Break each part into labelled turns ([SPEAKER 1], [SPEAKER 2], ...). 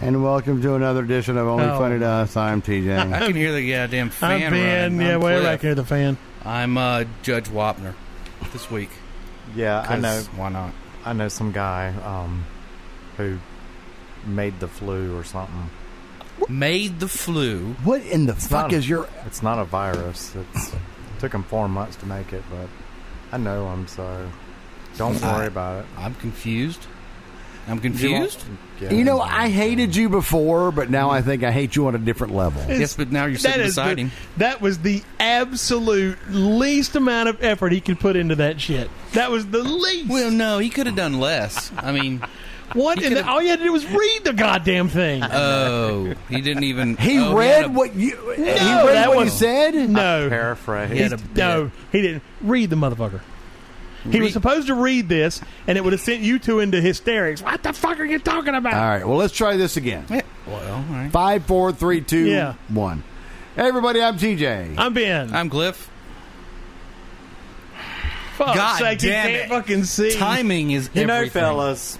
[SPEAKER 1] And welcome to another edition of Only
[SPEAKER 2] Oh.
[SPEAKER 1] Funny to Us. I'm TJ.
[SPEAKER 3] I can hear the goddamn fan.
[SPEAKER 2] I'm Ben.
[SPEAKER 3] running.
[SPEAKER 2] Yeah,
[SPEAKER 3] I'm
[SPEAKER 2] way
[SPEAKER 3] Cliff.
[SPEAKER 2] back here, the fan.
[SPEAKER 3] I'm uh, Judge Wapner this week.
[SPEAKER 4] Yeah, I
[SPEAKER 3] 'cause
[SPEAKER 4] know.
[SPEAKER 3] Why not?
[SPEAKER 4] I know some guy um, who made the flu or something.
[SPEAKER 3] Made the flu.
[SPEAKER 1] What in the fuck
[SPEAKER 4] not-
[SPEAKER 1] is your?
[SPEAKER 4] It's not a virus. It's it took him four months to make it, but I know him, so don't worry about it.
[SPEAKER 3] I'm confused. I'm
[SPEAKER 4] Do you want-
[SPEAKER 3] confused.
[SPEAKER 4] Yeah.
[SPEAKER 1] You know, I hated you before, but now I think I hate you on a different level.
[SPEAKER 3] Yes, but now you're
[SPEAKER 2] That
[SPEAKER 3] sitting
[SPEAKER 2] is
[SPEAKER 3] beside
[SPEAKER 2] the-
[SPEAKER 3] him.
[SPEAKER 2] That was the absolute least amount of effort he could put into that shit. That was the least.
[SPEAKER 3] Well, no, he could have done less. I mean,
[SPEAKER 2] what?
[SPEAKER 3] he
[SPEAKER 2] in the-
[SPEAKER 3] could've-
[SPEAKER 2] all you had to do was read the goddamn thing.
[SPEAKER 3] oh, he didn't even.
[SPEAKER 1] He
[SPEAKER 3] oh,
[SPEAKER 1] read
[SPEAKER 3] had a-
[SPEAKER 1] what you. he
[SPEAKER 2] No,
[SPEAKER 1] read
[SPEAKER 2] that
[SPEAKER 1] what you
[SPEAKER 2] was-
[SPEAKER 1] said.
[SPEAKER 2] no,
[SPEAKER 4] paraphrase.
[SPEAKER 3] He had a
[SPEAKER 2] He's- no, he didn't read the motherfucker. He was
[SPEAKER 3] Read-
[SPEAKER 2] supposed to read this, and it would have sent you two into hysterics. What the fuck are you talking about?
[SPEAKER 3] Uh,
[SPEAKER 1] All right. Well, let's try this again.
[SPEAKER 3] Yeah, Well, all right.
[SPEAKER 1] Five, four, three, two,
[SPEAKER 2] Yeah.
[SPEAKER 1] one. Hey, everybody, I'm TJ.
[SPEAKER 2] I'm Ben.
[SPEAKER 3] I'm Cliff.
[SPEAKER 2] Fuck's
[SPEAKER 3] God
[SPEAKER 2] sake,
[SPEAKER 3] damn
[SPEAKER 2] you
[SPEAKER 3] it.
[SPEAKER 2] can't fucking see.
[SPEAKER 3] Timing is
[SPEAKER 4] You know,
[SPEAKER 3] everything.
[SPEAKER 4] fellas,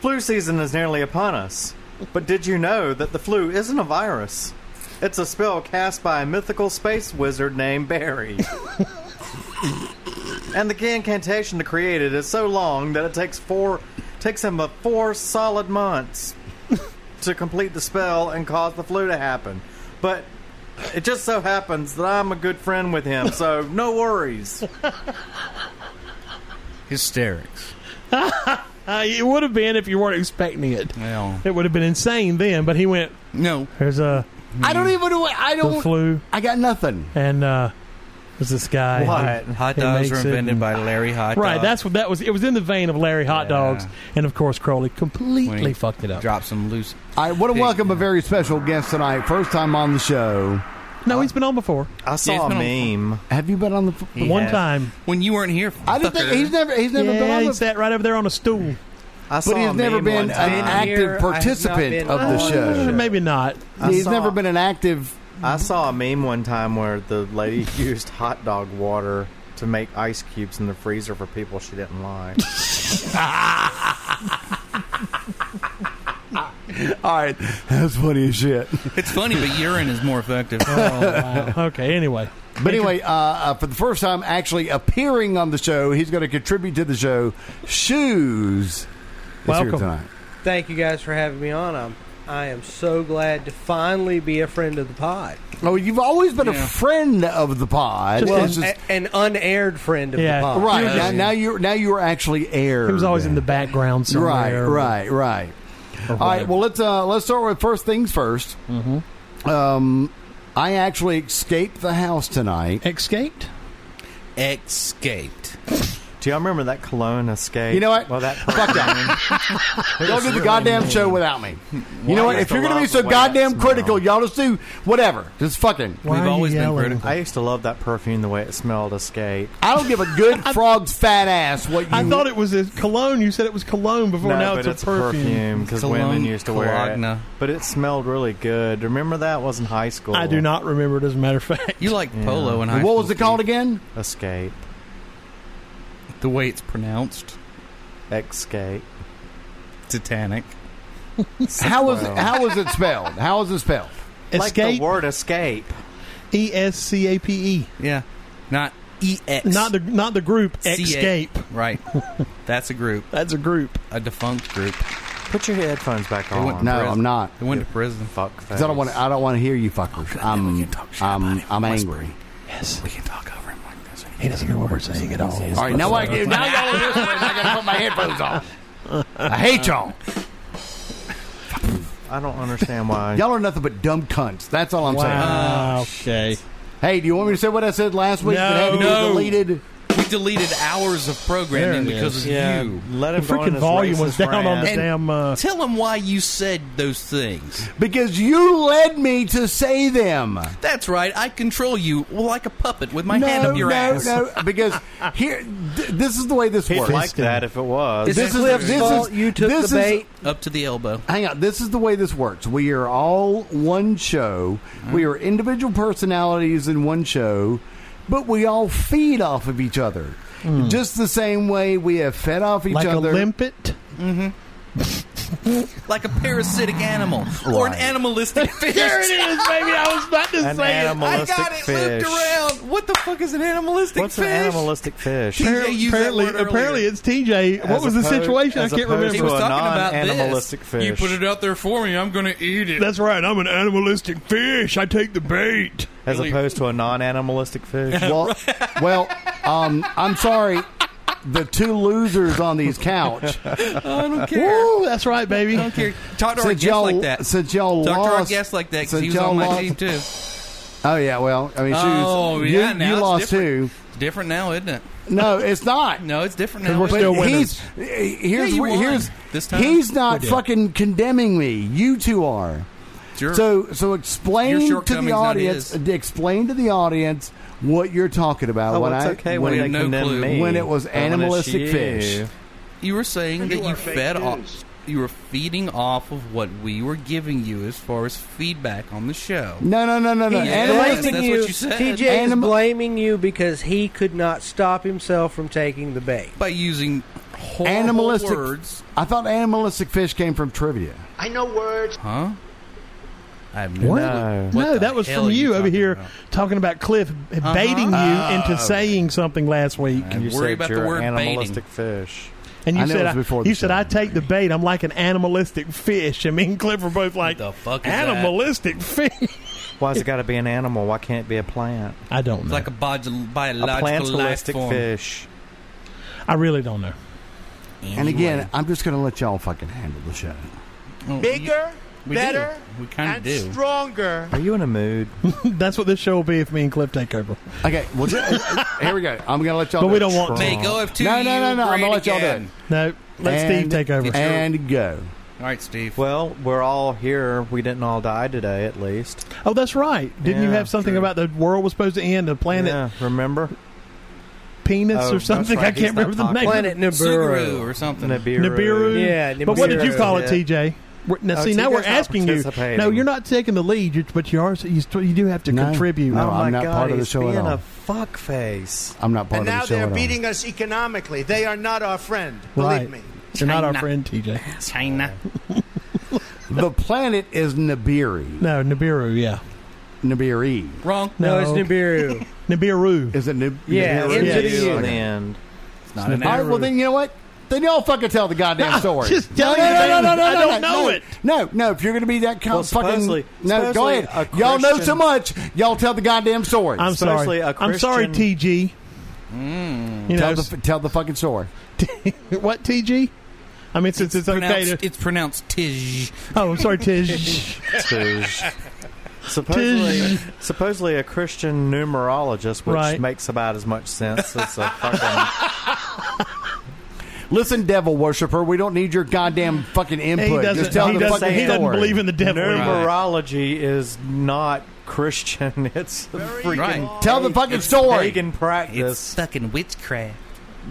[SPEAKER 4] flu season is nearly upon us. But did you know that the flu isn't a virus? It's a spell cast by a mythical space wizard named Barry. and the incantation to create it is so long that it takes four takes him a four solid months to complete the spell and cause the flu to happen. But it just so happens that I'm a good friend with him, so no worries.
[SPEAKER 3] hysterics.
[SPEAKER 2] Uh, it would have been if you weren't expecting it.
[SPEAKER 3] Well,
[SPEAKER 2] It would have been insane then, but he went,
[SPEAKER 3] no,
[SPEAKER 2] there's a
[SPEAKER 1] I don't even. know what- I
[SPEAKER 3] Oh.
[SPEAKER 2] the
[SPEAKER 1] don't.
[SPEAKER 2] flu,
[SPEAKER 1] I got nothing.
[SPEAKER 2] and uh, there's this guy.
[SPEAKER 4] What?
[SPEAKER 3] hot
[SPEAKER 2] It
[SPEAKER 3] dogs
[SPEAKER 2] makes
[SPEAKER 3] were
[SPEAKER 2] it-
[SPEAKER 3] invented by Larry Hot Dog.
[SPEAKER 2] Right, that's what that was. It was in the vein of Larry Hot
[SPEAKER 3] Yeah.
[SPEAKER 2] Dogs, and of course Crowley
[SPEAKER 3] When
[SPEAKER 2] completely
[SPEAKER 3] he
[SPEAKER 2] fucked it up.
[SPEAKER 3] Drops them loose.
[SPEAKER 1] I want to
[SPEAKER 3] Big-
[SPEAKER 1] welcome a very special guest tonight. First time on the show.
[SPEAKER 2] No, he's been on before
[SPEAKER 4] I
[SPEAKER 3] Yeah,
[SPEAKER 4] saw
[SPEAKER 3] it's
[SPEAKER 4] a
[SPEAKER 3] been
[SPEAKER 4] meme.
[SPEAKER 1] Have you been on the? f-
[SPEAKER 3] He
[SPEAKER 2] one
[SPEAKER 3] has-
[SPEAKER 2] time.
[SPEAKER 3] When you weren't here,
[SPEAKER 1] I don't think
[SPEAKER 3] fucker.
[SPEAKER 1] he's never. He's never been
[SPEAKER 2] yeah,
[SPEAKER 1] on
[SPEAKER 2] he
[SPEAKER 1] the.
[SPEAKER 2] sat right over there on a stool.
[SPEAKER 4] I saw
[SPEAKER 1] But
[SPEAKER 4] a
[SPEAKER 1] he's never
[SPEAKER 4] meme
[SPEAKER 1] been an
[SPEAKER 4] one time.
[SPEAKER 1] active participant of the
[SPEAKER 2] Oh,
[SPEAKER 1] show.
[SPEAKER 2] Maybe not.
[SPEAKER 4] I
[SPEAKER 1] he's
[SPEAKER 4] saw-
[SPEAKER 1] never been an active.
[SPEAKER 4] I saw a meme one time where the lady used hot dog water to make ice cubes in the freezer for people she didn't like.
[SPEAKER 1] All right, that's funny as shit.
[SPEAKER 3] It's funny, but urine is more effective.
[SPEAKER 2] Oh, wow. okay. Anyway,
[SPEAKER 1] But anyway, uh, uh, for the first time actually appearing on the show, he's going to contribute to the show. Shoes. is Here
[SPEAKER 2] Welcome.
[SPEAKER 1] tonight.
[SPEAKER 5] Thank you guys for having me on. I'm, I am so glad to finally be a friend of the pod.
[SPEAKER 1] Oh, you've always been
[SPEAKER 3] Yeah.
[SPEAKER 1] a friend of the pod.
[SPEAKER 2] Just
[SPEAKER 1] It's
[SPEAKER 2] an-
[SPEAKER 1] just-
[SPEAKER 5] A- an unaired friend of
[SPEAKER 2] Yeah.
[SPEAKER 5] the pod.
[SPEAKER 1] right
[SPEAKER 2] Yeah.
[SPEAKER 1] now, now you're now you're actually aired.
[SPEAKER 2] he was always in the background
[SPEAKER 1] right,
[SPEAKER 2] somewhere.
[SPEAKER 1] right, right.
[SPEAKER 2] Or
[SPEAKER 1] All right.
[SPEAKER 2] whatever.
[SPEAKER 1] Well, let's uh, let's start with first things 1st Mm-hmm. Um, I actually escaped the house tonight.
[SPEAKER 2] escaped.
[SPEAKER 3] Escaped.
[SPEAKER 4] Do y'all remember that cologne escape?
[SPEAKER 1] You know what?
[SPEAKER 4] Well, that
[SPEAKER 1] Fuck that. Y'all do the goddamn show without me. You know
[SPEAKER 4] Why
[SPEAKER 1] what?
[SPEAKER 4] is
[SPEAKER 1] If
[SPEAKER 4] the
[SPEAKER 1] you're going to be
[SPEAKER 4] love
[SPEAKER 1] so
[SPEAKER 4] the way that
[SPEAKER 1] goddamn
[SPEAKER 4] smell?
[SPEAKER 1] critical, y'all just do whatever. Just fucking.
[SPEAKER 2] Why
[SPEAKER 3] We've
[SPEAKER 2] are you
[SPEAKER 3] always been
[SPEAKER 2] yelling?
[SPEAKER 3] critical.
[SPEAKER 4] I used to love that perfume, the way it smelled. Escape.
[SPEAKER 1] I don't give a good frog's fat ass what you.
[SPEAKER 2] I thought it was a cologne. You said it was cologne before.
[SPEAKER 4] no,
[SPEAKER 2] now
[SPEAKER 4] but
[SPEAKER 2] it's a perfume.
[SPEAKER 4] because
[SPEAKER 3] Cologne,
[SPEAKER 4] women used to wear
[SPEAKER 3] Cologne.
[SPEAKER 4] it. But it smelled really good. Remember that was in high school.
[SPEAKER 2] I do not remember it. As a matter of fact,
[SPEAKER 3] You like polo and high
[SPEAKER 1] What was
[SPEAKER 3] school,
[SPEAKER 1] it called again?
[SPEAKER 4] escape.
[SPEAKER 3] Steve. The way it's pronounced,
[SPEAKER 4] Escape.
[SPEAKER 3] Titanic.
[SPEAKER 1] How was it,
[SPEAKER 4] Well.
[SPEAKER 1] how was it spelled? How was it spelled?
[SPEAKER 4] Like the
[SPEAKER 2] escape.
[SPEAKER 4] word escape.
[SPEAKER 2] E S C A P E.
[SPEAKER 3] Yeah, not E X.
[SPEAKER 2] Not the not the group.
[SPEAKER 3] C A- E.
[SPEAKER 2] Escape.
[SPEAKER 3] right. That's a group,
[SPEAKER 2] That's a group.
[SPEAKER 3] a defunct group.
[SPEAKER 4] Put your headphones back
[SPEAKER 3] They went-
[SPEAKER 4] on.
[SPEAKER 1] No,
[SPEAKER 3] Prison.
[SPEAKER 1] I'm not.
[SPEAKER 3] They went to prison.
[SPEAKER 4] Fuck.
[SPEAKER 1] 'Cause I don't want. I don't want to hear you fuckers. I'm. I'm. I'm angry.
[SPEAKER 2] Yes.
[SPEAKER 3] We can talk over him like this.
[SPEAKER 2] He doesn't hear what we're saying at all.
[SPEAKER 1] All right, now I can, now y'all are whispering. I gotta put my headphones on. I hate y'all.
[SPEAKER 4] I don't understand why.
[SPEAKER 1] Y'all are nothing but dumb cunts. That's all I'm
[SPEAKER 2] Wow. Okay.
[SPEAKER 1] saying. Hey, do you want me to say what I said last week? that had to be
[SPEAKER 3] No.
[SPEAKER 1] deleted.
[SPEAKER 3] We deleted hours of programming
[SPEAKER 2] There it
[SPEAKER 3] because
[SPEAKER 2] is.
[SPEAKER 3] of
[SPEAKER 4] Yeah,
[SPEAKER 3] you.
[SPEAKER 4] let
[SPEAKER 2] The
[SPEAKER 4] him go on
[SPEAKER 2] freaking
[SPEAKER 4] his
[SPEAKER 2] volume was
[SPEAKER 4] racist
[SPEAKER 2] down on the
[SPEAKER 4] rant.
[SPEAKER 3] And-
[SPEAKER 2] damn. Uh,
[SPEAKER 3] Tell him why you said those things.
[SPEAKER 1] Because you led me to say them.
[SPEAKER 3] That's right. I control you like a puppet with my
[SPEAKER 1] no,
[SPEAKER 3] hand up your
[SPEAKER 1] no,
[SPEAKER 3] ass.
[SPEAKER 1] no. Because here, th- this is the way this
[SPEAKER 4] He'd
[SPEAKER 1] works.
[SPEAKER 4] like that if it was.
[SPEAKER 1] This is
[SPEAKER 3] Cliff's
[SPEAKER 1] this
[SPEAKER 5] fault
[SPEAKER 1] is
[SPEAKER 5] you took
[SPEAKER 1] this
[SPEAKER 5] the
[SPEAKER 1] is-
[SPEAKER 5] bait.
[SPEAKER 3] Up to the elbow.
[SPEAKER 1] Hang on. This is the way this works. We are all one show.
[SPEAKER 3] Mm-hmm.
[SPEAKER 1] We are individual personalities in one show, but we all feed off of each other.
[SPEAKER 3] Hmm.
[SPEAKER 1] Just the same way we have fed off each
[SPEAKER 2] like a
[SPEAKER 1] other.
[SPEAKER 2] limpet.
[SPEAKER 3] like a parasitic animal or an
[SPEAKER 1] Right.
[SPEAKER 3] animalistic fish.
[SPEAKER 2] There it is, baby. I was about to
[SPEAKER 4] An
[SPEAKER 2] say
[SPEAKER 4] animal.
[SPEAKER 3] I got it
[SPEAKER 4] Animalistic
[SPEAKER 3] looped
[SPEAKER 4] fish.
[SPEAKER 3] around. What the fuck is an animalistic
[SPEAKER 4] What's
[SPEAKER 3] fish?
[SPEAKER 4] an animalistic fish?
[SPEAKER 2] it.
[SPEAKER 3] TJ
[SPEAKER 2] Apparently,
[SPEAKER 3] used that
[SPEAKER 2] apparently,
[SPEAKER 3] word earlier.
[SPEAKER 2] apparently it's TJ.
[SPEAKER 4] As
[SPEAKER 2] what was the
[SPEAKER 4] opposed-
[SPEAKER 2] situation? I
[SPEAKER 4] as
[SPEAKER 2] can't
[SPEAKER 4] opposed
[SPEAKER 2] remember.
[SPEAKER 3] He
[SPEAKER 4] to
[SPEAKER 3] was
[SPEAKER 4] a
[SPEAKER 3] talking about this.
[SPEAKER 4] non-animalistic fish.
[SPEAKER 3] You put it out there for me. I'm going to eat it.
[SPEAKER 2] That's right. I'm an animalistic fish. I take the bait.
[SPEAKER 4] as opposed to a non-animalistic fish.
[SPEAKER 1] Well, well, um, I'm sorry. The two losers on these couch
[SPEAKER 3] I don't care.
[SPEAKER 2] Woo, that's right, baby.
[SPEAKER 3] I don't care. Talk to our
[SPEAKER 1] since
[SPEAKER 3] guest
[SPEAKER 1] y'all
[SPEAKER 3] like that.
[SPEAKER 1] since y'all
[SPEAKER 3] Talk to our
[SPEAKER 1] lost
[SPEAKER 3] guest like that because
[SPEAKER 1] since
[SPEAKER 3] he was
[SPEAKER 1] y'all
[SPEAKER 3] on my
[SPEAKER 1] lost-
[SPEAKER 3] team too.
[SPEAKER 1] Oh yeah, well, I mean, she was-
[SPEAKER 3] Oh, yeah,
[SPEAKER 1] you,
[SPEAKER 3] now
[SPEAKER 1] you
[SPEAKER 3] it's
[SPEAKER 1] lost
[SPEAKER 3] different.
[SPEAKER 1] two.
[SPEAKER 3] Different now, isn't it?
[SPEAKER 1] No, it's not.
[SPEAKER 3] No, it's different
[SPEAKER 2] 'Cause
[SPEAKER 3] now.
[SPEAKER 2] we're
[SPEAKER 3] isn't
[SPEAKER 2] still
[SPEAKER 3] it?
[SPEAKER 2] winning.
[SPEAKER 1] He's here's
[SPEAKER 3] you
[SPEAKER 1] where-
[SPEAKER 3] won
[SPEAKER 1] here's
[SPEAKER 3] this time.
[SPEAKER 1] He's not
[SPEAKER 2] We did.
[SPEAKER 1] fucking condemning me. You two are.
[SPEAKER 3] Sure.
[SPEAKER 1] So so explain to
[SPEAKER 3] shortcomings,
[SPEAKER 1] the
[SPEAKER 3] not
[SPEAKER 1] audience. uh,
[SPEAKER 3] his.
[SPEAKER 1] Explain to the audience what you're talking about
[SPEAKER 4] Oh,
[SPEAKER 1] when
[SPEAKER 4] it's
[SPEAKER 1] I
[SPEAKER 4] okay
[SPEAKER 1] when
[SPEAKER 4] when,
[SPEAKER 3] I-
[SPEAKER 4] they
[SPEAKER 3] no
[SPEAKER 4] condemn
[SPEAKER 3] clue.
[SPEAKER 4] me.
[SPEAKER 1] When it was
[SPEAKER 4] But when it's
[SPEAKER 1] animalistic
[SPEAKER 4] you,
[SPEAKER 1] fish.
[SPEAKER 3] You were saying that
[SPEAKER 6] You
[SPEAKER 3] you
[SPEAKER 6] are fake
[SPEAKER 3] fed off,
[SPEAKER 6] news.
[SPEAKER 3] you were feeding off of what we were giving you as far as feedback on the show.
[SPEAKER 1] No no no no no.
[SPEAKER 3] He's
[SPEAKER 1] Animalistic-
[SPEAKER 3] blaming-
[SPEAKER 5] blaming
[SPEAKER 3] that's
[SPEAKER 5] you.
[SPEAKER 3] what you said.
[SPEAKER 5] TJ is
[SPEAKER 1] Animal-
[SPEAKER 5] blaming you because he could not stop himself from taking the bait.
[SPEAKER 3] By using horrible
[SPEAKER 1] Animalistic-
[SPEAKER 3] words,
[SPEAKER 1] I thought animalistic fish came from trivia.
[SPEAKER 6] I know words.
[SPEAKER 3] huh? I have
[SPEAKER 2] What?
[SPEAKER 4] No.
[SPEAKER 3] What
[SPEAKER 2] no,
[SPEAKER 3] the
[SPEAKER 2] that was
[SPEAKER 3] hell
[SPEAKER 2] from
[SPEAKER 3] are
[SPEAKER 2] you,
[SPEAKER 3] you
[SPEAKER 2] over
[SPEAKER 3] talking
[SPEAKER 2] here
[SPEAKER 3] about?
[SPEAKER 2] talking about Cliff baiting you into saying something last week,
[SPEAKER 3] And
[SPEAKER 4] You
[SPEAKER 3] worry
[SPEAKER 4] said
[SPEAKER 3] about the
[SPEAKER 4] you're
[SPEAKER 3] word
[SPEAKER 4] animalistic fish.
[SPEAKER 2] and you
[SPEAKER 1] I know it
[SPEAKER 2] said
[SPEAKER 1] was before the
[SPEAKER 2] you said
[SPEAKER 1] show.
[SPEAKER 2] I take the bait. I'm like an animalistic fish, and me and Cliff were both like
[SPEAKER 3] the fuck is that?
[SPEAKER 2] animalistic fish.
[SPEAKER 4] Why's it got to be an animal? Why can't it be a plant?
[SPEAKER 2] I don't
[SPEAKER 3] It's
[SPEAKER 2] know.
[SPEAKER 3] like a bi-
[SPEAKER 4] A plant's
[SPEAKER 3] biological life
[SPEAKER 4] holistic
[SPEAKER 3] form.
[SPEAKER 4] fish.
[SPEAKER 2] I really don't know.
[SPEAKER 1] And again, I'm just gonna let y'all fucking handle the show.
[SPEAKER 3] Well,
[SPEAKER 6] Bigger,
[SPEAKER 3] we do.
[SPEAKER 6] better,
[SPEAKER 3] we kind of
[SPEAKER 6] and
[SPEAKER 3] do.
[SPEAKER 6] stronger.
[SPEAKER 4] Are you in a mood?
[SPEAKER 2] That's what this show will be if me and Cliff take over.
[SPEAKER 1] Okay, well ju- here we go. I'm gonna let y'all.
[SPEAKER 2] But
[SPEAKER 1] do
[SPEAKER 2] we
[SPEAKER 1] it.
[SPEAKER 2] don't want
[SPEAKER 3] May
[SPEAKER 2] to.
[SPEAKER 3] go if two.
[SPEAKER 1] No, no,
[SPEAKER 3] you
[SPEAKER 1] no, no. I'm
[SPEAKER 3] breed
[SPEAKER 1] gonna let y'all do
[SPEAKER 3] again.
[SPEAKER 2] No, let
[SPEAKER 1] And-
[SPEAKER 2] Steve take over.
[SPEAKER 1] and go.
[SPEAKER 3] All right, Steve.
[SPEAKER 4] Well, we're all here. We didn't all die today, at least.
[SPEAKER 2] Oh, that's right. Didn't you
[SPEAKER 4] Yeah,
[SPEAKER 2] have something
[SPEAKER 4] true.
[SPEAKER 2] about the world was supposed to end, the planet
[SPEAKER 4] Yeah, remember?
[SPEAKER 2] penis
[SPEAKER 4] Oh,
[SPEAKER 2] or
[SPEAKER 4] that's
[SPEAKER 2] something?
[SPEAKER 4] right.
[SPEAKER 2] I
[SPEAKER 4] He's
[SPEAKER 2] can't
[SPEAKER 4] not
[SPEAKER 2] remember the name.
[SPEAKER 4] talking.
[SPEAKER 5] Planet
[SPEAKER 3] Suguru
[SPEAKER 5] Nibiru.
[SPEAKER 3] or something.
[SPEAKER 4] Nibiru. Oh,
[SPEAKER 2] Nibiru.
[SPEAKER 5] Yeah,
[SPEAKER 2] But what did
[SPEAKER 5] Nibiru.
[SPEAKER 2] you call it,
[SPEAKER 4] Yeah.
[SPEAKER 2] TJ? We're- Now,
[SPEAKER 4] uh, Oh,
[SPEAKER 2] see, now we're
[SPEAKER 4] TJ's not
[SPEAKER 2] asking you. No,
[SPEAKER 4] participating.
[SPEAKER 2] you're not taking the lead, you- but you are. so You, still- you do have to
[SPEAKER 1] No.
[SPEAKER 2] contribute.
[SPEAKER 1] No.
[SPEAKER 4] oh
[SPEAKER 1] I'm
[SPEAKER 4] my
[SPEAKER 1] not
[SPEAKER 4] God,
[SPEAKER 1] part of the
[SPEAKER 4] he's
[SPEAKER 1] show at
[SPEAKER 4] being
[SPEAKER 1] all.
[SPEAKER 4] a fuckface.
[SPEAKER 1] I'm not part
[SPEAKER 6] and
[SPEAKER 1] of
[SPEAKER 6] now
[SPEAKER 1] the show.
[SPEAKER 6] they're
[SPEAKER 1] at all.
[SPEAKER 6] beating us economically. They are not our friend.
[SPEAKER 2] Right.
[SPEAKER 6] Believe me.
[SPEAKER 2] You're not our
[SPEAKER 3] China.
[SPEAKER 2] friend, TJ.
[SPEAKER 3] China.
[SPEAKER 1] The planet is Nibiru.
[SPEAKER 2] No, Nibiru. Yeah,
[SPEAKER 1] Nibiru.
[SPEAKER 3] Wrong.
[SPEAKER 5] No, it's
[SPEAKER 2] No.
[SPEAKER 5] Nibiru.
[SPEAKER 2] Nibiru.
[SPEAKER 1] Is it Nib-
[SPEAKER 5] Yeah,
[SPEAKER 1] Nibiru?
[SPEAKER 5] Into
[SPEAKER 4] Yeah,
[SPEAKER 5] the
[SPEAKER 4] you
[SPEAKER 5] union.
[SPEAKER 4] land.
[SPEAKER 3] It's not an
[SPEAKER 1] All right,
[SPEAKER 3] animal.
[SPEAKER 1] well, then you know what? Then y'all fucking tell the goddamn
[SPEAKER 2] No,
[SPEAKER 1] story.
[SPEAKER 2] just tell me the name. I don't know
[SPEAKER 1] no,
[SPEAKER 2] it.
[SPEAKER 1] No, no, if you're going to be that kind
[SPEAKER 4] Well,
[SPEAKER 1] of fucking.
[SPEAKER 4] supposedly-
[SPEAKER 1] no, go
[SPEAKER 4] supposedly
[SPEAKER 1] ahead.
[SPEAKER 4] a
[SPEAKER 1] Y'all know
[SPEAKER 4] Christian-
[SPEAKER 1] so much. Y'all tell the goddamn story.
[SPEAKER 2] I'm
[SPEAKER 4] Especially
[SPEAKER 2] sorry.
[SPEAKER 4] a
[SPEAKER 2] I'm sorry,
[SPEAKER 4] Christian- Mm.
[SPEAKER 2] TG. You
[SPEAKER 1] tell,
[SPEAKER 2] know
[SPEAKER 1] the, tell the fucking story.
[SPEAKER 2] what, TG? I mean, since it's, okay
[SPEAKER 3] pronounced,
[SPEAKER 2] to.
[SPEAKER 3] it's pronounced Tij.
[SPEAKER 2] Oh, I'm sorry, Tish.
[SPEAKER 4] supposedly, supposedly a Christian numerologist, which
[SPEAKER 2] Right.
[SPEAKER 4] makes about as much sense as a fucking.
[SPEAKER 1] Listen, devil worshiper, we don't need your goddamn fucking
[SPEAKER 2] he
[SPEAKER 1] input.
[SPEAKER 2] doesn't.
[SPEAKER 1] Just tell
[SPEAKER 2] He
[SPEAKER 1] the
[SPEAKER 2] doesn't,
[SPEAKER 1] fucking
[SPEAKER 2] he doesn't
[SPEAKER 1] story.
[SPEAKER 2] believe in the devil.
[SPEAKER 4] numerology is not Christian. It's a freaking
[SPEAKER 3] Right.
[SPEAKER 1] Tell the fucking
[SPEAKER 4] it's
[SPEAKER 1] story.
[SPEAKER 4] pagan
[SPEAKER 3] It's
[SPEAKER 4] practice.
[SPEAKER 3] fucking witchcraft.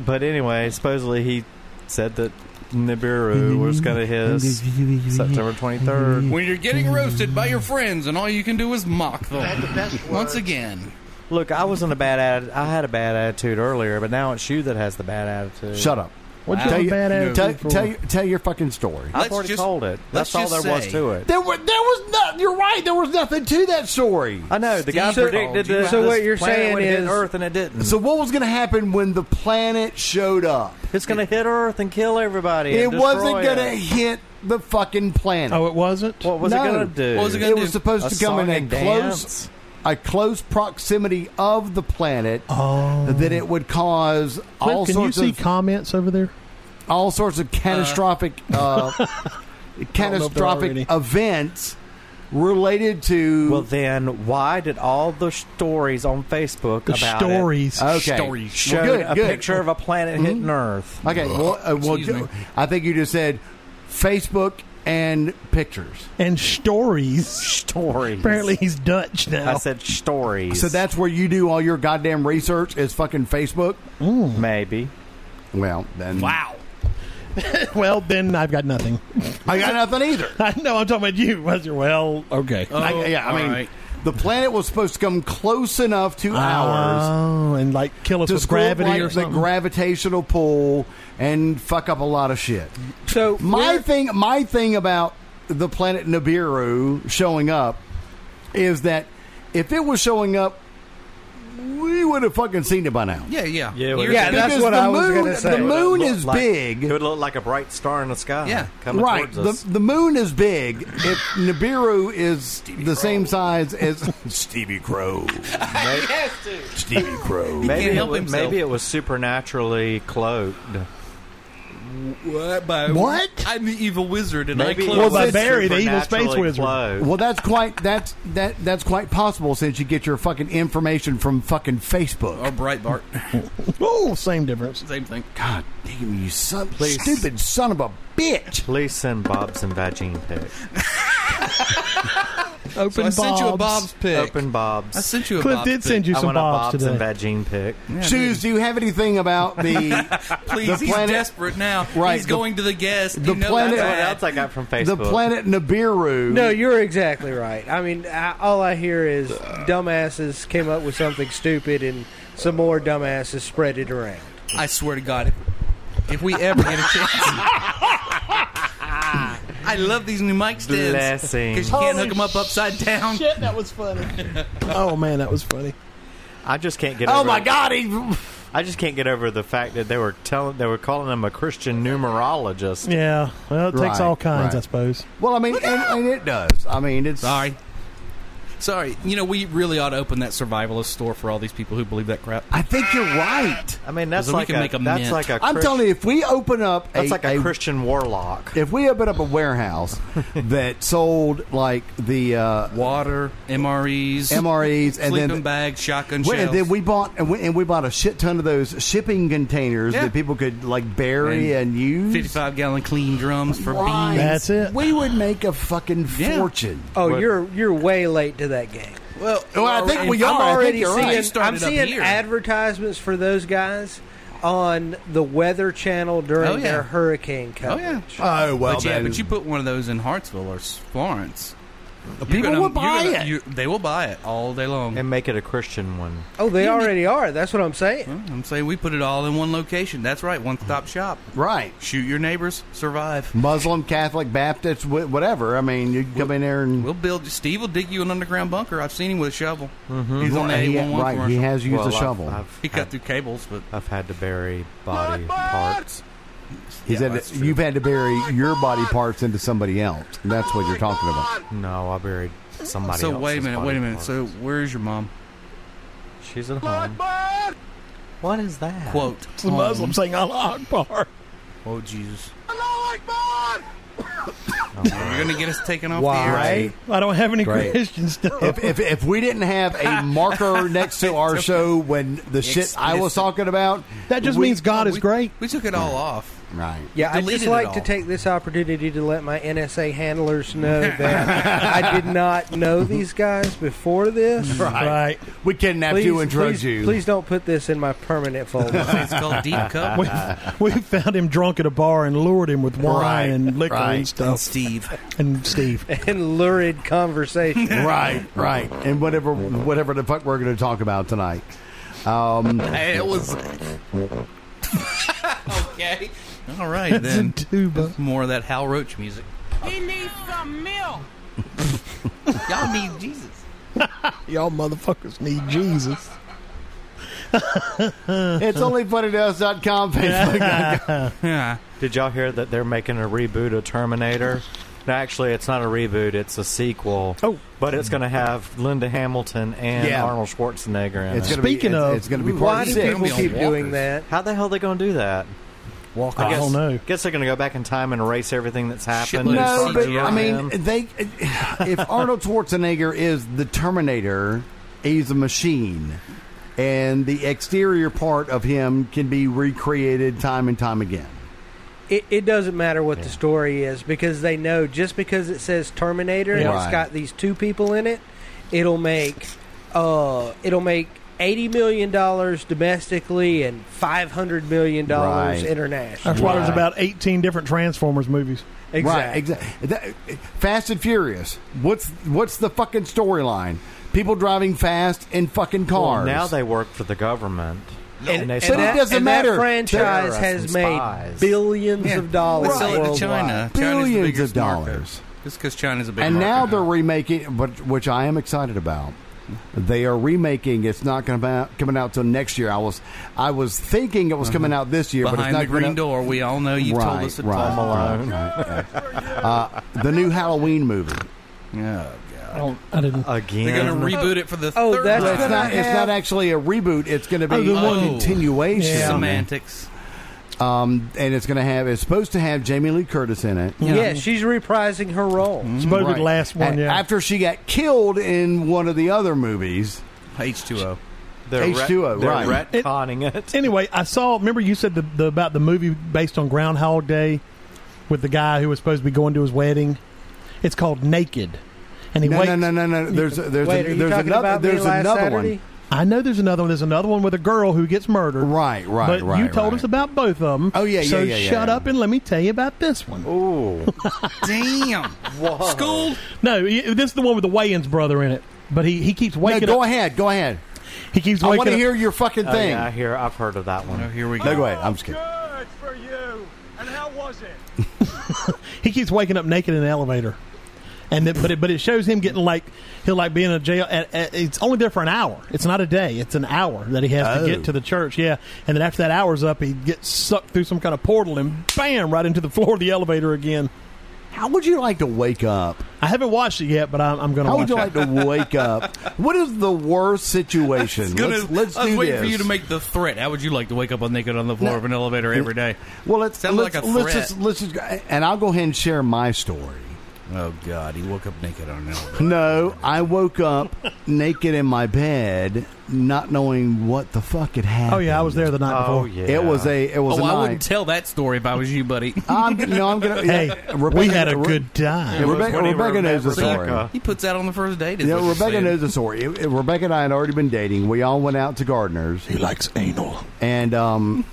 [SPEAKER 4] But anyway, supposedly he said that
[SPEAKER 2] Mm-hmm.
[SPEAKER 4] Nibiru was going to his September 23rd.
[SPEAKER 3] When you're getting roasted by your friends and all you can do is mock
[SPEAKER 6] I had
[SPEAKER 3] them.
[SPEAKER 6] the best
[SPEAKER 3] Once
[SPEAKER 6] words.
[SPEAKER 3] again,
[SPEAKER 4] Look, I wasn't a bad atti- I had a bad attitude earlier, but now it's you that has the bad attitude.
[SPEAKER 1] Shut up.
[SPEAKER 2] What
[SPEAKER 1] Tell,
[SPEAKER 2] you
[SPEAKER 1] you,
[SPEAKER 2] have a bad attitude
[SPEAKER 1] tell,
[SPEAKER 2] for?
[SPEAKER 1] tell, you- tell your fucking story.
[SPEAKER 4] I've
[SPEAKER 3] Let's
[SPEAKER 4] already
[SPEAKER 3] just-
[SPEAKER 4] told it.
[SPEAKER 3] let's
[SPEAKER 4] That's all there
[SPEAKER 3] just
[SPEAKER 4] was
[SPEAKER 3] say-
[SPEAKER 4] to it.
[SPEAKER 1] There, were, there was not. You're right. There was nothing to that story.
[SPEAKER 4] I know the guy
[SPEAKER 3] Steve
[SPEAKER 4] predicted
[SPEAKER 3] told you
[SPEAKER 4] that
[SPEAKER 3] so
[SPEAKER 4] this
[SPEAKER 5] what you're
[SPEAKER 4] planet
[SPEAKER 5] saying
[SPEAKER 4] would hit
[SPEAKER 5] is-
[SPEAKER 4] Earth and it didn't.
[SPEAKER 1] So what was going to happen when the planet showed up?
[SPEAKER 4] it's going to hit Earth and kill everybody.
[SPEAKER 1] It
[SPEAKER 4] and destroy
[SPEAKER 1] wasn't going to
[SPEAKER 4] it.
[SPEAKER 1] hit the fucking planet.
[SPEAKER 2] Oh, it wasn't?
[SPEAKER 4] What was
[SPEAKER 1] No.
[SPEAKER 4] it going to do?
[SPEAKER 3] What was it
[SPEAKER 1] it
[SPEAKER 3] gonna
[SPEAKER 1] was
[SPEAKER 3] do?
[SPEAKER 1] supposed
[SPEAKER 4] A
[SPEAKER 1] to come in
[SPEAKER 4] song
[SPEAKER 1] a
[SPEAKER 4] and
[SPEAKER 1] close,
[SPEAKER 4] dance?
[SPEAKER 1] a close proximity of the planet.
[SPEAKER 2] oh.
[SPEAKER 1] That it would cause
[SPEAKER 2] Cliff,
[SPEAKER 1] all
[SPEAKER 2] can
[SPEAKER 1] sorts
[SPEAKER 2] you see
[SPEAKER 1] of
[SPEAKER 2] comments over there?
[SPEAKER 1] all sorts of catastrophic uh,
[SPEAKER 2] already-
[SPEAKER 1] catastrophic events related to
[SPEAKER 4] Well, then why did all the stories on Facebook
[SPEAKER 2] The
[SPEAKER 4] about it
[SPEAKER 2] stories.
[SPEAKER 1] okay.
[SPEAKER 3] stories.
[SPEAKER 4] showed
[SPEAKER 1] Good,
[SPEAKER 4] a
[SPEAKER 1] good. Mm-hmm.
[SPEAKER 4] picture of a planet hitting Earth?
[SPEAKER 1] Okay, well, uh, well
[SPEAKER 3] Excuse me.
[SPEAKER 1] I think you just said Facebook and pictures.
[SPEAKER 2] and stories.
[SPEAKER 4] Stories.
[SPEAKER 2] Apparently, he's Dutch now.
[SPEAKER 4] I said stories.
[SPEAKER 1] So that's where you do all your goddamn research is fucking Facebook.
[SPEAKER 4] maybe.
[SPEAKER 1] Well, then
[SPEAKER 3] wow.
[SPEAKER 2] well, then I've got nothing.
[SPEAKER 1] I got nothing either.
[SPEAKER 2] I know I'm talking about you. I said, Well, okay.
[SPEAKER 1] I, yeah, I
[SPEAKER 3] all
[SPEAKER 1] mean,
[SPEAKER 3] right.
[SPEAKER 1] The planet was supposed to come close enough to ours
[SPEAKER 2] Oh, and like kill us
[SPEAKER 1] to
[SPEAKER 2] with Uh, gravity
[SPEAKER 1] squirt, like,
[SPEAKER 2] or something.
[SPEAKER 1] the gravitational pull and fuck up a lot of shit.
[SPEAKER 5] So
[SPEAKER 1] My
[SPEAKER 5] we're-
[SPEAKER 1] thing, my thing about the planet Nibiru showing up is that if it was showing up, we would have fucking seen it by now.
[SPEAKER 3] Yeah, yeah.
[SPEAKER 4] Yeah,
[SPEAKER 3] Years
[SPEAKER 5] yeah,
[SPEAKER 3] ago.
[SPEAKER 5] that's
[SPEAKER 1] Because
[SPEAKER 5] what
[SPEAKER 1] the
[SPEAKER 5] I was
[SPEAKER 1] moon-
[SPEAKER 5] going to say.
[SPEAKER 1] The moon
[SPEAKER 4] Look
[SPEAKER 1] is
[SPEAKER 4] like-
[SPEAKER 1] big.
[SPEAKER 4] It would look like a bright star in the sky.
[SPEAKER 3] Yeah.
[SPEAKER 4] coming
[SPEAKER 1] right.
[SPEAKER 4] towards us.
[SPEAKER 1] The, the moon is big. If Nibiru is the same size as Stevie Crow, Stevie Crow.
[SPEAKER 3] He
[SPEAKER 4] maybe
[SPEAKER 3] can't
[SPEAKER 4] it
[SPEAKER 3] help
[SPEAKER 4] was,
[SPEAKER 3] himself.
[SPEAKER 4] maybe it was supernaturally cloaked.
[SPEAKER 3] What? By,
[SPEAKER 1] What?
[SPEAKER 3] I'm the evil wizard, and
[SPEAKER 4] Maybe
[SPEAKER 3] I
[SPEAKER 4] it
[SPEAKER 3] close
[SPEAKER 2] Well, by
[SPEAKER 4] was
[SPEAKER 2] Barry, the evil space
[SPEAKER 4] supernaturally
[SPEAKER 2] wizard.
[SPEAKER 4] clothed.
[SPEAKER 1] Well, that's quite that's that that's quite possible since you get your fucking information from fucking
[SPEAKER 3] or
[SPEAKER 1] Facebook.
[SPEAKER 3] Oh, Breitbart.
[SPEAKER 2] oh, same difference.
[SPEAKER 3] Same thing.
[SPEAKER 1] God damn you, son, stupid son of a bitch!
[SPEAKER 4] Please send Bob's and Vagine pics.
[SPEAKER 2] Open
[SPEAKER 3] So I sent you a Bob's pick.
[SPEAKER 4] Open Bob's.
[SPEAKER 3] I sent you a
[SPEAKER 2] Cliff
[SPEAKER 3] Bob's
[SPEAKER 2] did
[SPEAKER 3] pick.
[SPEAKER 2] send you
[SPEAKER 4] I
[SPEAKER 2] some
[SPEAKER 4] want a Bob's,
[SPEAKER 2] bobs
[SPEAKER 4] and
[SPEAKER 2] today.
[SPEAKER 4] Vagine pic.
[SPEAKER 3] Yeah, I
[SPEAKER 1] Shoes, do you have anything about the
[SPEAKER 3] did. Please,
[SPEAKER 1] the
[SPEAKER 3] he's
[SPEAKER 1] planet-
[SPEAKER 3] desperate now.
[SPEAKER 1] Right,
[SPEAKER 3] He's
[SPEAKER 1] the-
[SPEAKER 3] going to the guest.
[SPEAKER 1] the
[SPEAKER 3] you know
[SPEAKER 1] planet-
[SPEAKER 4] That's what
[SPEAKER 3] That's
[SPEAKER 4] else
[SPEAKER 3] bad.
[SPEAKER 4] I got from Facebook.
[SPEAKER 1] the planet Nibiru?
[SPEAKER 5] No, you're exactly right. I mean, I, all I hear is dumbasses came up with something stupid, and some more dumbasses spread it around.
[SPEAKER 3] I swear to God, if, if we ever get a chance. I love these new mic stands
[SPEAKER 4] Blessing.
[SPEAKER 3] because you can't
[SPEAKER 2] Holy
[SPEAKER 3] hook them up upside down.
[SPEAKER 2] Shit, that was funny. oh man, that was funny.
[SPEAKER 4] I just can't get.
[SPEAKER 1] Oh
[SPEAKER 4] over
[SPEAKER 1] my
[SPEAKER 4] it.
[SPEAKER 1] God! He,
[SPEAKER 4] I just can't get over the fact that they were telling, they were calling him a Christian numerologist.
[SPEAKER 2] Yeah. Well, it takes
[SPEAKER 1] Right,
[SPEAKER 2] all kinds,
[SPEAKER 1] right.
[SPEAKER 2] I suppose.
[SPEAKER 1] well, I mean, and, and it does. I mean, it's
[SPEAKER 3] Sorry. Sorry. You know, we really ought to open that survivalist store for all these people who believe that crap.
[SPEAKER 1] I think you're right.
[SPEAKER 4] I mean, that's
[SPEAKER 3] So we
[SPEAKER 4] like
[SPEAKER 3] can
[SPEAKER 4] a,
[SPEAKER 3] make a
[SPEAKER 4] that's
[SPEAKER 3] mint.
[SPEAKER 4] like a.
[SPEAKER 1] I'm
[SPEAKER 4] Chris-
[SPEAKER 1] telling you, if we open up
[SPEAKER 4] that's
[SPEAKER 1] a,
[SPEAKER 4] like a,
[SPEAKER 1] a-
[SPEAKER 4] Christian warlock.
[SPEAKER 1] if we open up a warehouse that sold like the uh,
[SPEAKER 3] Water, MREs,
[SPEAKER 1] MREs, E, and
[SPEAKER 3] sleeping
[SPEAKER 1] then
[SPEAKER 3] bags, shotgun
[SPEAKER 1] Well,
[SPEAKER 3] shells.
[SPEAKER 1] and then we bought and we, and we bought a shit ton of those shipping containers
[SPEAKER 3] Yeah.
[SPEAKER 1] that people could like bury and, use.
[SPEAKER 3] 55 gallon clean drums for
[SPEAKER 1] Right.
[SPEAKER 3] beans.
[SPEAKER 2] That's it.
[SPEAKER 1] We would make a fucking
[SPEAKER 3] Yeah.
[SPEAKER 1] fortune.
[SPEAKER 5] Oh,
[SPEAKER 4] What?
[SPEAKER 5] you're you're way late to that game.
[SPEAKER 3] Well,
[SPEAKER 1] Well, I think we
[SPEAKER 3] I'm
[SPEAKER 1] are. I
[SPEAKER 3] already
[SPEAKER 1] think you're right.
[SPEAKER 3] seeing-
[SPEAKER 1] You
[SPEAKER 3] started
[SPEAKER 5] I'm
[SPEAKER 3] up
[SPEAKER 5] seeing
[SPEAKER 3] here.
[SPEAKER 5] advertisements for those guys on the Weather Channel during
[SPEAKER 3] Oh, yeah.
[SPEAKER 5] their hurricane
[SPEAKER 3] Oh
[SPEAKER 5] coverage.
[SPEAKER 3] yeah.
[SPEAKER 1] Oh well,
[SPEAKER 3] but yeah,
[SPEAKER 1] then-
[SPEAKER 3] but you put one of those in Hartsville or Florence.
[SPEAKER 1] people will buy
[SPEAKER 3] you
[SPEAKER 1] it.
[SPEAKER 3] they will buy it all day long.
[SPEAKER 4] and make it a Christian one.
[SPEAKER 5] Oh, they already are. That's what I'm saying.
[SPEAKER 3] Well, I'm saying we put it all in one location. That's right, one stop shop.
[SPEAKER 1] right.
[SPEAKER 3] Shoot your neighbors, survive.
[SPEAKER 1] Muslim, Catholic, Baptist, wh- whatever. I mean, you can come in there and
[SPEAKER 3] We'll build. Steve will dig you an underground bunker. I've seen him with a shovel. He's on the
[SPEAKER 1] He-
[SPEAKER 3] 811
[SPEAKER 1] right. He
[SPEAKER 3] commercial.
[SPEAKER 1] has used
[SPEAKER 4] Mm-hmm. Well,
[SPEAKER 1] a
[SPEAKER 4] I've-
[SPEAKER 1] shovel.
[SPEAKER 4] I've,
[SPEAKER 3] He cut
[SPEAKER 4] had,
[SPEAKER 3] through cables, but
[SPEAKER 4] I've had to bury body parts.
[SPEAKER 1] He's
[SPEAKER 3] yeah,
[SPEAKER 1] had
[SPEAKER 3] that's
[SPEAKER 1] to,
[SPEAKER 3] true.
[SPEAKER 1] you've had to bury your body parts into somebody else. That's what you're talking about.
[SPEAKER 4] No, I buried somebody.
[SPEAKER 3] So wait a
[SPEAKER 4] else's
[SPEAKER 3] minute,
[SPEAKER 4] body
[SPEAKER 3] wait a minute.
[SPEAKER 4] parts.
[SPEAKER 3] So where's your mom?
[SPEAKER 4] she's at home. What is that?
[SPEAKER 3] Quote.
[SPEAKER 2] It's the Muslim saying Allah Akbar.
[SPEAKER 3] Oh Jesus. You're gonna get us taken off
[SPEAKER 5] Why?
[SPEAKER 3] the air.
[SPEAKER 1] Right.
[SPEAKER 2] I don't have any
[SPEAKER 1] Great.
[SPEAKER 2] Christian stuff.
[SPEAKER 1] if, if, if we didn't have a marker next to our show when the shit I was
[SPEAKER 3] Explicit.
[SPEAKER 1] talking about,
[SPEAKER 2] that just means God
[SPEAKER 3] Oh,
[SPEAKER 2] is
[SPEAKER 3] we-
[SPEAKER 2] great.
[SPEAKER 3] We took it all off.
[SPEAKER 1] right.
[SPEAKER 5] Yeah, I'd
[SPEAKER 3] Deleted
[SPEAKER 5] just
[SPEAKER 3] it
[SPEAKER 5] like to
[SPEAKER 3] all.
[SPEAKER 5] take this opportunity to let my NSA handlers know that I did not know these guys before this.
[SPEAKER 2] Right.
[SPEAKER 1] We kidnapped
[SPEAKER 5] Please,
[SPEAKER 1] you and drugged
[SPEAKER 5] please,
[SPEAKER 1] you.
[SPEAKER 5] please don't put this in my permanent folder.
[SPEAKER 3] It's called deep cup.
[SPEAKER 2] We, we found him drunk at a bar and lured him with wine
[SPEAKER 1] Right,
[SPEAKER 2] and liquor
[SPEAKER 1] right.
[SPEAKER 2] and stuff.
[SPEAKER 3] Steve.
[SPEAKER 2] And Steve.
[SPEAKER 5] and lurid conversation.
[SPEAKER 1] right, right, and whatever, whatever the fuck we're going to talk about tonight.
[SPEAKER 3] Hey, it was okay. All right
[SPEAKER 2] It's a
[SPEAKER 3] then.
[SPEAKER 2] tuba.
[SPEAKER 3] More of that Hal Roach music. He needs some milk. Y'all need Jesus.
[SPEAKER 2] Y'all motherfuckers need Jesus.
[SPEAKER 1] It's only funny to us.com, Facebook.
[SPEAKER 3] Yeah.
[SPEAKER 4] Did y'all hear that they're making a reboot of Terminator? No, actually, it's not a reboot; it's a sequel.
[SPEAKER 2] Oh.
[SPEAKER 4] but it's going to have Linda Hamilton and
[SPEAKER 1] Yeah.
[SPEAKER 4] Arnold Schwarzenegger in
[SPEAKER 1] It's
[SPEAKER 4] it.
[SPEAKER 1] gonna be-
[SPEAKER 2] Speaking
[SPEAKER 1] it's-
[SPEAKER 2] of-
[SPEAKER 1] it's going to be
[SPEAKER 5] Why
[SPEAKER 1] part
[SPEAKER 5] do
[SPEAKER 1] six.
[SPEAKER 5] people
[SPEAKER 3] It'll be
[SPEAKER 5] keep
[SPEAKER 3] on
[SPEAKER 5] doing
[SPEAKER 3] walkers.
[SPEAKER 5] that?
[SPEAKER 4] How the hell are they going to do that?
[SPEAKER 2] Walk
[SPEAKER 4] I
[SPEAKER 2] I don't know.
[SPEAKER 4] Guess they're going to go back in time and erase everything that's happened.
[SPEAKER 3] Shitload
[SPEAKER 4] and
[SPEAKER 3] of
[SPEAKER 1] No,
[SPEAKER 4] start
[SPEAKER 1] but
[SPEAKER 3] CGI.
[SPEAKER 1] I mean,
[SPEAKER 4] again.
[SPEAKER 1] they. If Arnold Schwarzenegger is the Terminator, he's a machine, and the exterior part of him can be recreated time and time again.
[SPEAKER 5] It, it doesn't matter what the story is because they know just because it says Terminator and
[SPEAKER 1] Right.
[SPEAKER 5] it's got these two people in it, it'll make uh, it'll make eighty million dollars domestically and five hundred million dollars
[SPEAKER 1] Right.
[SPEAKER 5] internationally.
[SPEAKER 2] That's why there's
[SPEAKER 1] Right.
[SPEAKER 2] about 18 different Transformers movies.
[SPEAKER 5] Exactly.
[SPEAKER 1] Right, exactly. Fast and Furious. What's what's the fucking storyline? people driving fast in fucking cars.
[SPEAKER 4] now they work for the government. And they
[SPEAKER 1] but it
[SPEAKER 4] spy-
[SPEAKER 1] doesn't
[SPEAKER 5] and
[SPEAKER 1] matter.
[SPEAKER 5] That franchise
[SPEAKER 4] Terrorists and
[SPEAKER 5] has made
[SPEAKER 4] spies.
[SPEAKER 5] billions
[SPEAKER 3] Yeah.
[SPEAKER 5] of dollars.
[SPEAKER 3] Let's sell it to
[SPEAKER 5] worldwide.
[SPEAKER 3] China. China's the
[SPEAKER 1] Billions
[SPEAKER 3] biggest
[SPEAKER 1] of
[SPEAKER 3] market.
[SPEAKER 1] dollars.
[SPEAKER 3] Just because China's a big
[SPEAKER 1] and
[SPEAKER 3] market
[SPEAKER 1] now they're
[SPEAKER 3] now.
[SPEAKER 1] remaking, but which I am excited about. They are remaking. It's not going to coming out till next year. I was, I was thinking it was coming out this year, but it's
[SPEAKER 3] Uh-huh. behind
[SPEAKER 1] not
[SPEAKER 3] the green
[SPEAKER 1] coming out-
[SPEAKER 3] door. We all know you've told us it.
[SPEAKER 1] right,
[SPEAKER 4] Home Alone.
[SPEAKER 1] right, right. Uh, the new Halloween movie.
[SPEAKER 3] Oh god.
[SPEAKER 2] I, don't, I didn't.
[SPEAKER 4] Again.
[SPEAKER 3] They're going to reboot it for the
[SPEAKER 5] Oh,
[SPEAKER 3] third
[SPEAKER 5] that's
[SPEAKER 1] Well,
[SPEAKER 3] time.
[SPEAKER 1] it's
[SPEAKER 5] gonna
[SPEAKER 1] not. It's
[SPEAKER 5] have-
[SPEAKER 1] not actually a reboot. It's going to be
[SPEAKER 2] Oh, the
[SPEAKER 1] a
[SPEAKER 3] one-
[SPEAKER 1] continuation.
[SPEAKER 2] Yeah.
[SPEAKER 3] semantics.
[SPEAKER 1] Um, and it's going to have. It's supposed to have Jamie Lee Curtis in it.
[SPEAKER 5] Yeah, she's reprising her role.
[SPEAKER 2] Supposed to be the
[SPEAKER 1] Right.
[SPEAKER 2] last one,
[SPEAKER 1] A-
[SPEAKER 2] yeah.
[SPEAKER 1] After she got killed in one of the other movies.
[SPEAKER 3] H2O.
[SPEAKER 4] they're
[SPEAKER 1] H2O,
[SPEAKER 4] they're
[SPEAKER 1] right.
[SPEAKER 4] retconning it.
[SPEAKER 2] anyway, I saw. Remember, you said the, the about the movie based on Groundhog Day with the guy who was supposed to be going to his wedding. It's called Naked, and he
[SPEAKER 1] No,
[SPEAKER 2] waits.
[SPEAKER 1] no, no, no, no. There's, a- there's,
[SPEAKER 5] Wait,
[SPEAKER 1] a,
[SPEAKER 5] are you
[SPEAKER 1] there's
[SPEAKER 5] talking
[SPEAKER 1] another.
[SPEAKER 5] about me
[SPEAKER 1] There's
[SPEAKER 5] last
[SPEAKER 1] another
[SPEAKER 5] Saturday?
[SPEAKER 2] I know there's another one. There's another one with a girl who gets murdered.
[SPEAKER 1] one. Right, right,
[SPEAKER 2] but
[SPEAKER 1] right.
[SPEAKER 2] you told
[SPEAKER 1] right.
[SPEAKER 2] us about both of them.
[SPEAKER 1] Oh, yeah, yeah,
[SPEAKER 2] So
[SPEAKER 1] yeah, yeah,
[SPEAKER 2] shut
[SPEAKER 1] yeah.
[SPEAKER 2] up and let me tell you about this one.
[SPEAKER 4] Ooh.
[SPEAKER 3] Damn.
[SPEAKER 4] Whoa.
[SPEAKER 3] School.
[SPEAKER 2] No, y- this is the one with the Wayans brother in it. But he, he keeps
[SPEAKER 1] No,
[SPEAKER 2] waking
[SPEAKER 1] go
[SPEAKER 2] up.
[SPEAKER 1] ahead. Go ahead.
[SPEAKER 2] He keeps
[SPEAKER 1] I
[SPEAKER 2] waking
[SPEAKER 1] want to
[SPEAKER 2] up.
[SPEAKER 1] hear your fucking
[SPEAKER 4] Oh,
[SPEAKER 1] thing.
[SPEAKER 4] yeah, I hear. I've heard of that
[SPEAKER 3] Oh,
[SPEAKER 4] one.
[SPEAKER 3] here we
[SPEAKER 1] No,
[SPEAKER 3] go.
[SPEAKER 1] go ahead. I'm just kidding.
[SPEAKER 7] Good for you. And how was it?
[SPEAKER 2] he keeps waking up naked in an elevator, and then, but it, but it shows him getting like he'll like be in a jail. At, at, it's only there for an hour. It's not a day. It's an hour that he has
[SPEAKER 1] Oh.
[SPEAKER 2] to get to the church. Yeah, and then after that hour's up, he gets sucked through some kind of portal and bam, right into the floor of the elevator again.
[SPEAKER 1] How would you like to wake up?
[SPEAKER 2] I haven't watched it yet, but I'm, I'm going to
[SPEAKER 1] How
[SPEAKER 2] watch
[SPEAKER 1] would you
[SPEAKER 2] it.
[SPEAKER 1] like to wake up? What is the worst situation?
[SPEAKER 3] Gonna-
[SPEAKER 1] let's let's
[SPEAKER 3] I was
[SPEAKER 1] do
[SPEAKER 3] waiting
[SPEAKER 1] this.
[SPEAKER 3] for you to make the threat. How would you like to wake up on naked on the floor of an elevator every day?
[SPEAKER 1] well, let's
[SPEAKER 3] Sounded
[SPEAKER 1] let's,
[SPEAKER 3] like a
[SPEAKER 1] let's
[SPEAKER 3] threat.
[SPEAKER 1] just let's just and I'll go ahead and share my story.
[SPEAKER 3] Oh God, he woke up naked on an elevator.
[SPEAKER 1] No, I woke up naked in my bed, not knowing what the fuck had happened.
[SPEAKER 2] Oh yeah, I was there the night
[SPEAKER 4] Oh
[SPEAKER 2] before.
[SPEAKER 4] yeah.
[SPEAKER 1] It was a it was
[SPEAKER 3] Oh,
[SPEAKER 1] a
[SPEAKER 3] I
[SPEAKER 1] night.
[SPEAKER 3] wouldn't tell that story if I was you, buddy.
[SPEAKER 1] I'm, no, I'm gonna.
[SPEAKER 2] Hey,
[SPEAKER 1] yeah,
[SPEAKER 2] we had a
[SPEAKER 1] Re-
[SPEAKER 2] good
[SPEAKER 1] yeah,
[SPEAKER 2] time.
[SPEAKER 4] was
[SPEAKER 1] Rebecca,
[SPEAKER 4] when he
[SPEAKER 1] Rebecca knows the
[SPEAKER 4] remembered
[SPEAKER 1] story.
[SPEAKER 4] Rebecca.
[SPEAKER 3] he puts that on the first date. is
[SPEAKER 1] Yeah,
[SPEAKER 3] what you're
[SPEAKER 1] Rebecca
[SPEAKER 3] saying.
[SPEAKER 1] knows the story. It- it- Rebecca and I had already been dating. We all went out to Gardner's.
[SPEAKER 2] He likes anal.
[SPEAKER 1] And um,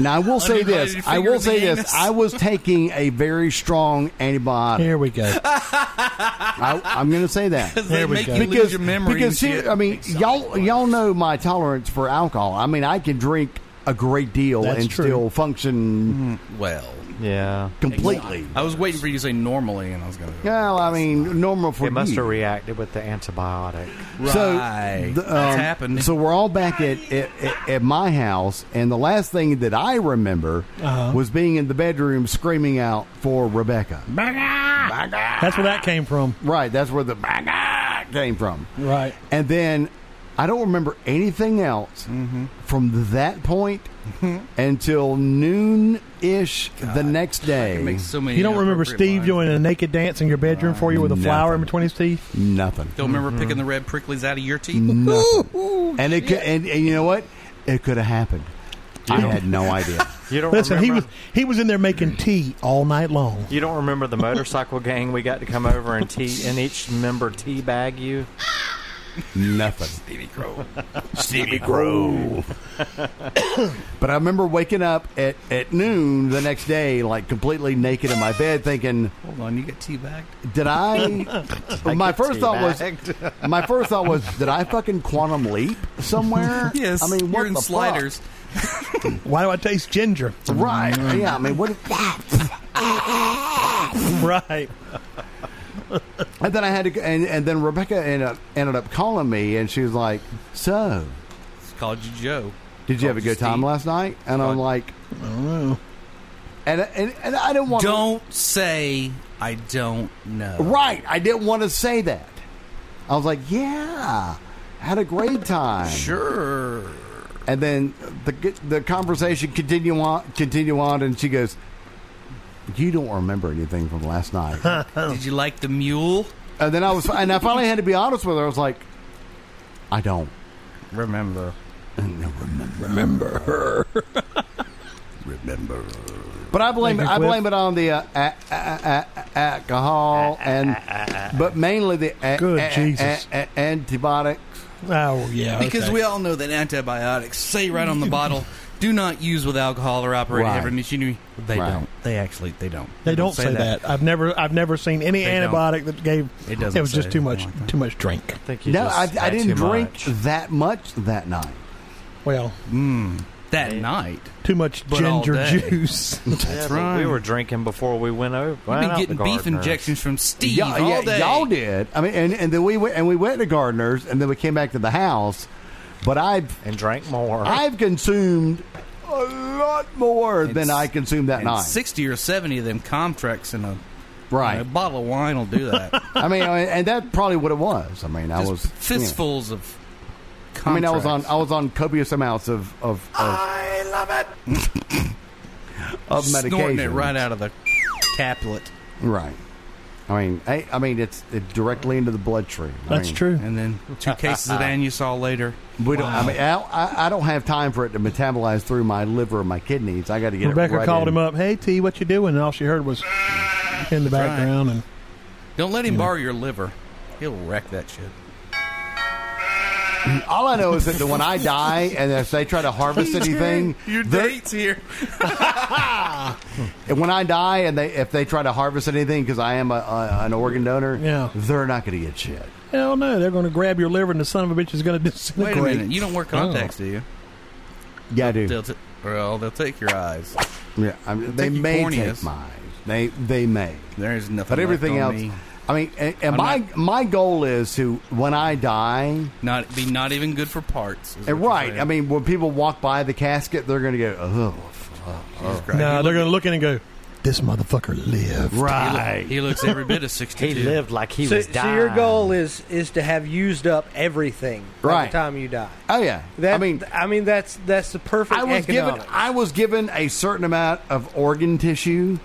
[SPEAKER 1] now I will say
[SPEAKER 3] Uninvited
[SPEAKER 1] this.
[SPEAKER 3] finger
[SPEAKER 1] I will
[SPEAKER 3] in the
[SPEAKER 1] say this.
[SPEAKER 3] anus.
[SPEAKER 1] I was taking a very strong antibiotic.
[SPEAKER 2] Here we go.
[SPEAKER 1] I, I'm going to say that.
[SPEAKER 3] Because they
[SPEAKER 2] There we
[SPEAKER 3] make
[SPEAKER 2] go.
[SPEAKER 3] you lose
[SPEAKER 1] Because,
[SPEAKER 3] your memory. and
[SPEAKER 1] because here-
[SPEAKER 3] shit.
[SPEAKER 1] I mean, y'all y'all know my tolerance for alcohol. I mean, I can drink a great deal
[SPEAKER 2] That's
[SPEAKER 1] and
[SPEAKER 2] true.
[SPEAKER 1] still
[SPEAKER 3] Mm.
[SPEAKER 1] function
[SPEAKER 3] well,
[SPEAKER 4] Yeah.
[SPEAKER 1] completely.
[SPEAKER 3] I was waiting for you to say normally, and I was going to.
[SPEAKER 1] Well, I mean, normal for
[SPEAKER 4] It must
[SPEAKER 1] you.
[SPEAKER 4] have reacted with the antibiotic.
[SPEAKER 3] Right.
[SPEAKER 1] So, um,
[SPEAKER 3] That's happened.
[SPEAKER 1] So we're all back at, at, at- at my house, and the last thing that I remember
[SPEAKER 3] Uh-huh.
[SPEAKER 1] was being in the bedroom screaming out for Rebecca.
[SPEAKER 2] That's where that came from.
[SPEAKER 1] Right, that's where the "Rebecca" came from.
[SPEAKER 2] Right.
[SPEAKER 1] And then I don't remember anything else
[SPEAKER 3] Mm-hmm.
[SPEAKER 1] from that point until noon ish the next
[SPEAKER 3] It
[SPEAKER 1] day.
[SPEAKER 3] makes so many
[SPEAKER 2] You don't remember
[SPEAKER 3] inappropriate
[SPEAKER 2] Steve
[SPEAKER 3] lines.
[SPEAKER 2] doing a naked dance in your bedroom for you with a
[SPEAKER 1] Nothing.
[SPEAKER 2] flower in between his teeth?
[SPEAKER 1] Nothing.
[SPEAKER 3] Don't remember picking the red pricklies out of your teeth.
[SPEAKER 1] Nothing. and it could, and, and you know what? It could have happened. I had no idea.
[SPEAKER 4] You don't
[SPEAKER 2] Listen, he was
[SPEAKER 4] remember.
[SPEAKER 2] he was in there making tea all night long.
[SPEAKER 4] You don't remember the motorcycle gang we got to come over and tea and each member tea bag you?
[SPEAKER 1] Nothing.
[SPEAKER 3] Stevie Crow.
[SPEAKER 1] Stevie Grove. but I remember waking up at, at noon the next day, like completely naked in my bed, thinking,
[SPEAKER 3] Hold on, you get tea bagged.
[SPEAKER 1] "Did I?" my first thought was,
[SPEAKER 4] Teabagged.
[SPEAKER 1] "My first thought was, did I fucking quantum leap somewhere?"
[SPEAKER 3] Yes,
[SPEAKER 1] I mean, what
[SPEAKER 3] you're in
[SPEAKER 1] the
[SPEAKER 3] sliders.
[SPEAKER 2] Why do I taste ginger?
[SPEAKER 1] fuck? Right? Yeah. I mean, what?
[SPEAKER 2] right.
[SPEAKER 1] And then I had to, go- and, and then Rebecca ended up, ended up calling me, and she was like, "So,
[SPEAKER 3] It's called you Joe.
[SPEAKER 1] did you have a good time last night?" And I'm
[SPEAKER 3] Called-
[SPEAKER 1] like, "And and, and I didn't want
[SPEAKER 3] Don't say I don't know.
[SPEAKER 1] Right. I didn't want to say that. I was like, yeah, had a great time.
[SPEAKER 3] Sure.
[SPEAKER 1] And then the the conversation continue on, continue on, and she goes, "You don't remember anything from last night."
[SPEAKER 3] Did you like the mule?
[SPEAKER 1] and then I was, and I finally had to be honest with her. I was like, "I don't."
[SPEAKER 3] Remember.
[SPEAKER 1] But I blame
[SPEAKER 2] Like
[SPEAKER 1] I
[SPEAKER 2] a whip?
[SPEAKER 1] blame it on the uh, a- a- a- a- alcohol and, but mainly the uh, a-
[SPEAKER 2] Good
[SPEAKER 1] a-
[SPEAKER 2] Jesus.
[SPEAKER 1] a- a- antibiotics.
[SPEAKER 2] Oh yeah.
[SPEAKER 3] Because
[SPEAKER 2] okay.
[SPEAKER 3] we all know that antibiotics say right on the bottle, do not use with alcohol or operate
[SPEAKER 1] Right.
[SPEAKER 3] heavy machinery. They
[SPEAKER 1] Right.
[SPEAKER 3] don't. They actually they don't.
[SPEAKER 2] They don't say that. I've never I've never seen any
[SPEAKER 3] They don't.
[SPEAKER 2] antibiotic that gave
[SPEAKER 3] It doesn't
[SPEAKER 2] was
[SPEAKER 3] say
[SPEAKER 2] just too
[SPEAKER 3] anything
[SPEAKER 2] much
[SPEAKER 3] like that.
[SPEAKER 2] too much drink.
[SPEAKER 4] think you
[SPEAKER 1] No,
[SPEAKER 4] just
[SPEAKER 1] I,
[SPEAKER 4] had
[SPEAKER 1] I didn't
[SPEAKER 4] too
[SPEAKER 1] drink
[SPEAKER 4] much.
[SPEAKER 1] that much that night.
[SPEAKER 2] Well,
[SPEAKER 3] Mm, that night.
[SPEAKER 2] too much
[SPEAKER 3] But all
[SPEAKER 2] ginger
[SPEAKER 3] day.
[SPEAKER 2] juice.
[SPEAKER 4] Yeah,
[SPEAKER 3] That's
[SPEAKER 4] but
[SPEAKER 3] right.
[SPEAKER 4] We were drinking before we went over.
[SPEAKER 3] We've
[SPEAKER 4] went
[SPEAKER 3] been
[SPEAKER 4] out
[SPEAKER 3] getting
[SPEAKER 4] to
[SPEAKER 3] beef
[SPEAKER 4] Gardner's.
[SPEAKER 3] injections from Steve
[SPEAKER 1] Yeah,
[SPEAKER 3] all
[SPEAKER 1] yeah,
[SPEAKER 3] day.
[SPEAKER 1] y'all did. I mean, and, and then we went and we went to Gardner's, and then we came back to the house. But I've
[SPEAKER 4] and drank more.
[SPEAKER 1] I've consumed a lot more than
[SPEAKER 3] It's-
[SPEAKER 1] I consumed that
[SPEAKER 3] And
[SPEAKER 1] night.
[SPEAKER 3] Sixty or seventy of them contracts in a,
[SPEAKER 1] right.
[SPEAKER 3] in a bottle of wine will do that.
[SPEAKER 1] I mean, I mean, and that's probably what it was. I mean, I
[SPEAKER 3] Just
[SPEAKER 1] was yeah.
[SPEAKER 3] fistfuls of. Contracts.
[SPEAKER 1] I mean, I was on I was on copious amounts of of, of I love it of
[SPEAKER 3] snorting
[SPEAKER 1] medication
[SPEAKER 3] it right out of the caplet,
[SPEAKER 1] Right. I mean, I, I mean, it's it directly into the bloodstream. I
[SPEAKER 2] That's
[SPEAKER 1] mean,
[SPEAKER 2] true.
[SPEAKER 3] and then two cases of Anusol later.
[SPEAKER 1] We don't. I mean, I, I, I don't have time for it to metabolize through my liver or my kidneys. I got to get
[SPEAKER 2] Rebecca
[SPEAKER 1] it right
[SPEAKER 2] called
[SPEAKER 1] in.
[SPEAKER 2] him up. Hey T, what you doing? And all she heard was in the background. And
[SPEAKER 3] Don't let him borrow your liver; he'll wreck that shit.
[SPEAKER 1] All I know is that when I die and if they try to harvest anything,
[SPEAKER 3] Your
[SPEAKER 1] they're-
[SPEAKER 3] date's here.
[SPEAKER 1] And when I die, and they if they try to harvest anything because I am a, a, an organ donor,
[SPEAKER 2] Yeah.
[SPEAKER 1] they're not going to get shit.
[SPEAKER 2] hell no, they're going to grab your liver, and the son of a bitch is going to
[SPEAKER 3] Wait a
[SPEAKER 2] disintegrate.
[SPEAKER 3] minute, you don't wear contacts, do you?
[SPEAKER 1] Yeah, dude.
[SPEAKER 3] They'll t- well, they'll take your eyes.
[SPEAKER 1] Yeah, I mean, they
[SPEAKER 3] Take your
[SPEAKER 1] may
[SPEAKER 3] corneas.
[SPEAKER 1] take mine. They they may,
[SPEAKER 3] There's nothing.
[SPEAKER 1] but everything
[SPEAKER 3] left
[SPEAKER 1] else.
[SPEAKER 3] on me.
[SPEAKER 1] I mean, and, and
[SPEAKER 3] I'm
[SPEAKER 1] my
[SPEAKER 3] not-
[SPEAKER 1] my goal is to when I die,
[SPEAKER 3] not be not even good for parts. is
[SPEAKER 1] and
[SPEAKER 3] what you're
[SPEAKER 1] Eh, right.
[SPEAKER 3] saying.
[SPEAKER 1] I mean, when people walk by the casket, they're going to go, oh, fuck."
[SPEAKER 3] Jesus Christ.
[SPEAKER 2] No,
[SPEAKER 3] He
[SPEAKER 2] Oh. they're
[SPEAKER 3] look-
[SPEAKER 2] going to look in and go, "This motherfucker lived."
[SPEAKER 3] he look-
[SPEAKER 1] right.
[SPEAKER 3] He looks every bit of
[SPEAKER 4] He
[SPEAKER 3] sixty-two.
[SPEAKER 4] lived like he
[SPEAKER 5] So,
[SPEAKER 4] was dying.
[SPEAKER 5] so your goal is is to have used up everything by
[SPEAKER 1] Right.
[SPEAKER 5] the time you die.
[SPEAKER 1] Oh yeah.
[SPEAKER 5] That,
[SPEAKER 1] I mean,
[SPEAKER 5] I mean that's that's the perfect.
[SPEAKER 1] I was given
[SPEAKER 5] economic.
[SPEAKER 1] I was given a certain amount of organ tissue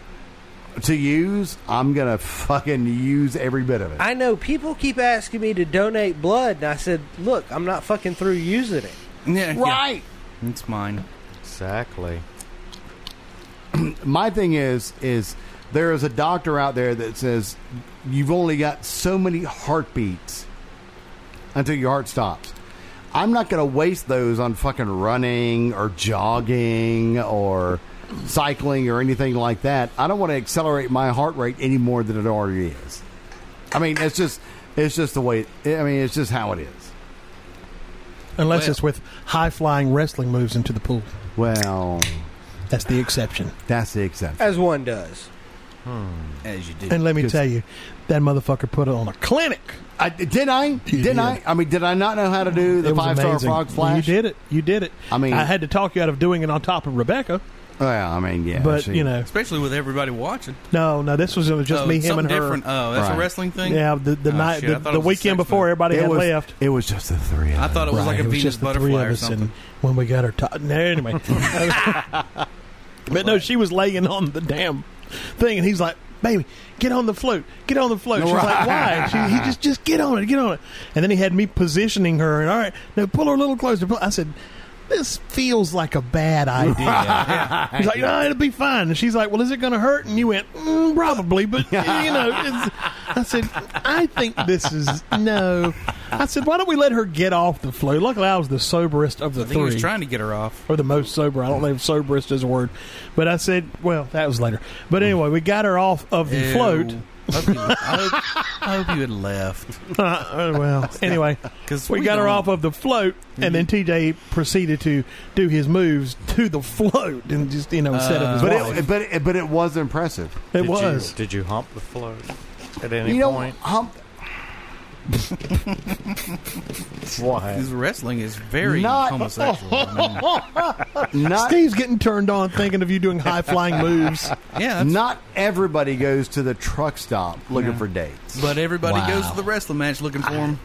[SPEAKER 1] to use. I'm gonna fucking use every bit of it.
[SPEAKER 5] I know people keep asking me to donate blood, and I said, "Look, I'm not fucking through using it."
[SPEAKER 3] Yeah, yeah.
[SPEAKER 1] right.
[SPEAKER 3] It's mine.
[SPEAKER 4] exactly.
[SPEAKER 1] my thing is is there is a doctor out there that says you've only got so many heartbeats until your heart stops. I'm not going to waste those on fucking running or jogging or cycling or anything like that. I don't want to accelerate my heart rate any more than it already is. I mean, it's just it's just the way. I mean, it's just how it is.
[SPEAKER 2] Unless
[SPEAKER 3] Well-
[SPEAKER 2] it's with high flying wrestling moves into the pool.
[SPEAKER 1] Well,
[SPEAKER 2] That's the exception.
[SPEAKER 1] that's the exception.
[SPEAKER 5] As one does.
[SPEAKER 4] Hmm.
[SPEAKER 3] As you do.
[SPEAKER 2] And let me
[SPEAKER 1] 'Cause-
[SPEAKER 2] tell you, that motherfucker put it on a clinic.
[SPEAKER 1] I, did I? Did
[SPEAKER 2] did.
[SPEAKER 1] I? I mean, did I not know how to do the
[SPEAKER 2] It was
[SPEAKER 1] five star
[SPEAKER 2] amazing.
[SPEAKER 1] frog flash?
[SPEAKER 2] You did it. You did it.
[SPEAKER 1] I
[SPEAKER 3] Mm.
[SPEAKER 1] mean-
[SPEAKER 2] I had to talk you out of doing it on top of Rebecca,
[SPEAKER 1] Well, I mean, yeah,
[SPEAKER 2] but
[SPEAKER 1] she-
[SPEAKER 2] you know,
[SPEAKER 3] Especially with everybody watching.
[SPEAKER 2] no, no, this was just
[SPEAKER 3] oh,
[SPEAKER 2] me,
[SPEAKER 3] it's
[SPEAKER 2] him,
[SPEAKER 3] something
[SPEAKER 2] and her.
[SPEAKER 3] different. Oh, that's
[SPEAKER 1] Right.
[SPEAKER 3] a wrestling thing?
[SPEAKER 2] Yeah, the, the
[SPEAKER 3] Oh,
[SPEAKER 2] night,
[SPEAKER 3] shit, I
[SPEAKER 2] the,
[SPEAKER 3] thought
[SPEAKER 2] the
[SPEAKER 3] it was a
[SPEAKER 2] weekend
[SPEAKER 3] sex
[SPEAKER 2] before,
[SPEAKER 3] thing.
[SPEAKER 2] everybody
[SPEAKER 1] it
[SPEAKER 2] had
[SPEAKER 1] was
[SPEAKER 2] left.
[SPEAKER 1] it was just the three. Of
[SPEAKER 3] I thought it was like
[SPEAKER 2] Right,
[SPEAKER 3] a
[SPEAKER 2] it was
[SPEAKER 3] Venus
[SPEAKER 2] just the three
[SPEAKER 3] butterfly
[SPEAKER 2] of
[SPEAKER 3] or
[SPEAKER 2] us,
[SPEAKER 3] something.
[SPEAKER 2] and when we got her, t- no, anyway. but no, she was laying on the damn thing, and he's like, "Baby, get on the float, get on the float." She's like, "Why?" She, he just, just get on it, get on it. And then he had me positioning her, and all right, now pull her a little closer. Pull. I said. This feels like a bad idea. He's like, no, it'll be fine. And she's like, well, is it going to hurt? And you went, mm, probably, but you know. It's, I said, I think this is no. I said, why don't we let her get off the float? Luckily, I was the soberest of the
[SPEAKER 3] I think he
[SPEAKER 2] three
[SPEAKER 3] was trying to get her off.
[SPEAKER 2] or the most sober. I don't know if soberest is a word, but I said, well, that was later. But anyway, we got her off of the
[SPEAKER 3] Ew.
[SPEAKER 2] float.
[SPEAKER 3] I hope you, I hope, I hope you had left.
[SPEAKER 2] Uh, well, anyway,
[SPEAKER 3] 'Cause
[SPEAKER 2] we,
[SPEAKER 3] we
[SPEAKER 2] got her
[SPEAKER 3] don't-
[SPEAKER 2] off of the float, and then TJ proceeded to do his moves to the float, and just you know, set up his
[SPEAKER 3] Uh,
[SPEAKER 1] but
[SPEAKER 2] wallet.
[SPEAKER 1] it, but it, but it was impressive.
[SPEAKER 2] It
[SPEAKER 4] Did
[SPEAKER 2] was.
[SPEAKER 4] You, did you hump the float at any
[SPEAKER 1] you know,
[SPEAKER 4] point?
[SPEAKER 1] um,
[SPEAKER 4] What?
[SPEAKER 3] His wrestling is very
[SPEAKER 1] Not-
[SPEAKER 3] homosexual. I mean,
[SPEAKER 1] not
[SPEAKER 2] Steve's getting turned on thinking of you doing high flying moves.
[SPEAKER 3] yeah, that's,
[SPEAKER 1] not everybody goes to the truck stop looking for dates.
[SPEAKER 3] but everybody
[SPEAKER 2] Wow.
[SPEAKER 3] goes to the wrestling match looking for him.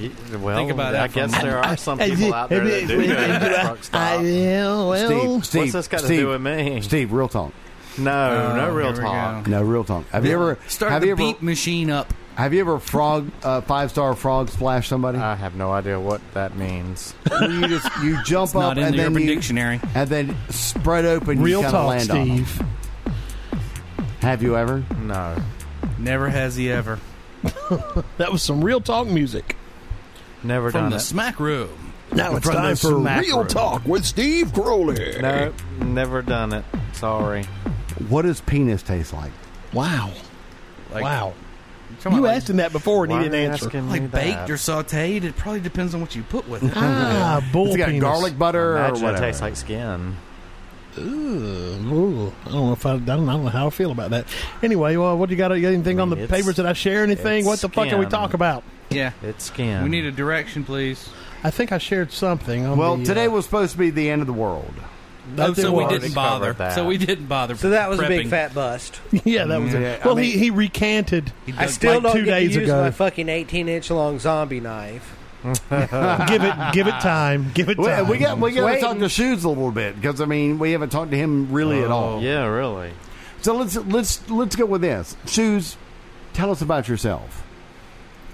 [SPEAKER 4] Y- Well,
[SPEAKER 3] Think about
[SPEAKER 4] I
[SPEAKER 3] that for a
[SPEAKER 4] guess there are some
[SPEAKER 2] I-
[SPEAKER 4] people out there that do that at truck
[SPEAKER 2] I-
[SPEAKER 4] stop.
[SPEAKER 2] yeah, well,
[SPEAKER 1] Steve, Steve,
[SPEAKER 4] this got to
[SPEAKER 1] Steve,
[SPEAKER 4] do with me?
[SPEAKER 1] Steve, real talk.
[SPEAKER 4] No,
[SPEAKER 3] Oh,
[SPEAKER 4] no real
[SPEAKER 3] here we
[SPEAKER 4] talk.
[SPEAKER 1] No, real talk. Have you ever
[SPEAKER 3] Start
[SPEAKER 1] have
[SPEAKER 3] the
[SPEAKER 1] you ever
[SPEAKER 3] beat machine up.
[SPEAKER 1] have you ever frog uh, five star frog splash somebody?
[SPEAKER 4] I have no idea what that means.
[SPEAKER 1] you just you jump up
[SPEAKER 3] Not in
[SPEAKER 1] and
[SPEAKER 3] the
[SPEAKER 1] then
[SPEAKER 3] Urban
[SPEAKER 1] you,
[SPEAKER 3] Dictionary.
[SPEAKER 1] and then spread open.
[SPEAKER 2] real
[SPEAKER 1] you kinda
[SPEAKER 2] talk,
[SPEAKER 1] land on 'em.
[SPEAKER 2] Steve.
[SPEAKER 1] Have you ever?
[SPEAKER 4] No.
[SPEAKER 3] Never has he ever.
[SPEAKER 2] That was some real talk music.
[SPEAKER 4] Never
[SPEAKER 3] From
[SPEAKER 4] done
[SPEAKER 3] the
[SPEAKER 4] it.
[SPEAKER 3] smack room.
[SPEAKER 2] Now it's
[SPEAKER 1] from
[SPEAKER 2] time
[SPEAKER 1] this
[SPEAKER 2] for
[SPEAKER 1] macro.
[SPEAKER 2] real talk with Steve Crowley.
[SPEAKER 4] No, never done it. Sorry.
[SPEAKER 1] What does penis taste like?
[SPEAKER 2] Wow.
[SPEAKER 3] Like,
[SPEAKER 2] wow.
[SPEAKER 3] you're talking
[SPEAKER 2] You
[SPEAKER 3] about,
[SPEAKER 2] asked him that before and he
[SPEAKER 4] Why
[SPEAKER 2] didn't
[SPEAKER 4] are you
[SPEAKER 2] answer.
[SPEAKER 4] asking me
[SPEAKER 3] like, like
[SPEAKER 4] that?
[SPEAKER 3] baked or sautéed. It probably depends on what you put with it.
[SPEAKER 2] Ah, bull
[SPEAKER 1] It's got
[SPEAKER 2] penis.
[SPEAKER 1] garlic butter or
[SPEAKER 4] Imagine
[SPEAKER 1] whatever.
[SPEAKER 4] it tastes like skin.
[SPEAKER 2] Ugh, ooh. I don't know if I, I, don't, I don't know how I feel about that. Anyway, well, what do you got? you got Anything on the
[SPEAKER 4] It's-
[SPEAKER 2] papers that I share? Anything?
[SPEAKER 4] it's
[SPEAKER 2] What the fuck are we
[SPEAKER 4] skin.
[SPEAKER 2] talking about?
[SPEAKER 3] yeah,
[SPEAKER 4] It's skin.
[SPEAKER 3] we need a direction, please.
[SPEAKER 2] I think I shared something. On
[SPEAKER 1] well,
[SPEAKER 2] the,
[SPEAKER 1] today
[SPEAKER 2] uh,
[SPEAKER 1] was supposed to be the end of the world.
[SPEAKER 2] that
[SPEAKER 3] oh, so
[SPEAKER 2] there
[SPEAKER 3] we
[SPEAKER 2] was.
[SPEAKER 3] didn't
[SPEAKER 4] Already
[SPEAKER 3] bother.
[SPEAKER 4] covered that.
[SPEAKER 3] So we didn't bother.
[SPEAKER 5] So that was a big
[SPEAKER 3] prepping.
[SPEAKER 5] fat bust.
[SPEAKER 2] yeah, that was
[SPEAKER 1] Yeah,
[SPEAKER 2] it.
[SPEAKER 1] I
[SPEAKER 2] Well, he,
[SPEAKER 1] mean-
[SPEAKER 2] he recanted.
[SPEAKER 3] He
[SPEAKER 5] I
[SPEAKER 3] dug
[SPEAKER 5] still
[SPEAKER 2] like
[SPEAKER 5] don't
[SPEAKER 2] two
[SPEAKER 5] get
[SPEAKER 2] days
[SPEAKER 5] to use
[SPEAKER 2] ago.
[SPEAKER 5] my fucking 18 inch long zombie knife.
[SPEAKER 2] give it, give it time. Give it
[SPEAKER 1] We,
[SPEAKER 2] time.
[SPEAKER 1] we got we got to
[SPEAKER 5] Waiting.
[SPEAKER 1] talk to shoes a little bit because I mean we haven't talked to him really at all.
[SPEAKER 4] Yeah, really.
[SPEAKER 1] So let's let's let's go with this. Shoes, tell us about yourself.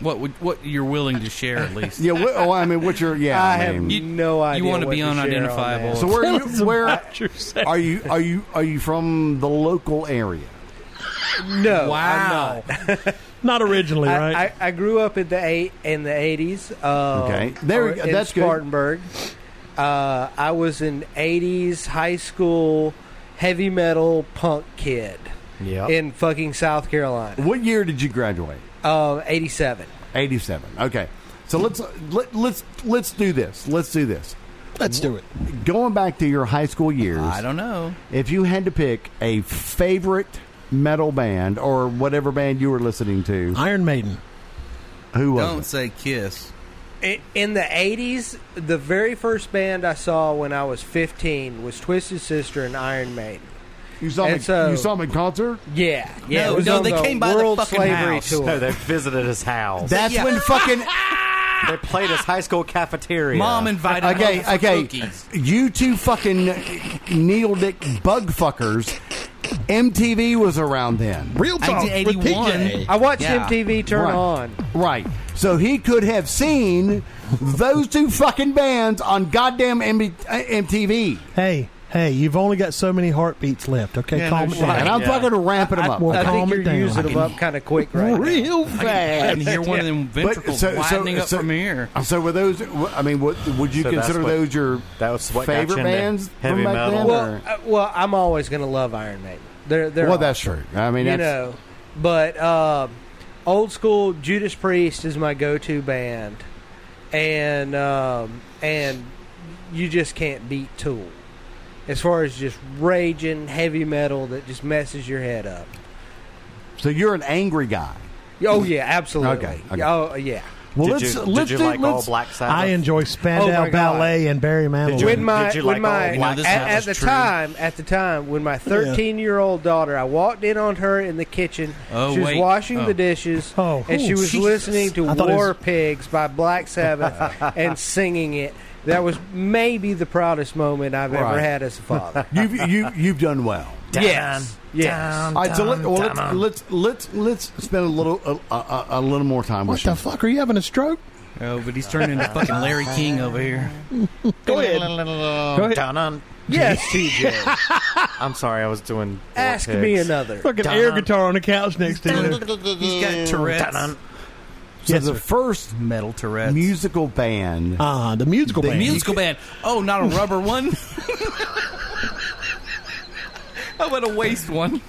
[SPEAKER 3] what would what you're willing to share at least.
[SPEAKER 1] Yeah. What, oh, I mean, what's your yeah? I
[SPEAKER 5] I have
[SPEAKER 1] mean,
[SPEAKER 3] You-
[SPEAKER 5] no idea.
[SPEAKER 3] wanna
[SPEAKER 5] what
[SPEAKER 3] be
[SPEAKER 5] share on
[SPEAKER 3] unidentifiable.
[SPEAKER 5] that.
[SPEAKER 1] so where are you, where
[SPEAKER 2] About yourself.
[SPEAKER 1] are you are you are you from the local area?
[SPEAKER 5] no, I'm not.
[SPEAKER 3] wow.
[SPEAKER 2] Not originally,
[SPEAKER 5] I,
[SPEAKER 2] right?
[SPEAKER 5] I, I grew up in the eight in the eighties. Uh,
[SPEAKER 1] Okay. There we
[SPEAKER 5] or
[SPEAKER 1] go.
[SPEAKER 5] in
[SPEAKER 1] That's good.
[SPEAKER 5] Spartanburg. Uh, I was an eighties high school heavy metal punk kid
[SPEAKER 4] Yeah.
[SPEAKER 5] in fucking South Carolina.
[SPEAKER 1] What year did you graduate?
[SPEAKER 5] Uh, Eighty seven.
[SPEAKER 1] Eighty-seven. Okay. So let's let, let's let's do this. Let's do this.
[SPEAKER 2] Let's do it.
[SPEAKER 1] Going back to your high school years,
[SPEAKER 3] I don't know.
[SPEAKER 1] if you had to pick a favorite metal band or whatever band you were listening to,
[SPEAKER 2] Iron Maiden.
[SPEAKER 1] who was
[SPEAKER 3] Don't
[SPEAKER 1] it?
[SPEAKER 3] say kiss.
[SPEAKER 5] I- In the eighties, the very first band I saw when I was fifteen was Twisted Sister and Iron Maiden.
[SPEAKER 1] You saw
[SPEAKER 5] And
[SPEAKER 1] me.
[SPEAKER 5] so-
[SPEAKER 1] you saw me in concert.
[SPEAKER 5] Yeah, yeah.
[SPEAKER 3] No,
[SPEAKER 5] it was
[SPEAKER 3] no,
[SPEAKER 5] on
[SPEAKER 3] they
[SPEAKER 5] the
[SPEAKER 3] came by the
[SPEAKER 5] World
[SPEAKER 3] fucking
[SPEAKER 5] Slavery
[SPEAKER 3] house.
[SPEAKER 5] Tour.
[SPEAKER 4] No, they visited his house.
[SPEAKER 1] That's
[SPEAKER 3] Yeah.
[SPEAKER 1] when fucking
[SPEAKER 4] they played his high school cafeteria.
[SPEAKER 3] Mom invited
[SPEAKER 1] okay,
[SPEAKER 3] home for
[SPEAKER 1] okay.
[SPEAKER 3] cookies.
[SPEAKER 1] You two fucking needle dick bug fuckers. MTV was around then,
[SPEAKER 2] Real talk with
[SPEAKER 3] 1981.
[SPEAKER 2] PJ.
[SPEAKER 5] I watched
[SPEAKER 3] Yeah.
[SPEAKER 5] MTV turn
[SPEAKER 1] Right.
[SPEAKER 5] on.
[SPEAKER 1] right? So he could have seen those two fucking bands on goddamn MB- uh, MTV,
[SPEAKER 2] Hey, hey, you've only got so many heartbeats left. Okay,
[SPEAKER 3] Yeah,
[SPEAKER 2] calm
[SPEAKER 3] no
[SPEAKER 2] it
[SPEAKER 3] shit.
[SPEAKER 2] down.
[SPEAKER 1] and I'm
[SPEAKER 4] Yeah.
[SPEAKER 1] fucking ramping them up.
[SPEAKER 2] Well,
[SPEAKER 5] I
[SPEAKER 2] calm
[SPEAKER 5] think
[SPEAKER 2] it
[SPEAKER 5] you're
[SPEAKER 2] down.
[SPEAKER 5] using them up kind of quick right now.
[SPEAKER 2] Real
[SPEAKER 3] I
[SPEAKER 2] fast.
[SPEAKER 3] can hear one of them ventricles widening up from here.
[SPEAKER 1] So were those? I mean, what, would you
[SPEAKER 4] So that's
[SPEAKER 1] consider
[SPEAKER 4] what-
[SPEAKER 1] those your
[SPEAKER 4] that was what got you
[SPEAKER 1] favorite
[SPEAKER 4] into
[SPEAKER 1] bands?
[SPEAKER 4] heavy
[SPEAKER 1] from back
[SPEAKER 4] metal?
[SPEAKER 1] Then,
[SPEAKER 5] Well,
[SPEAKER 1] or-
[SPEAKER 5] uh, well, I'm always going to love Iron Maiden. They're, they're
[SPEAKER 1] well,
[SPEAKER 5] awesome,
[SPEAKER 1] that's true. I mean,
[SPEAKER 5] you
[SPEAKER 1] that's,
[SPEAKER 5] know, but um old school Judas Priest is my go-to band, and um, and you just can't beat Tool as far as just raging heavy metal that just messes your head up.
[SPEAKER 1] so you're an angry guy.
[SPEAKER 5] Oh yeah, absolutely.
[SPEAKER 1] Okay, okay.
[SPEAKER 5] Oh yeah.
[SPEAKER 1] Well,
[SPEAKER 4] did
[SPEAKER 1] let's
[SPEAKER 4] you,
[SPEAKER 1] let's
[SPEAKER 4] did you
[SPEAKER 1] do,
[SPEAKER 4] like all
[SPEAKER 1] let's,
[SPEAKER 4] Black Sabbath?
[SPEAKER 2] I enjoy
[SPEAKER 5] Oh, my
[SPEAKER 2] Spandau
[SPEAKER 5] God.
[SPEAKER 2] Ballet and Barry Manilow.
[SPEAKER 4] you-
[SPEAKER 5] when my
[SPEAKER 4] did you
[SPEAKER 5] when
[SPEAKER 4] like all black
[SPEAKER 5] my
[SPEAKER 3] You know, this
[SPEAKER 5] at,
[SPEAKER 3] sounds
[SPEAKER 5] at the
[SPEAKER 3] true.
[SPEAKER 5] time at the time when my 13 year old daughter I walked in on her in the kitchen
[SPEAKER 3] Oh,
[SPEAKER 5] she was
[SPEAKER 3] wait.
[SPEAKER 5] washing
[SPEAKER 3] Oh.
[SPEAKER 5] the dishes
[SPEAKER 2] Oh,
[SPEAKER 5] and she
[SPEAKER 2] oh,
[SPEAKER 5] was
[SPEAKER 2] Jesus.
[SPEAKER 5] listening to
[SPEAKER 2] I thought it
[SPEAKER 5] War
[SPEAKER 2] was-
[SPEAKER 5] Pigs by Black Sabbath and singing it that was maybe the proudest moment I've ever
[SPEAKER 1] Right.
[SPEAKER 5] had as a father
[SPEAKER 1] you've you you've done well.
[SPEAKER 5] yes yes
[SPEAKER 1] All right, so let, well, let's, let's let's let's spend a little a, a, a little more time
[SPEAKER 2] what
[SPEAKER 1] with
[SPEAKER 2] the
[SPEAKER 1] you.
[SPEAKER 2] fuck? Are you having a stroke?
[SPEAKER 3] Oh, but he's turning into fucking Larry King over here.
[SPEAKER 2] Go ahead. Go ahead.
[SPEAKER 4] Dun-dun.
[SPEAKER 5] yes TJ
[SPEAKER 4] I'm sorry, I was doing.
[SPEAKER 5] ask
[SPEAKER 4] Vortex.
[SPEAKER 5] me uh, another
[SPEAKER 2] Fucking air guitar on the couch next to you.
[SPEAKER 3] He's got Tourette's.
[SPEAKER 4] Dun-dun.
[SPEAKER 1] so
[SPEAKER 2] Yes,
[SPEAKER 1] the
[SPEAKER 2] sir.
[SPEAKER 1] first
[SPEAKER 3] Metal Tourette's.
[SPEAKER 1] musical band.
[SPEAKER 2] Ah, the musical
[SPEAKER 1] The
[SPEAKER 2] band.
[SPEAKER 3] Musical band. Oh, not a rubber one. How about a waist one?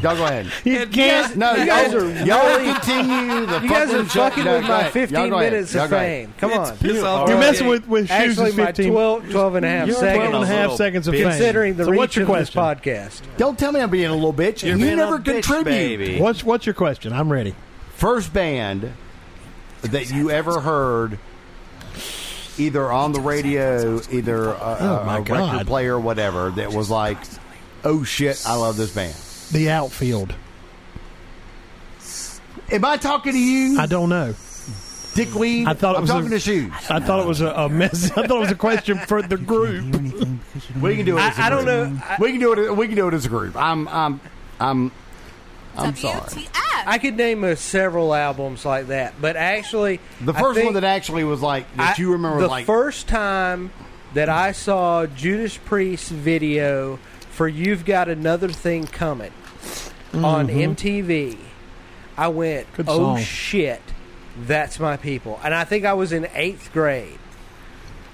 [SPEAKER 1] Y'all go ahead.
[SPEAKER 2] you can't.
[SPEAKER 1] No,
[SPEAKER 5] You
[SPEAKER 1] y'all,
[SPEAKER 5] guys are
[SPEAKER 1] y'all
[SPEAKER 5] really-
[SPEAKER 1] continue. The
[SPEAKER 5] you guys are
[SPEAKER 1] show.
[SPEAKER 5] fucking
[SPEAKER 1] No,
[SPEAKER 5] with
[SPEAKER 1] go
[SPEAKER 5] my
[SPEAKER 1] ahead. Y'all
[SPEAKER 5] 15
[SPEAKER 1] go ahead.
[SPEAKER 5] minutes
[SPEAKER 1] Y'all
[SPEAKER 5] of
[SPEAKER 1] go ahead.
[SPEAKER 5] fame come
[SPEAKER 3] It's
[SPEAKER 5] on
[SPEAKER 3] piss off.
[SPEAKER 2] You're
[SPEAKER 3] Right.
[SPEAKER 2] messing with, with shoes
[SPEAKER 5] actually
[SPEAKER 2] is
[SPEAKER 5] my
[SPEAKER 2] 15.
[SPEAKER 5] 12, 12 and a half
[SPEAKER 4] You're
[SPEAKER 2] 12 and a
[SPEAKER 5] seconds
[SPEAKER 2] half
[SPEAKER 4] Little
[SPEAKER 2] seconds of
[SPEAKER 4] bitch.
[SPEAKER 2] fame.
[SPEAKER 5] considering the
[SPEAKER 2] so
[SPEAKER 5] reach
[SPEAKER 2] what's your
[SPEAKER 5] of this
[SPEAKER 2] question?
[SPEAKER 5] podcast
[SPEAKER 1] Don't tell me I'm being a little bitch.
[SPEAKER 4] You're
[SPEAKER 1] and you
[SPEAKER 4] being a
[SPEAKER 1] never
[SPEAKER 4] bitch,
[SPEAKER 1] contribute.
[SPEAKER 4] baby.
[SPEAKER 2] What's, what's your question? I'm ready.
[SPEAKER 1] First band that you ever heard, either on the radio, either a,
[SPEAKER 2] Oh, my
[SPEAKER 1] a, a
[SPEAKER 2] God.
[SPEAKER 1] record player, or whatever, that was like, oh shit, I love this band.
[SPEAKER 2] The outfield.
[SPEAKER 1] Am I talking to you,
[SPEAKER 2] I don't know.
[SPEAKER 1] dickweed?
[SPEAKER 2] I thought it
[SPEAKER 1] I'm
[SPEAKER 2] was a-
[SPEAKER 1] talking to shoes.
[SPEAKER 2] I thought it was a, a mess. I thought it was a question for the group.
[SPEAKER 1] We can do it. As a
[SPEAKER 5] I, I don't
[SPEAKER 1] group.
[SPEAKER 5] know. I,
[SPEAKER 1] We can do it. We can do it as a group. I'm. I'm. I'm. I'm sorry.
[SPEAKER 8] WTF?
[SPEAKER 5] I could name uh, several albums like that, but actually,
[SPEAKER 1] The
[SPEAKER 5] I
[SPEAKER 1] first
[SPEAKER 5] think
[SPEAKER 1] one that actually was like that
[SPEAKER 5] I-
[SPEAKER 1] you remember,
[SPEAKER 5] the
[SPEAKER 1] like
[SPEAKER 5] first time that I saw Judas Priest video for "You've Got Another Thing Coming" on
[SPEAKER 4] Mm-hmm.
[SPEAKER 5] MTV, I went,
[SPEAKER 2] Good
[SPEAKER 5] "Oh
[SPEAKER 2] song.
[SPEAKER 5] shit, that's my people!" And I think I was in eighth grade.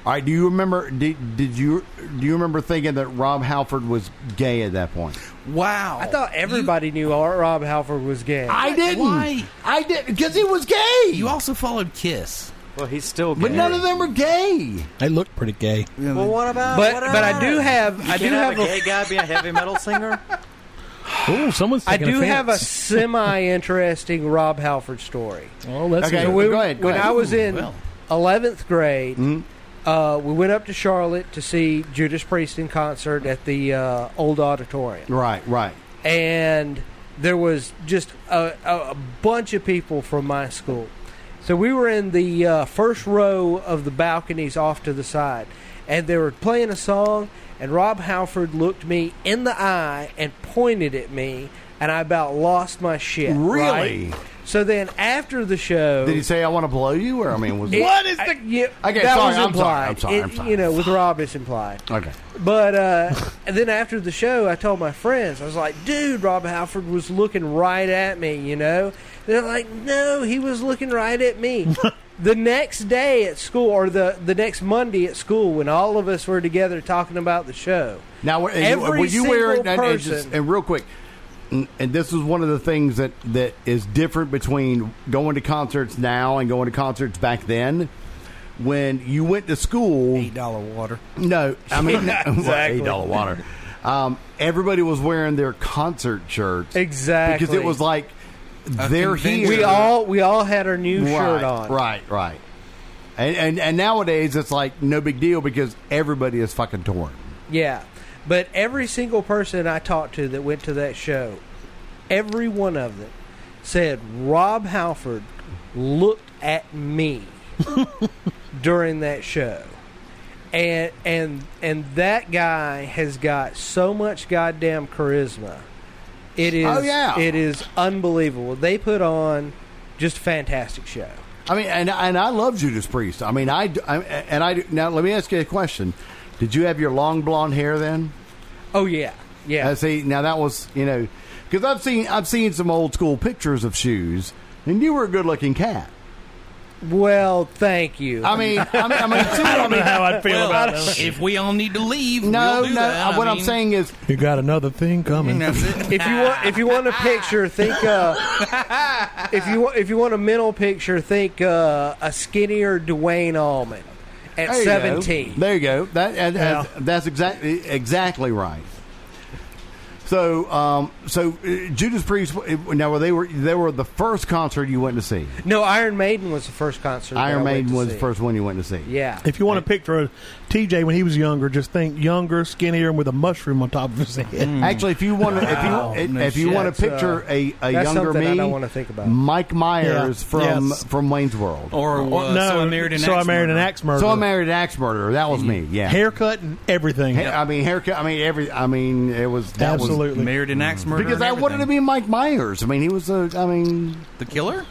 [SPEAKER 1] All right. Do you remember? Did, did you do you remember thinking that Rob Halford was gay at that point?
[SPEAKER 3] Wow.
[SPEAKER 4] Oh.
[SPEAKER 5] I thought everybody knew Art Rob Halford was gay.
[SPEAKER 1] I didn't.
[SPEAKER 3] Why?
[SPEAKER 1] I did because he was gay.
[SPEAKER 3] You, you also followed Kiss.
[SPEAKER 4] Well, he's still.
[SPEAKER 1] but
[SPEAKER 4] gay.
[SPEAKER 1] none of them were gay.
[SPEAKER 2] They look pretty gay.
[SPEAKER 4] Well, what about?
[SPEAKER 5] but
[SPEAKER 4] what
[SPEAKER 5] but I
[SPEAKER 4] about
[SPEAKER 5] do
[SPEAKER 4] it?
[SPEAKER 5] have I
[SPEAKER 4] You
[SPEAKER 5] do
[SPEAKER 4] can't have,
[SPEAKER 5] have
[SPEAKER 4] a
[SPEAKER 5] a
[SPEAKER 4] gay guy be a heavy metal singer.
[SPEAKER 2] Ooh, someone's
[SPEAKER 5] I
[SPEAKER 2] taking
[SPEAKER 5] do have a
[SPEAKER 2] offense.
[SPEAKER 5] semi interesting Rob Halford story.
[SPEAKER 2] Oh, let's
[SPEAKER 1] Okay.
[SPEAKER 2] go.
[SPEAKER 1] Go
[SPEAKER 5] when,
[SPEAKER 1] ahead, go
[SPEAKER 5] when
[SPEAKER 1] ahead.
[SPEAKER 5] I was in
[SPEAKER 3] well.
[SPEAKER 5] eleventh grade,
[SPEAKER 1] Mhm.
[SPEAKER 5] uh, we went up to Charlotte to see Judas Priest in concert at the uh, old auditorium,
[SPEAKER 1] Right. Right.
[SPEAKER 5] and there was just a, a, a bunch of people from my school. So we were in the uh, first row of the balconies off to the side, and they were playing a song. And Rob Halford looked me in the eye and pointed at me, and I about lost my shit.
[SPEAKER 1] Really?
[SPEAKER 5] right? So then after the show,
[SPEAKER 1] Did he say I want to blow you? Or I mean, was
[SPEAKER 5] what is the? I, yeah,
[SPEAKER 1] Okay,
[SPEAKER 5] that
[SPEAKER 1] sorry,
[SPEAKER 5] was
[SPEAKER 1] I'm sorry,
[SPEAKER 5] implied.
[SPEAKER 1] I'm sorry,
[SPEAKER 5] It-
[SPEAKER 1] I'm sorry.
[SPEAKER 5] You know, with Rob, it's implied.
[SPEAKER 1] okay?
[SPEAKER 5] But uh, and then after the show, I told my friends, I was like, "Dude, Rob Halford was looking right at me," you know. They're like, "No, he was looking right at me." the next day at school, or the the next Monday at school, when all of us were together talking about the show,
[SPEAKER 1] Now, were,
[SPEAKER 5] Every
[SPEAKER 1] were you wearing?
[SPEAKER 5] single
[SPEAKER 1] And, and, just,
[SPEAKER 5] person.
[SPEAKER 1] and real quick, and and this is one of the things that that is different between going to concerts now and going to concerts back then. When you went to school,
[SPEAKER 3] Eight dollar water.
[SPEAKER 1] no, I mean no, well,
[SPEAKER 5] Exactly.
[SPEAKER 1] eight dollar water. Um, everybody was wearing their concert shirts
[SPEAKER 5] exactly
[SPEAKER 1] because it was like they're
[SPEAKER 3] convention.
[SPEAKER 1] here.
[SPEAKER 5] we all we all had our new
[SPEAKER 1] right,
[SPEAKER 5] shirt on,
[SPEAKER 1] right, right. And, and and nowadays it's like no big deal because everybody is fucking torn.
[SPEAKER 5] Yeah. But every single person I talked to that went to that show, every one of them said Rob Halford looked at me during that show. And and and that guy has got so much goddamn charisma. It is
[SPEAKER 1] Oh, yeah.
[SPEAKER 5] it is unbelievable. They put on just a fantastic show.
[SPEAKER 1] I mean, and and I love Judas Priest. I mean, I, d- I- and I do- now let me ask you a question. Did you have your long blonde hair then?
[SPEAKER 5] Oh yeah. Yeah.
[SPEAKER 1] Uh, see, now that was you know because I've seen I've seen some old school pictures of shoes, and you were a good looking cat.
[SPEAKER 5] well, thank you.
[SPEAKER 1] I mean, I mean, I mean
[SPEAKER 2] I don't know how I feel
[SPEAKER 3] Well,
[SPEAKER 2] about that.
[SPEAKER 3] if we all need to leave,
[SPEAKER 1] no,
[SPEAKER 3] we'll do
[SPEAKER 1] no.
[SPEAKER 3] that. I
[SPEAKER 1] what I'm
[SPEAKER 3] mean,
[SPEAKER 1] saying is,
[SPEAKER 2] You got another thing coming.
[SPEAKER 3] that's it.
[SPEAKER 5] If you want, if you want a picture, think. Uh, if you want, if you want a mental picture, think uh, a skinnier Dwayne Allman at
[SPEAKER 1] there you go.
[SPEAKER 5] seventeen.
[SPEAKER 1] There you go. That and,
[SPEAKER 2] Yeah.
[SPEAKER 1] and that's exactly exactly right. So, um, so uh, Judas Priest. uh, Now, were they were they were the first concert you went to see.
[SPEAKER 5] No, Iron Maiden was the first concert. that I
[SPEAKER 1] Iron
[SPEAKER 5] went
[SPEAKER 1] Maiden
[SPEAKER 5] to
[SPEAKER 1] was the
[SPEAKER 5] see.
[SPEAKER 1] first one you went to see.
[SPEAKER 5] Yeah,
[SPEAKER 2] If you want a picture of TJ when he was younger, just think younger, skinnier, and with a mushroom on top of his head.
[SPEAKER 1] Actually, if you want to,
[SPEAKER 3] Wow.
[SPEAKER 1] if you
[SPEAKER 3] No
[SPEAKER 1] if you want to
[SPEAKER 5] shit. uh,
[SPEAKER 1] picture a, a
[SPEAKER 5] that's
[SPEAKER 1] younger
[SPEAKER 5] something I
[SPEAKER 1] me,
[SPEAKER 5] don't wanna think about.
[SPEAKER 1] Mike Myers
[SPEAKER 2] Yeah.
[SPEAKER 1] from
[SPEAKER 2] Yes.
[SPEAKER 1] from Wayne's World.
[SPEAKER 3] Or, uh,
[SPEAKER 2] Or- no,
[SPEAKER 3] so I married an
[SPEAKER 2] so
[SPEAKER 3] axe
[SPEAKER 2] I married an
[SPEAKER 3] murderer.
[SPEAKER 2] axe murderer.
[SPEAKER 1] so I married an axe murderer. That was me. Yeah.
[SPEAKER 2] haircut and everything.
[SPEAKER 1] Ha- I mean haircut. I mean every. I mean it was that was
[SPEAKER 2] Absolutely.
[SPEAKER 3] Married an axe murderer.
[SPEAKER 1] because
[SPEAKER 3] and
[SPEAKER 1] I wanted to
[SPEAKER 3] everything.
[SPEAKER 1] be Mike Myers. I mean he was a. I mean
[SPEAKER 3] the killer.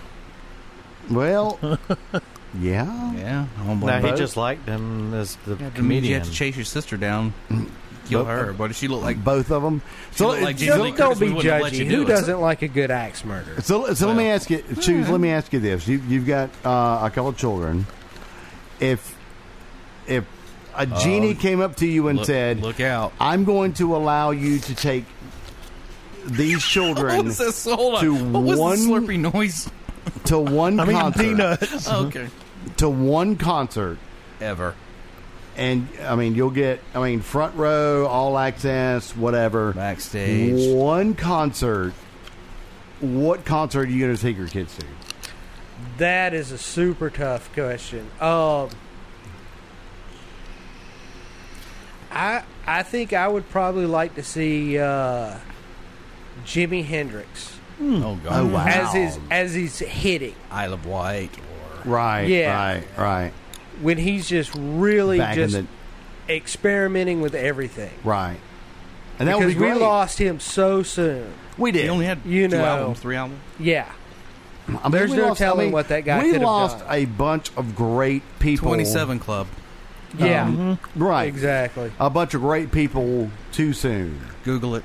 [SPEAKER 1] well, yeah.
[SPEAKER 3] Yeah, Oh, I don't
[SPEAKER 4] No,
[SPEAKER 3] blame
[SPEAKER 4] he
[SPEAKER 3] him.
[SPEAKER 4] just liked him as the
[SPEAKER 3] Yeah, that means you
[SPEAKER 4] comedian.
[SPEAKER 3] have to chase your sister down, kill
[SPEAKER 1] Mm-hmm. Nope.
[SPEAKER 3] her. But if she looked like
[SPEAKER 1] Both of them. So
[SPEAKER 3] looked like
[SPEAKER 1] so-
[SPEAKER 3] Jamie Lee
[SPEAKER 5] don't, don't
[SPEAKER 3] Curtis, we
[SPEAKER 5] be
[SPEAKER 3] wouldn't have let you
[SPEAKER 5] judgy.
[SPEAKER 3] do
[SPEAKER 5] Who
[SPEAKER 3] it.
[SPEAKER 5] doesn't like a good axe murder?
[SPEAKER 1] So, so let me ask you, choose. Let me ask you this: you, you've got uh, a couple of children. If if a genie came up to you and
[SPEAKER 3] Uh, look,
[SPEAKER 1] said,
[SPEAKER 3] "Look out!"
[SPEAKER 1] "I'm going to allow you to take these
[SPEAKER 3] What
[SPEAKER 1] children
[SPEAKER 3] was this? Hold on.
[SPEAKER 1] to
[SPEAKER 3] what was
[SPEAKER 1] one-
[SPEAKER 3] the slurpy noise?
[SPEAKER 1] to one
[SPEAKER 2] I'm eating
[SPEAKER 1] concert,
[SPEAKER 2] peanuts.
[SPEAKER 1] Mm-hmm.
[SPEAKER 3] okay.
[SPEAKER 1] to one concert,
[SPEAKER 3] Ever.
[SPEAKER 1] and I mean you'll get, I mean front row, all access, whatever,
[SPEAKER 3] Backstage.
[SPEAKER 1] one concert." What concert are you going to take your kids to?
[SPEAKER 5] That is a super tough question. Um, I I think I would probably like to see uh, Jimi Hendrix
[SPEAKER 3] Oh god.
[SPEAKER 1] wow!
[SPEAKER 5] as he's as he's hitting
[SPEAKER 3] Isle of Wight or
[SPEAKER 1] right,
[SPEAKER 5] Yeah.
[SPEAKER 1] right, right.
[SPEAKER 5] when he's just really
[SPEAKER 1] Back
[SPEAKER 5] just
[SPEAKER 1] in the
[SPEAKER 5] experimenting with everything.
[SPEAKER 1] Right. And that would
[SPEAKER 5] because
[SPEAKER 1] be great.
[SPEAKER 5] we lost him so soon.
[SPEAKER 1] We did.
[SPEAKER 3] he only had
[SPEAKER 5] You
[SPEAKER 3] two
[SPEAKER 5] know.
[SPEAKER 3] albums, three albums.
[SPEAKER 5] Yeah,
[SPEAKER 1] I mean,
[SPEAKER 5] there's
[SPEAKER 1] we
[SPEAKER 5] no
[SPEAKER 1] lost-
[SPEAKER 5] telling what that guy
[SPEAKER 1] We
[SPEAKER 5] could have
[SPEAKER 1] lost
[SPEAKER 5] done.
[SPEAKER 1] a bunch of great people.
[SPEAKER 3] Twenty-seven Club.
[SPEAKER 5] yeah,
[SPEAKER 1] Right.
[SPEAKER 5] Um, exactly.
[SPEAKER 1] A bunch of great people too soon.
[SPEAKER 3] Google it.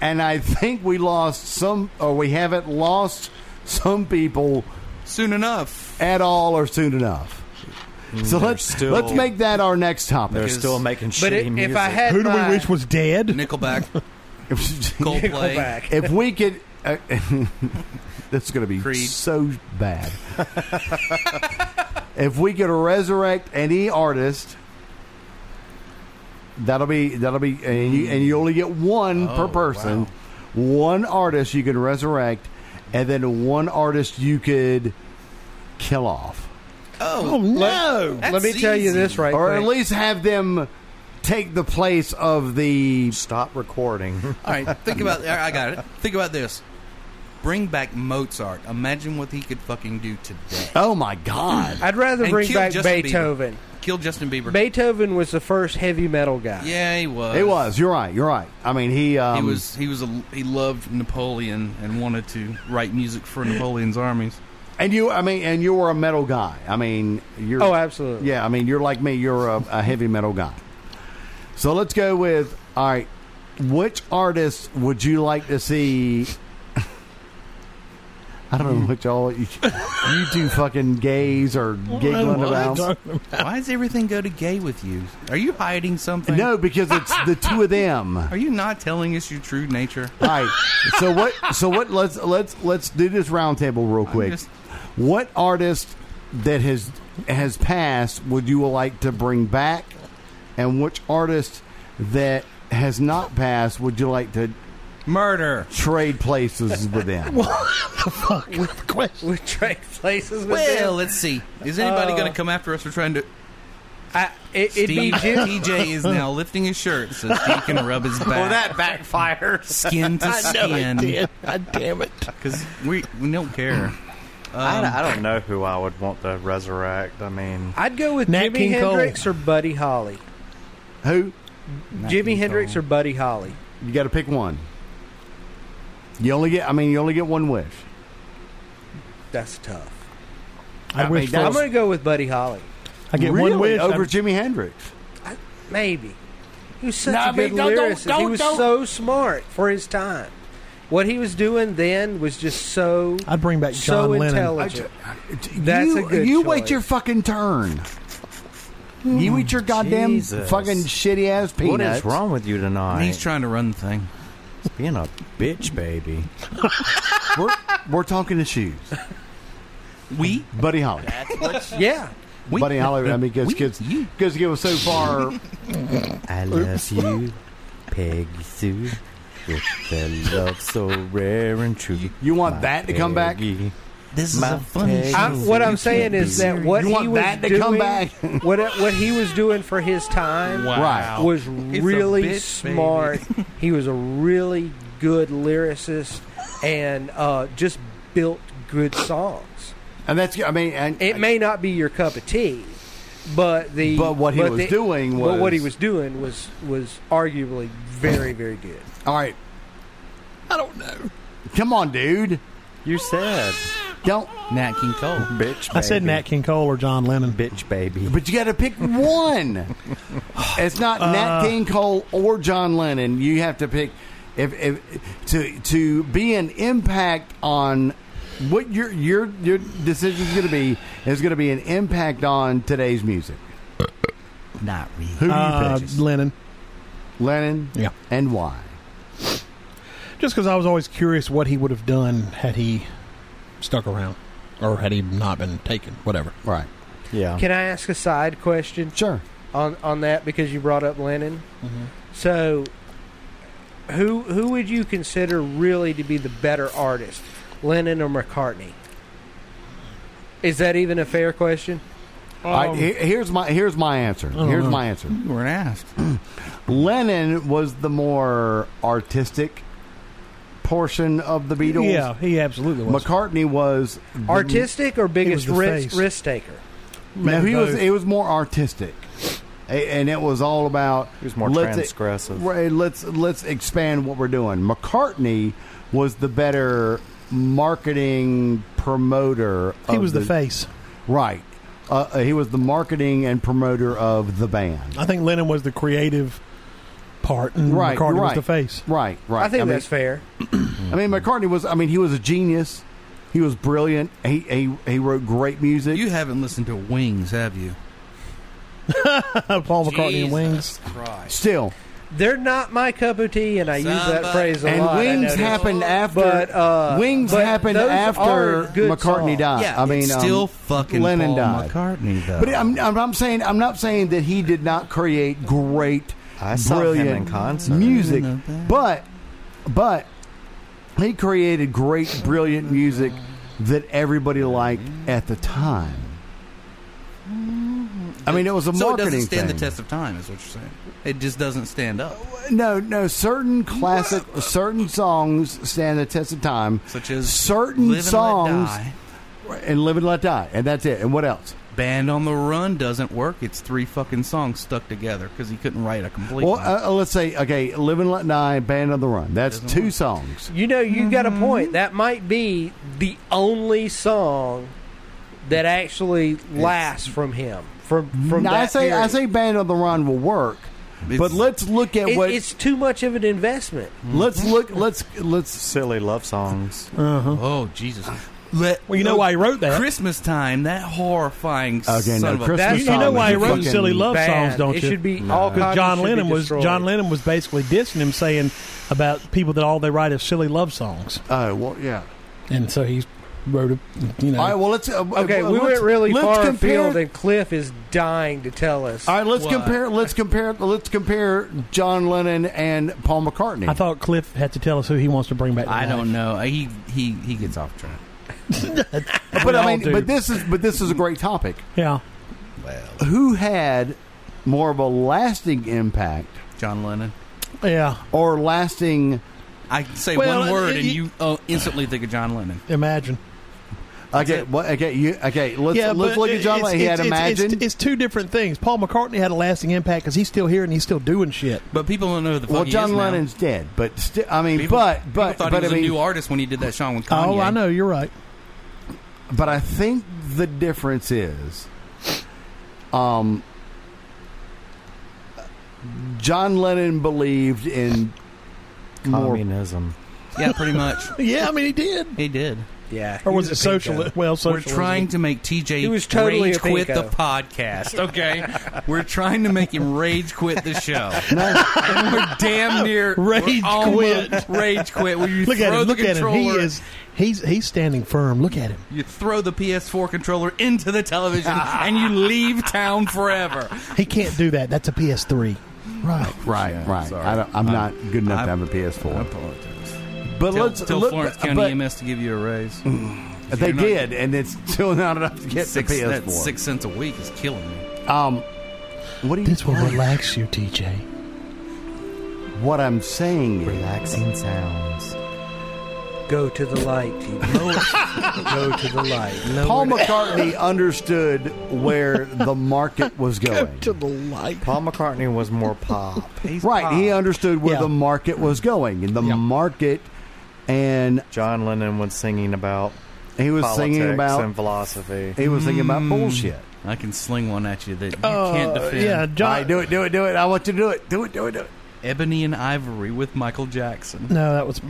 [SPEAKER 1] And I think we lost some, or we haven't lost some people
[SPEAKER 3] Soon enough.
[SPEAKER 1] at all or soon enough. So let's
[SPEAKER 4] still-
[SPEAKER 1] let's make that our next topic.
[SPEAKER 4] They're still making shitty
[SPEAKER 5] But i-
[SPEAKER 4] music.
[SPEAKER 5] if I had
[SPEAKER 2] Who do we
[SPEAKER 5] my
[SPEAKER 2] wish was dead?
[SPEAKER 3] Nickelback, Coldplay.
[SPEAKER 5] Nickelback,
[SPEAKER 1] if we could, uh, this is going to be
[SPEAKER 3] Creed.
[SPEAKER 1] so bad. if we could resurrect any artist, that'll be that'll be, and you, and you only get one
[SPEAKER 3] Oh,
[SPEAKER 1] per person.
[SPEAKER 3] wow.
[SPEAKER 1] One artist you could resurrect, and then one artist you could kill off,
[SPEAKER 2] Oh no!
[SPEAKER 3] That's
[SPEAKER 5] let me tell you
[SPEAKER 3] easy.
[SPEAKER 5] this right
[SPEAKER 1] or
[SPEAKER 5] quick.
[SPEAKER 1] at least have them take the place of the.
[SPEAKER 4] Stop recording.
[SPEAKER 3] All right, think about. I got it. Think about this. Bring back Mozart. Imagine what he could fucking do today.
[SPEAKER 1] Oh my God!
[SPEAKER 5] I'd rather
[SPEAKER 3] And
[SPEAKER 5] bring
[SPEAKER 3] kill
[SPEAKER 5] back
[SPEAKER 3] Justin Bieber.
[SPEAKER 5] Beethoven.
[SPEAKER 3] Kill Justin Bieber.
[SPEAKER 5] Beethoven was the first heavy metal guy.
[SPEAKER 3] yeah, he was.
[SPEAKER 1] It was. You're right. You're right. I mean, he um,
[SPEAKER 3] he was. He was. A, he loved Napoleon and wanted to write music for Napoleon's armies.
[SPEAKER 1] And you, I mean, and you were a metal guy. I mean, you're.
[SPEAKER 5] Oh, absolutely.
[SPEAKER 1] Yeah, I mean, you're like me. You're a, a heavy metal guy. So let's go with all right. Which artist would you like to see? I don't know what y'all you, you two fucking gays are giggling
[SPEAKER 2] What?
[SPEAKER 1] about.
[SPEAKER 3] Why does everything go to gay with you? Are you hiding something?
[SPEAKER 1] No, because it's the two of them. All
[SPEAKER 3] Are you not telling us your true nature?
[SPEAKER 1] right. So what? So what? Let's let's let's do this roundtable real quick.
[SPEAKER 3] just-
[SPEAKER 1] What artist that has has passed would you like to bring back, and which artist that has not passed would you like to
[SPEAKER 3] Murder.
[SPEAKER 1] trade places with them?
[SPEAKER 2] Fuck. Question.
[SPEAKER 5] We trade places with
[SPEAKER 3] Well,
[SPEAKER 5] them.
[SPEAKER 3] let's see. Is anybody
[SPEAKER 5] Uh,
[SPEAKER 3] going to come after us for trying to?
[SPEAKER 5] I, it, it'd be
[SPEAKER 3] Steve,
[SPEAKER 5] Jim.
[SPEAKER 3] TJ is now lifting his shirt so Steve can rub his back. Well, that backfired. Skin to
[SPEAKER 2] I know I
[SPEAKER 3] skin,
[SPEAKER 2] did. God damn it!
[SPEAKER 3] because we we don't care.
[SPEAKER 4] I, I don't know who I would want to resurrect. I mean,
[SPEAKER 5] I'd go with
[SPEAKER 2] Nat
[SPEAKER 5] Jimi
[SPEAKER 2] King Cole.
[SPEAKER 5] Hendrix or Buddy Holly.
[SPEAKER 1] Who
[SPEAKER 5] Jimi Hendrix or Buddy Holly.
[SPEAKER 1] you got to pick one. You only get. I mean, you only get one wish.
[SPEAKER 5] That's tough.
[SPEAKER 2] I,
[SPEAKER 1] I
[SPEAKER 2] wish
[SPEAKER 1] mean,
[SPEAKER 5] I'm
[SPEAKER 2] for,
[SPEAKER 5] going to go with Buddy Holly.
[SPEAKER 2] I get
[SPEAKER 1] really
[SPEAKER 2] one wish.
[SPEAKER 1] over
[SPEAKER 2] I,
[SPEAKER 1] Jimi Hendrix.
[SPEAKER 5] Maybe. He was such
[SPEAKER 1] No,
[SPEAKER 5] a
[SPEAKER 1] I
[SPEAKER 5] good
[SPEAKER 1] mean, don't- don't-
[SPEAKER 5] lyricist. he
[SPEAKER 1] don't-
[SPEAKER 5] was
[SPEAKER 1] don't-
[SPEAKER 5] so smart for his time. What he was doing then was just so
[SPEAKER 2] I'd bring back John
[SPEAKER 5] so
[SPEAKER 2] Lennon.
[SPEAKER 5] intelligent. That's
[SPEAKER 1] you,
[SPEAKER 5] a good
[SPEAKER 1] You
[SPEAKER 5] choice.
[SPEAKER 1] wait your fucking turn. You eat your goddamn
[SPEAKER 4] Jesus.
[SPEAKER 1] fucking shitty ass peanuts.
[SPEAKER 4] what is wrong with you tonight?
[SPEAKER 3] Um, He's trying to run the thing.
[SPEAKER 4] being a bitch, baby.
[SPEAKER 1] We're, we're talking to shoes.
[SPEAKER 3] We
[SPEAKER 1] Buddy Holly.
[SPEAKER 5] yeah.
[SPEAKER 3] We-
[SPEAKER 1] Buddy Holly, I mean, because
[SPEAKER 3] We-
[SPEAKER 1] kids,
[SPEAKER 3] you.
[SPEAKER 1] because it was so far.
[SPEAKER 4] I love you, Peggy Sue, with the love so rare and true.
[SPEAKER 1] You want that to come back? You
[SPEAKER 4] Peggy.
[SPEAKER 3] This is
[SPEAKER 4] My
[SPEAKER 3] a funny
[SPEAKER 4] peg.
[SPEAKER 3] show.
[SPEAKER 5] I, what I'm saying is that what he
[SPEAKER 1] want
[SPEAKER 5] was
[SPEAKER 1] that to
[SPEAKER 5] doing,
[SPEAKER 1] come back?
[SPEAKER 5] what what he was doing for his time
[SPEAKER 1] Right.
[SPEAKER 5] was
[SPEAKER 3] a
[SPEAKER 5] really
[SPEAKER 3] bitch, baby.
[SPEAKER 5] smart. he was a really good lyricist and uh, just built good songs.
[SPEAKER 1] and that's, I mean, and
[SPEAKER 5] It may not be your cup of tea, but the
[SPEAKER 1] But what he was
[SPEAKER 5] the-
[SPEAKER 1] doing
[SPEAKER 5] but what he
[SPEAKER 1] was-
[SPEAKER 5] was doing was was arguably very very good.
[SPEAKER 1] all right,
[SPEAKER 2] I don't know.
[SPEAKER 1] come on, dude,
[SPEAKER 4] You said
[SPEAKER 1] don't.
[SPEAKER 3] Nat King Cole.
[SPEAKER 4] bitch. Baby.
[SPEAKER 2] I said Nat King Cole or John Lennon.
[SPEAKER 4] Bitch, baby.
[SPEAKER 1] But you got to pick one. It's not
[SPEAKER 2] Uh,
[SPEAKER 1] Nat King Cole or John Lennon. You have to pick if, if to to be an impact on what your your your decision is going to be is going to be an impact on today's music.
[SPEAKER 3] Not really.
[SPEAKER 1] Who do you
[SPEAKER 2] Uh,
[SPEAKER 1] pick?
[SPEAKER 2] Lennon.
[SPEAKER 1] Lennon.
[SPEAKER 2] Yeah.
[SPEAKER 1] And why?
[SPEAKER 2] Just because I was always curious what he would have done had he stuck around or had he not been taken, whatever.
[SPEAKER 1] Right.
[SPEAKER 4] Yeah.
[SPEAKER 5] Can I ask a side question
[SPEAKER 1] Sure.
[SPEAKER 5] on on that because you brought up Lennon? So, who who would you consider really to be the better artist, Lennon or McCartney? Is that even a fair question?
[SPEAKER 1] All right, he- here's my here's my answer.
[SPEAKER 2] Um, don't
[SPEAKER 1] Here's
[SPEAKER 2] know.
[SPEAKER 1] my answer.
[SPEAKER 3] You weren't asked.
[SPEAKER 1] Lennon was the more artistic portion of the Beatles.
[SPEAKER 2] Yeah, he absolutely was.
[SPEAKER 1] McCartney was the-
[SPEAKER 5] Artistic or biggest
[SPEAKER 2] the
[SPEAKER 5] risk,
[SPEAKER 2] face.
[SPEAKER 5] risk taker?
[SPEAKER 1] No,
[SPEAKER 2] Maybe
[SPEAKER 1] he was.
[SPEAKER 2] both.
[SPEAKER 1] It was more artistic, A- and it was all about.
[SPEAKER 4] He was more
[SPEAKER 1] let's- e-
[SPEAKER 4] transgressive.
[SPEAKER 1] right, let's let's expand what we're doing. McCartney was the better marketing promoter.
[SPEAKER 2] he
[SPEAKER 1] of
[SPEAKER 2] was the, face.
[SPEAKER 1] right. Uh, uh, he was the marketing and promoter of the band.
[SPEAKER 2] I think Lennon was the creative part and
[SPEAKER 1] Right,
[SPEAKER 2] McCartney
[SPEAKER 1] you're
[SPEAKER 2] was the
[SPEAKER 1] right.
[SPEAKER 2] face.
[SPEAKER 1] Right, right.
[SPEAKER 5] I think
[SPEAKER 1] mean,
[SPEAKER 5] that's fair.
[SPEAKER 1] I mean, McCartney was. I mean, he was a genius. He was brilliant. He he, he wrote great music.
[SPEAKER 3] You haven't listened to Wings, have you?
[SPEAKER 2] Paul McCartney and Wings.
[SPEAKER 3] Christ.
[SPEAKER 1] Still,
[SPEAKER 5] They're not my cup of tea, and I use that
[SPEAKER 3] Somebody-
[SPEAKER 5] phrase a
[SPEAKER 1] and
[SPEAKER 5] lot. I
[SPEAKER 1] wings
[SPEAKER 5] notice.
[SPEAKER 1] happened after.
[SPEAKER 5] But, uh,
[SPEAKER 1] wings
[SPEAKER 5] but
[SPEAKER 1] happened
[SPEAKER 5] those
[SPEAKER 1] after
[SPEAKER 5] are good
[SPEAKER 1] McCartney
[SPEAKER 5] songs.
[SPEAKER 1] died.
[SPEAKER 3] Yeah,
[SPEAKER 1] I mean,
[SPEAKER 3] it's
[SPEAKER 1] um,
[SPEAKER 3] still fucking
[SPEAKER 1] Lennon
[SPEAKER 3] Paul
[SPEAKER 1] died.
[SPEAKER 3] McCartney though.
[SPEAKER 1] But I'm, I'm, I'm saying I'm not saying that he did not create great,
[SPEAKER 4] I saw him
[SPEAKER 1] brilliant
[SPEAKER 4] in concert.
[SPEAKER 1] music,
[SPEAKER 3] You know that.
[SPEAKER 1] but but he created great, brilliant music that everybody liked at the time. I mean, it was a
[SPEAKER 3] so it
[SPEAKER 1] marketing
[SPEAKER 3] doesn't stand
[SPEAKER 1] thing.
[SPEAKER 3] the test of time, is what you're saying. It just doesn't stand up,
[SPEAKER 1] No, no, certain classic, certain songs stand the test of time,
[SPEAKER 3] such as
[SPEAKER 1] Certain
[SPEAKER 3] Live and Let
[SPEAKER 1] songs-
[SPEAKER 3] Die.
[SPEAKER 1] and "Live and Let Die," and that's it. And what else?
[SPEAKER 3] Band on the Run doesn't work. It's three fucking songs stuck together because he couldn't write a complete.
[SPEAKER 1] Well,
[SPEAKER 3] one.
[SPEAKER 1] uh, let's say okay, "Live and Let Die," "Band on the Run." That's
[SPEAKER 3] Doesn't
[SPEAKER 1] two
[SPEAKER 3] work.
[SPEAKER 1] songs.
[SPEAKER 5] You know, you got a
[SPEAKER 2] Mm-hmm.
[SPEAKER 5] point. That might be the only song that actually lasts from him. From from
[SPEAKER 1] Now,
[SPEAKER 5] that
[SPEAKER 1] I say I
[SPEAKER 5] period.
[SPEAKER 1] say "Band on the Run" will work,
[SPEAKER 3] It's-
[SPEAKER 1] but let's look at
[SPEAKER 5] It-
[SPEAKER 1] what
[SPEAKER 5] it's too much of an investment.
[SPEAKER 1] let's look let's let's
[SPEAKER 4] Silly love songs.
[SPEAKER 2] Uh-huh.
[SPEAKER 3] oh Jesus.
[SPEAKER 1] Uh,
[SPEAKER 3] Let,
[SPEAKER 2] Well, you know why he wrote that.
[SPEAKER 3] Christmas time, that horrifying
[SPEAKER 1] Okay,
[SPEAKER 3] son
[SPEAKER 1] no,
[SPEAKER 3] of a
[SPEAKER 1] Christmas
[SPEAKER 5] That's
[SPEAKER 2] You, you know
[SPEAKER 5] song
[SPEAKER 2] why he
[SPEAKER 5] is
[SPEAKER 2] wrote
[SPEAKER 1] fucking
[SPEAKER 2] silly love
[SPEAKER 5] Bad.
[SPEAKER 2] songs, don't
[SPEAKER 5] it
[SPEAKER 2] you?
[SPEAKER 5] Should be all
[SPEAKER 1] Because
[SPEAKER 5] cotton
[SPEAKER 2] John
[SPEAKER 5] should be
[SPEAKER 2] Lennon was
[SPEAKER 5] destroyed.
[SPEAKER 2] John Lennon was basically dissing him, saying about people that all they write is silly love songs,
[SPEAKER 1] oh well yeah
[SPEAKER 2] and so he wrote a you know.
[SPEAKER 1] all right well let's uh,
[SPEAKER 5] Okay,
[SPEAKER 1] well,
[SPEAKER 5] we
[SPEAKER 1] let's-
[SPEAKER 5] went really
[SPEAKER 1] let's
[SPEAKER 5] far
[SPEAKER 1] compare,
[SPEAKER 5] afield, and Cliff is dying to tell us.
[SPEAKER 1] all right let's
[SPEAKER 3] What?
[SPEAKER 1] compare let's compare let's compare John Lennon and Paul McCartney
[SPEAKER 2] I thought Cliff had to tell us who he wants to bring back. to
[SPEAKER 3] I
[SPEAKER 2] life.
[SPEAKER 3] don't know. Uh, He he he gets off track.
[SPEAKER 1] but I
[SPEAKER 2] all
[SPEAKER 1] mean
[SPEAKER 2] do.
[SPEAKER 1] but this is but this is a great topic
[SPEAKER 2] Yeah,
[SPEAKER 3] Well,
[SPEAKER 1] who had more of a lasting impact
[SPEAKER 3] John Lennon.
[SPEAKER 2] yeah.
[SPEAKER 1] or lasting
[SPEAKER 3] I can say
[SPEAKER 2] Well,
[SPEAKER 3] one word
[SPEAKER 2] it-
[SPEAKER 3] and
[SPEAKER 2] it-
[SPEAKER 3] you uh, instantly think of John Lennon.
[SPEAKER 2] Imagine.
[SPEAKER 1] okay what okay you okay let's let's
[SPEAKER 2] but
[SPEAKER 1] look at John
[SPEAKER 2] it's-
[SPEAKER 1] Lennon he had
[SPEAKER 2] it's- it's-
[SPEAKER 1] imagined
[SPEAKER 2] It's, it's two different things. Paul McCartney had a lasting impact because he's still here and he's still doing shit.
[SPEAKER 3] But people don't know who the fuck
[SPEAKER 1] well
[SPEAKER 3] he
[SPEAKER 1] John
[SPEAKER 3] is now.
[SPEAKER 1] Lennon's dead but still I mean
[SPEAKER 3] People-
[SPEAKER 1] but
[SPEAKER 3] People
[SPEAKER 1] but
[SPEAKER 3] thought
[SPEAKER 1] but
[SPEAKER 3] he was
[SPEAKER 1] I mean
[SPEAKER 3] a new artist when he did that song with Kanye.
[SPEAKER 2] Oh, I know. You're right.
[SPEAKER 1] but I think the difference is, um, John Lennon believed in more.
[SPEAKER 4] Communism.
[SPEAKER 3] Yeah, pretty much.
[SPEAKER 2] Yeah, I mean he did.
[SPEAKER 3] He did.
[SPEAKER 5] yeah,
[SPEAKER 2] Or
[SPEAKER 5] he
[SPEAKER 2] was it
[SPEAKER 5] a pinko.
[SPEAKER 2] social? Well,
[SPEAKER 3] We're
[SPEAKER 2] socialism.
[SPEAKER 3] trying to make TJ
[SPEAKER 5] He was totally
[SPEAKER 3] rage
[SPEAKER 5] a
[SPEAKER 3] quit the
[SPEAKER 5] pinko.
[SPEAKER 3] podcast. Okay, we're trying to make him rage quit the show.
[SPEAKER 1] No,
[SPEAKER 3] And we're damn near we're
[SPEAKER 2] Rage
[SPEAKER 3] almost Rage quit. Where you
[SPEAKER 2] look at
[SPEAKER 3] throw
[SPEAKER 2] him.
[SPEAKER 3] the
[SPEAKER 2] Look at him.
[SPEAKER 3] controller,
[SPEAKER 2] He is. He's he's standing firm. Look at him.
[SPEAKER 3] you throw the PS4 controller into the television, and you leave town forever.
[SPEAKER 2] He can't do that. That's a PS3. Right.
[SPEAKER 1] right,
[SPEAKER 3] Yeah,
[SPEAKER 1] right.
[SPEAKER 3] sorry.
[SPEAKER 1] I don't, I'm,
[SPEAKER 3] I'm-
[SPEAKER 1] not good enough to
[SPEAKER 3] I'm-
[SPEAKER 1] have a PS4.
[SPEAKER 3] apologize.
[SPEAKER 1] but
[SPEAKER 3] Tell,
[SPEAKER 1] let's
[SPEAKER 3] tell
[SPEAKER 1] look-
[SPEAKER 3] Florence County
[SPEAKER 1] but
[SPEAKER 3] EMS to give you a raise.
[SPEAKER 1] They
[SPEAKER 3] You're not-
[SPEAKER 1] did, and it's still not enough to get
[SPEAKER 3] six,
[SPEAKER 1] the PS4.
[SPEAKER 3] That six cents a week is killing me.
[SPEAKER 1] Um, what do you?
[SPEAKER 2] This will relax you, TJ.
[SPEAKER 1] What I'm saying is,
[SPEAKER 4] Relaxing sounds.
[SPEAKER 5] Go to the light. you Go to the light.
[SPEAKER 1] Paul
[SPEAKER 5] Lower-
[SPEAKER 1] McCartney understood where the market was going.
[SPEAKER 2] To the light.
[SPEAKER 4] Paul McCartney was more pop.
[SPEAKER 1] Right, he understood where
[SPEAKER 2] Yeah.
[SPEAKER 1] the market was going, and the
[SPEAKER 2] Yeah.
[SPEAKER 1] market, and
[SPEAKER 4] John Lennon was singing about
[SPEAKER 1] he was
[SPEAKER 4] politics
[SPEAKER 1] singing about
[SPEAKER 4] and philosophy.
[SPEAKER 1] He was thinking about
[SPEAKER 3] Mm.
[SPEAKER 1] bullshit.
[SPEAKER 3] I can sling one at you that you can't defend.
[SPEAKER 2] Oh, Uh, Yeah,
[SPEAKER 1] All
[SPEAKER 2] John.
[SPEAKER 1] right, do it, do it, do it. I want you to do it. Do it, do it, do it.
[SPEAKER 3] Ebony and Ivory with Michael Jackson.
[SPEAKER 2] No, that was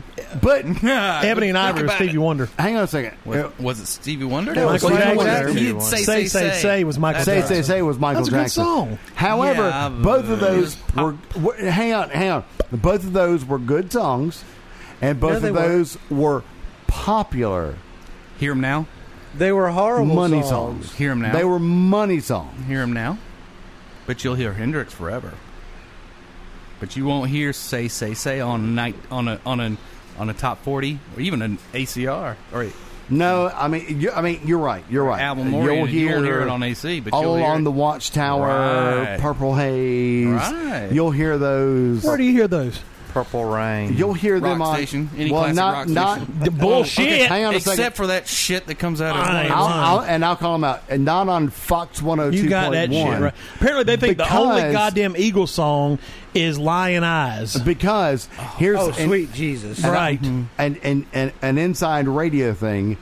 [SPEAKER 1] But
[SPEAKER 2] Ebony and Ivory
[SPEAKER 3] Think
[SPEAKER 2] with
[SPEAKER 3] about
[SPEAKER 2] Stevie
[SPEAKER 3] it.
[SPEAKER 2] Wonder.
[SPEAKER 1] hang on a second. Uh,
[SPEAKER 3] Was, was it Stevie Wonder?
[SPEAKER 1] Yeah, it was Michael Jackson.
[SPEAKER 3] You did say,
[SPEAKER 2] Say, Say, Say was Michael
[SPEAKER 3] That's
[SPEAKER 1] say,
[SPEAKER 2] Jackson.
[SPEAKER 1] say, say was Michael
[SPEAKER 2] That's a good
[SPEAKER 1] Jackson.
[SPEAKER 2] song.
[SPEAKER 1] However,
[SPEAKER 3] Yeah,
[SPEAKER 1] both of
[SPEAKER 3] but-
[SPEAKER 1] those were, were. Hang on, hang on. Both of those were good songs, and both
[SPEAKER 5] they
[SPEAKER 1] of those were popular
[SPEAKER 3] right. Hear him now.
[SPEAKER 5] They were horrible
[SPEAKER 1] money
[SPEAKER 5] songs.
[SPEAKER 1] songs.
[SPEAKER 3] Hear him now.
[SPEAKER 1] They were money songs.
[SPEAKER 3] Hear him now. But you'll hear Hendrix forever. But you won't hear Say, Say, Say on night on a on a on a top forty or even an ACR or a
[SPEAKER 1] No, I mean, you, I mean, you're right. You're right.
[SPEAKER 3] album.
[SPEAKER 1] You'll
[SPEAKER 3] oriented. You won't hear it on AC, but
[SPEAKER 1] all
[SPEAKER 3] you'll hear
[SPEAKER 1] along
[SPEAKER 3] it.
[SPEAKER 1] the Watchtower,
[SPEAKER 3] Right.
[SPEAKER 1] Purple Haze.
[SPEAKER 3] Right.
[SPEAKER 1] You'll hear those.
[SPEAKER 2] Where do you hear those?
[SPEAKER 1] Oh,
[SPEAKER 4] Purple Rain.
[SPEAKER 1] You'll hear them
[SPEAKER 3] Rock
[SPEAKER 1] on
[SPEAKER 3] station, any
[SPEAKER 1] well,
[SPEAKER 3] classic
[SPEAKER 1] not
[SPEAKER 3] rock
[SPEAKER 1] not
[SPEAKER 3] station.
[SPEAKER 2] The bullshit.
[SPEAKER 1] Okay, hang on a
[SPEAKER 3] except
[SPEAKER 1] second.
[SPEAKER 3] for that shit that comes out of
[SPEAKER 2] I ain't
[SPEAKER 1] I'll, I'll, and I'll call them out, and not on Fox one hundred two
[SPEAKER 2] You got that
[SPEAKER 1] point
[SPEAKER 2] shit
[SPEAKER 1] one.
[SPEAKER 2] right. Apparently, they think the
[SPEAKER 1] Because-
[SPEAKER 2] only goddamn Eagle song is "Lion Eyes."
[SPEAKER 1] Because here's
[SPEAKER 5] Oh,
[SPEAKER 1] an-
[SPEAKER 5] sweet Jesus!
[SPEAKER 2] Right.
[SPEAKER 1] and and, and an inside radio thing.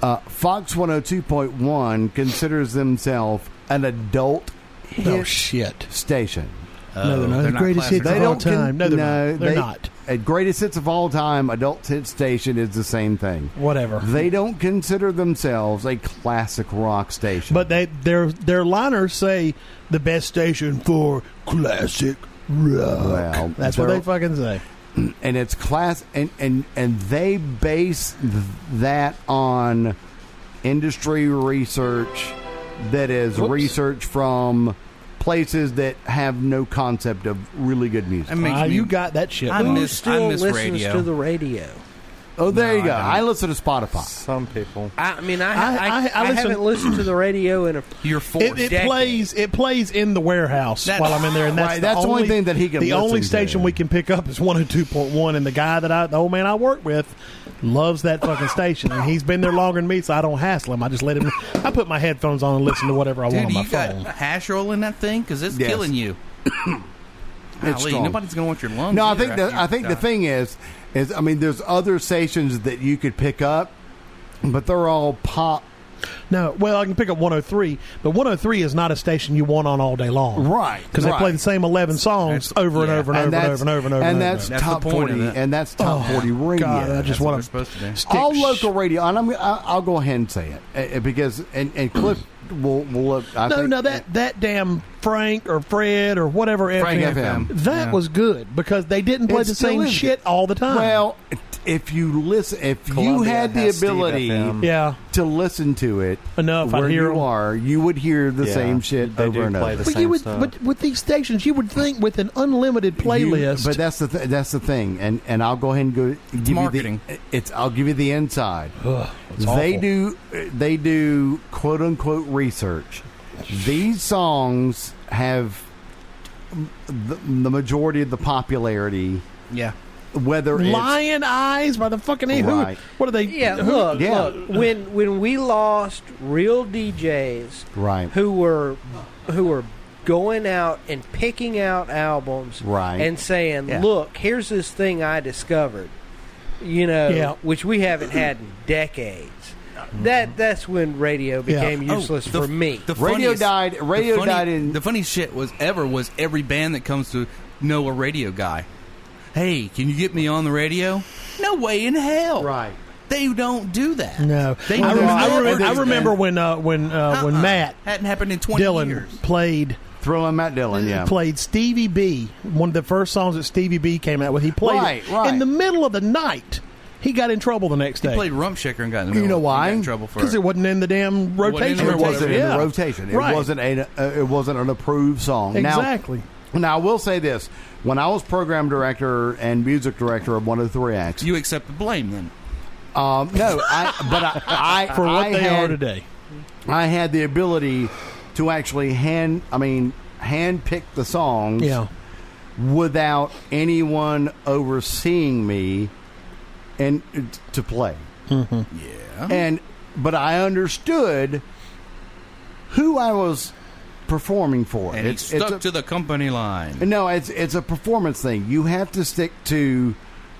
[SPEAKER 1] Uh, Fox one hundred two point one considers themselves an adult
[SPEAKER 2] Oh
[SPEAKER 1] hit
[SPEAKER 2] shit.
[SPEAKER 1] station.
[SPEAKER 3] Oh,
[SPEAKER 2] no, they're not. the greatest hits
[SPEAKER 1] They
[SPEAKER 2] of all
[SPEAKER 1] don't con-
[SPEAKER 2] time. no, they're
[SPEAKER 1] no,
[SPEAKER 2] not. They're
[SPEAKER 1] they-
[SPEAKER 2] not.
[SPEAKER 1] At greatest hits of all time, Adult Hit Station is the same thing.
[SPEAKER 2] Whatever.
[SPEAKER 1] They don't consider themselves a classic rock station.
[SPEAKER 2] But they their their liners say the best station for classic rock.
[SPEAKER 1] Well,
[SPEAKER 2] That's what they
[SPEAKER 1] they're-
[SPEAKER 2] fucking say.
[SPEAKER 1] and it's class and and and they base th- that on industry research that is
[SPEAKER 2] Whoops.
[SPEAKER 1] research from places that have no concept of really good music.
[SPEAKER 3] It makes
[SPEAKER 2] Ah,
[SPEAKER 3] me-
[SPEAKER 2] you got that shit.
[SPEAKER 3] I
[SPEAKER 5] Who
[SPEAKER 3] miss-
[SPEAKER 5] still
[SPEAKER 3] I miss
[SPEAKER 5] listens
[SPEAKER 3] radio.
[SPEAKER 5] to the radio?
[SPEAKER 1] oh, there
[SPEAKER 3] No,
[SPEAKER 1] you go.
[SPEAKER 3] I don't.
[SPEAKER 1] I, listen to Spotify.
[SPEAKER 4] Some people.
[SPEAKER 5] I mean,
[SPEAKER 2] I-
[SPEAKER 5] I I,
[SPEAKER 2] I- I
[SPEAKER 5] I
[SPEAKER 2] listen-
[SPEAKER 5] haven't listened to the radio in a
[SPEAKER 3] You're forced.
[SPEAKER 2] It, it
[SPEAKER 5] decade.
[SPEAKER 2] plays. It plays in the warehouse
[SPEAKER 3] That's-
[SPEAKER 2] while I'm in there, and that's,
[SPEAKER 1] Right,
[SPEAKER 2] the,
[SPEAKER 1] that's the
[SPEAKER 2] only,
[SPEAKER 1] only thing that he can
[SPEAKER 2] The only
[SPEAKER 1] listen
[SPEAKER 2] station
[SPEAKER 1] to.
[SPEAKER 2] we can pick up is 102.1, and the guy that I, the old man I work with, loves that fucking station, and he's been there longer than me, so I don't hassle him. I just let him. I put my headphones on and listen to whatever I
[SPEAKER 3] Dude,
[SPEAKER 2] want on my
[SPEAKER 3] you got
[SPEAKER 2] phone.
[SPEAKER 3] hash roll in that thing because it's
[SPEAKER 1] Yes.
[SPEAKER 3] killing you.
[SPEAKER 1] It's
[SPEAKER 3] Golly,
[SPEAKER 1] strong.
[SPEAKER 3] nobody's gonna want your lungs.
[SPEAKER 1] No, I
[SPEAKER 3] either
[SPEAKER 1] think the,
[SPEAKER 3] after
[SPEAKER 1] I
[SPEAKER 3] you've
[SPEAKER 1] think the
[SPEAKER 3] done.
[SPEAKER 1] thing is is I mean there's other stations that you could pick up, but they're all pop.
[SPEAKER 2] No, well, I can pick up 103, but 103 is not a station you want on all day long,
[SPEAKER 1] Right,
[SPEAKER 2] Because they
[SPEAKER 1] right.
[SPEAKER 2] play the same 11 songs
[SPEAKER 3] That's-
[SPEAKER 2] over and
[SPEAKER 3] yeah.
[SPEAKER 2] over and, over and over and over and over.
[SPEAKER 1] and
[SPEAKER 2] and
[SPEAKER 1] that's
[SPEAKER 2] over.
[SPEAKER 3] That's the
[SPEAKER 1] top
[SPEAKER 3] point of
[SPEAKER 1] forty,
[SPEAKER 3] that.
[SPEAKER 1] and that's top
[SPEAKER 2] Oh,
[SPEAKER 1] forty radio.
[SPEAKER 2] God, I just
[SPEAKER 3] That's what
[SPEAKER 2] want
[SPEAKER 3] we're supposed to do.
[SPEAKER 2] stick
[SPEAKER 1] all
[SPEAKER 2] sh-
[SPEAKER 1] local radio, and I'm I- I'll go ahead and say it eh, eh, because and and Cliff will will look. I
[SPEAKER 2] No,
[SPEAKER 1] think,
[SPEAKER 2] no, that that damn Frank or Fred or whatever
[SPEAKER 1] Frank
[SPEAKER 2] FM,
[SPEAKER 1] FM.
[SPEAKER 2] that was good because they didn't play
[SPEAKER 1] It
[SPEAKER 2] the
[SPEAKER 1] still
[SPEAKER 2] same
[SPEAKER 1] is.
[SPEAKER 2] shit all the time.
[SPEAKER 1] eh, Well, if you listen, if you
[SPEAKER 4] Columbia
[SPEAKER 1] had the
[SPEAKER 4] has Steve
[SPEAKER 1] ability
[SPEAKER 4] FM.
[SPEAKER 2] yeah,
[SPEAKER 1] to listen to it
[SPEAKER 2] enough.
[SPEAKER 1] where
[SPEAKER 2] I hear
[SPEAKER 1] you
[SPEAKER 2] 'em.
[SPEAKER 1] are, you would hear the
[SPEAKER 4] Yeah,
[SPEAKER 1] same shit
[SPEAKER 4] they
[SPEAKER 1] over
[SPEAKER 4] do
[SPEAKER 1] and
[SPEAKER 4] play
[SPEAKER 1] over.
[SPEAKER 4] the
[SPEAKER 2] But you
[SPEAKER 4] same
[SPEAKER 2] would,
[SPEAKER 4] stuff.
[SPEAKER 2] but with these stations, you would think with an unlimited
[SPEAKER 1] You-
[SPEAKER 2] playlist.
[SPEAKER 1] but that's the th- that's the thing, and and I'll go ahead and go give
[SPEAKER 3] marketing.
[SPEAKER 1] you the it's I'll give you the inside.
[SPEAKER 2] it's
[SPEAKER 1] they
[SPEAKER 2] awful.
[SPEAKER 1] do they do quote unquote research. These songs have the, the majority of the popularity,
[SPEAKER 3] Yeah,
[SPEAKER 1] whether it's
[SPEAKER 2] Lion Eyes by the fucking E. Who-
[SPEAKER 1] Right.
[SPEAKER 2] What are they?
[SPEAKER 5] Yeah,
[SPEAKER 2] who-
[SPEAKER 5] look,
[SPEAKER 1] Yeah.
[SPEAKER 5] look. When when we lost real DJs
[SPEAKER 1] right,
[SPEAKER 5] who were who were going out and picking out albums
[SPEAKER 1] Right.
[SPEAKER 5] and saying,
[SPEAKER 1] Yeah.
[SPEAKER 5] "Look, here's this thing I discovered," you know,
[SPEAKER 2] Yeah.
[SPEAKER 5] which we haven't had in decades. That that's when radio
[SPEAKER 2] Yeah.
[SPEAKER 5] became
[SPEAKER 3] Oh,
[SPEAKER 5] useless
[SPEAKER 3] the-
[SPEAKER 5] for me.
[SPEAKER 3] the
[SPEAKER 1] Radio
[SPEAKER 3] funniest-
[SPEAKER 1] died-
[SPEAKER 3] the
[SPEAKER 1] radio
[SPEAKER 3] funny-
[SPEAKER 1] died in-
[SPEAKER 3] the funniest shit was ever was every band that comes to know a radio guy. Hey, can you get me on the radio? No way in hell.
[SPEAKER 1] right.
[SPEAKER 3] They don't do that.
[SPEAKER 2] No,
[SPEAKER 3] They
[SPEAKER 2] I,
[SPEAKER 3] do
[SPEAKER 2] rem-
[SPEAKER 3] not
[SPEAKER 2] I,
[SPEAKER 3] do
[SPEAKER 2] rem- I
[SPEAKER 3] that.
[SPEAKER 2] remember when uh, when uh,
[SPEAKER 3] Uh-uh.
[SPEAKER 2] when Matt
[SPEAKER 3] hadn't happened in twenty
[SPEAKER 2] Dylan
[SPEAKER 3] years.
[SPEAKER 2] played
[SPEAKER 1] Thriller Matt Dillon, yeah.
[SPEAKER 2] played Stevie B. One of the first songs that Stevie B came out with, he played
[SPEAKER 1] Right,
[SPEAKER 2] it
[SPEAKER 1] right.
[SPEAKER 2] in the middle of the night. He got in trouble the next
[SPEAKER 3] He
[SPEAKER 2] day
[SPEAKER 3] played Rump Shaker and got in the
[SPEAKER 1] You
[SPEAKER 3] middle.
[SPEAKER 1] know why?
[SPEAKER 3] He got in trouble for
[SPEAKER 2] because it wasn't in the damn rotation.
[SPEAKER 3] in
[SPEAKER 1] it
[SPEAKER 2] or
[SPEAKER 3] the rotation.
[SPEAKER 1] wasn't
[SPEAKER 2] whatever.
[SPEAKER 1] in
[SPEAKER 2] Yeah.
[SPEAKER 1] the rotation. It
[SPEAKER 2] Right.
[SPEAKER 1] wasn't a, uh, it wasn't an approved song.
[SPEAKER 2] exactly.
[SPEAKER 1] Now, now I will say this: when I was program director and music director of one of the three acts,
[SPEAKER 3] You accept the blame then.
[SPEAKER 1] um, no, I, but I, I
[SPEAKER 2] for what
[SPEAKER 1] I
[SPEAKER 2] they
[SPEAKER 1] had,
[SPEAKER 2] are today.
[SPEAKER 1] I had the ability to actually hand, I mean, hand pick the songs
[SPEAKER 2] Yeah,
[SPEAKER 1] without anyone overseeing me and to play.
[SPEAKER 2] Mm-hmm.
[SPEAKER 3] Yeah.
[SPEAKER 1] And but I understood who I was performing for.
[SPEAKER 3] and he
[SPEAKER 1] It's- it's
[SPEAKER 3] stuck
[SPEAKER 1] a-
[SPEAKER 3] to the company line.
[SPEAKER 1] no, it's it's a performance thing. You have to stick to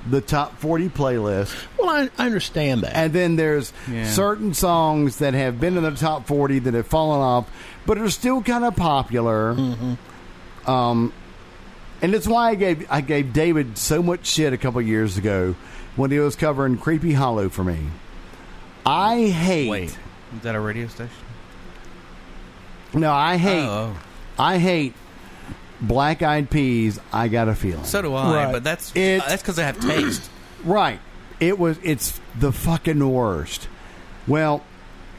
[SPEAKER 1] the top 40 playlist
[SPEAKER 2] well, I, I understand that.
[SPEAKER 1] and then there's
[SPEAKER 3] Yeah.
[SPEAKER 1] certain songs that have been in the top 40 that have fallen off but are still kind of popular um,
[SPEAKER 3] Mm-hmm.
[SPEAKER 1] and it's why I gave I gave David so much shit a couple years ago when he was covering Creepy Hollow for me I hate
[SPEAKER 3] Wait, is that a radio station?
[SPEAKER 1] no I hate
[SPEAKER 3] Oh,
[SPEAKER 1] I hate Black Eyed Peas I Got a Feeling
[SPEAKER 3] so do I.
[SPEAKER 2] Right.
[SPEAKER 3] But that's uh,
[SPEAKER 1] It-
[SPEAKER 3] that's because I have taste.
[SPEAKER 1] Right. It was. It's the fucking worst. Well,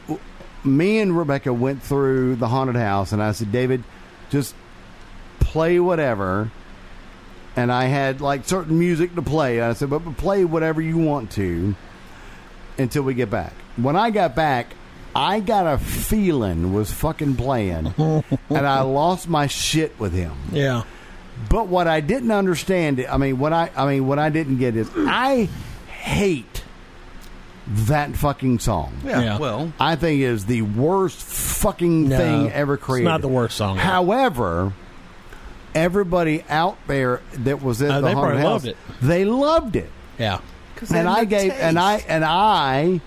[SPEAKER 1] w- me and Rebecca went through the haunted house, and I said, David, just play whatever. And I had like certain music to play. I said, but, but play whatever you want to until we get back. When I got back, I got a feeling was fucking playing, and I lost my shit with him.
[SPEAKER 2] yeah,
[SPEAKER 1] But what I didn't understand, I mean, what I, I mean, what I didn't get is, I hate that fucking song.
[SPEAKER 2] Yeah.
[SPEAKER 3] Well,
[SPEAKER 1] I think it is the worst fucking
[SPEAKER 2] No,
[SPEAKER 1] thing ever
[SPEAKER 2] it's
[SPEAKER 1] created.
[SPEAKER 2] not the worst song ever.
[SPEAKER 1] However, everybody out there that was at
[SPEAKER 2] Uh,
[SPEAKER 1] the
[SPEAKER 2] they
[SPEAKER 1] haunted
[SPEAKER 2] probably
[SPEAKER 1] house,
[SPEAKER 2] loved it.
[SPEAKER 1] they loved it,
[SPEAKER 2] yeah.
[SPEAKER 1] and I gave and I and I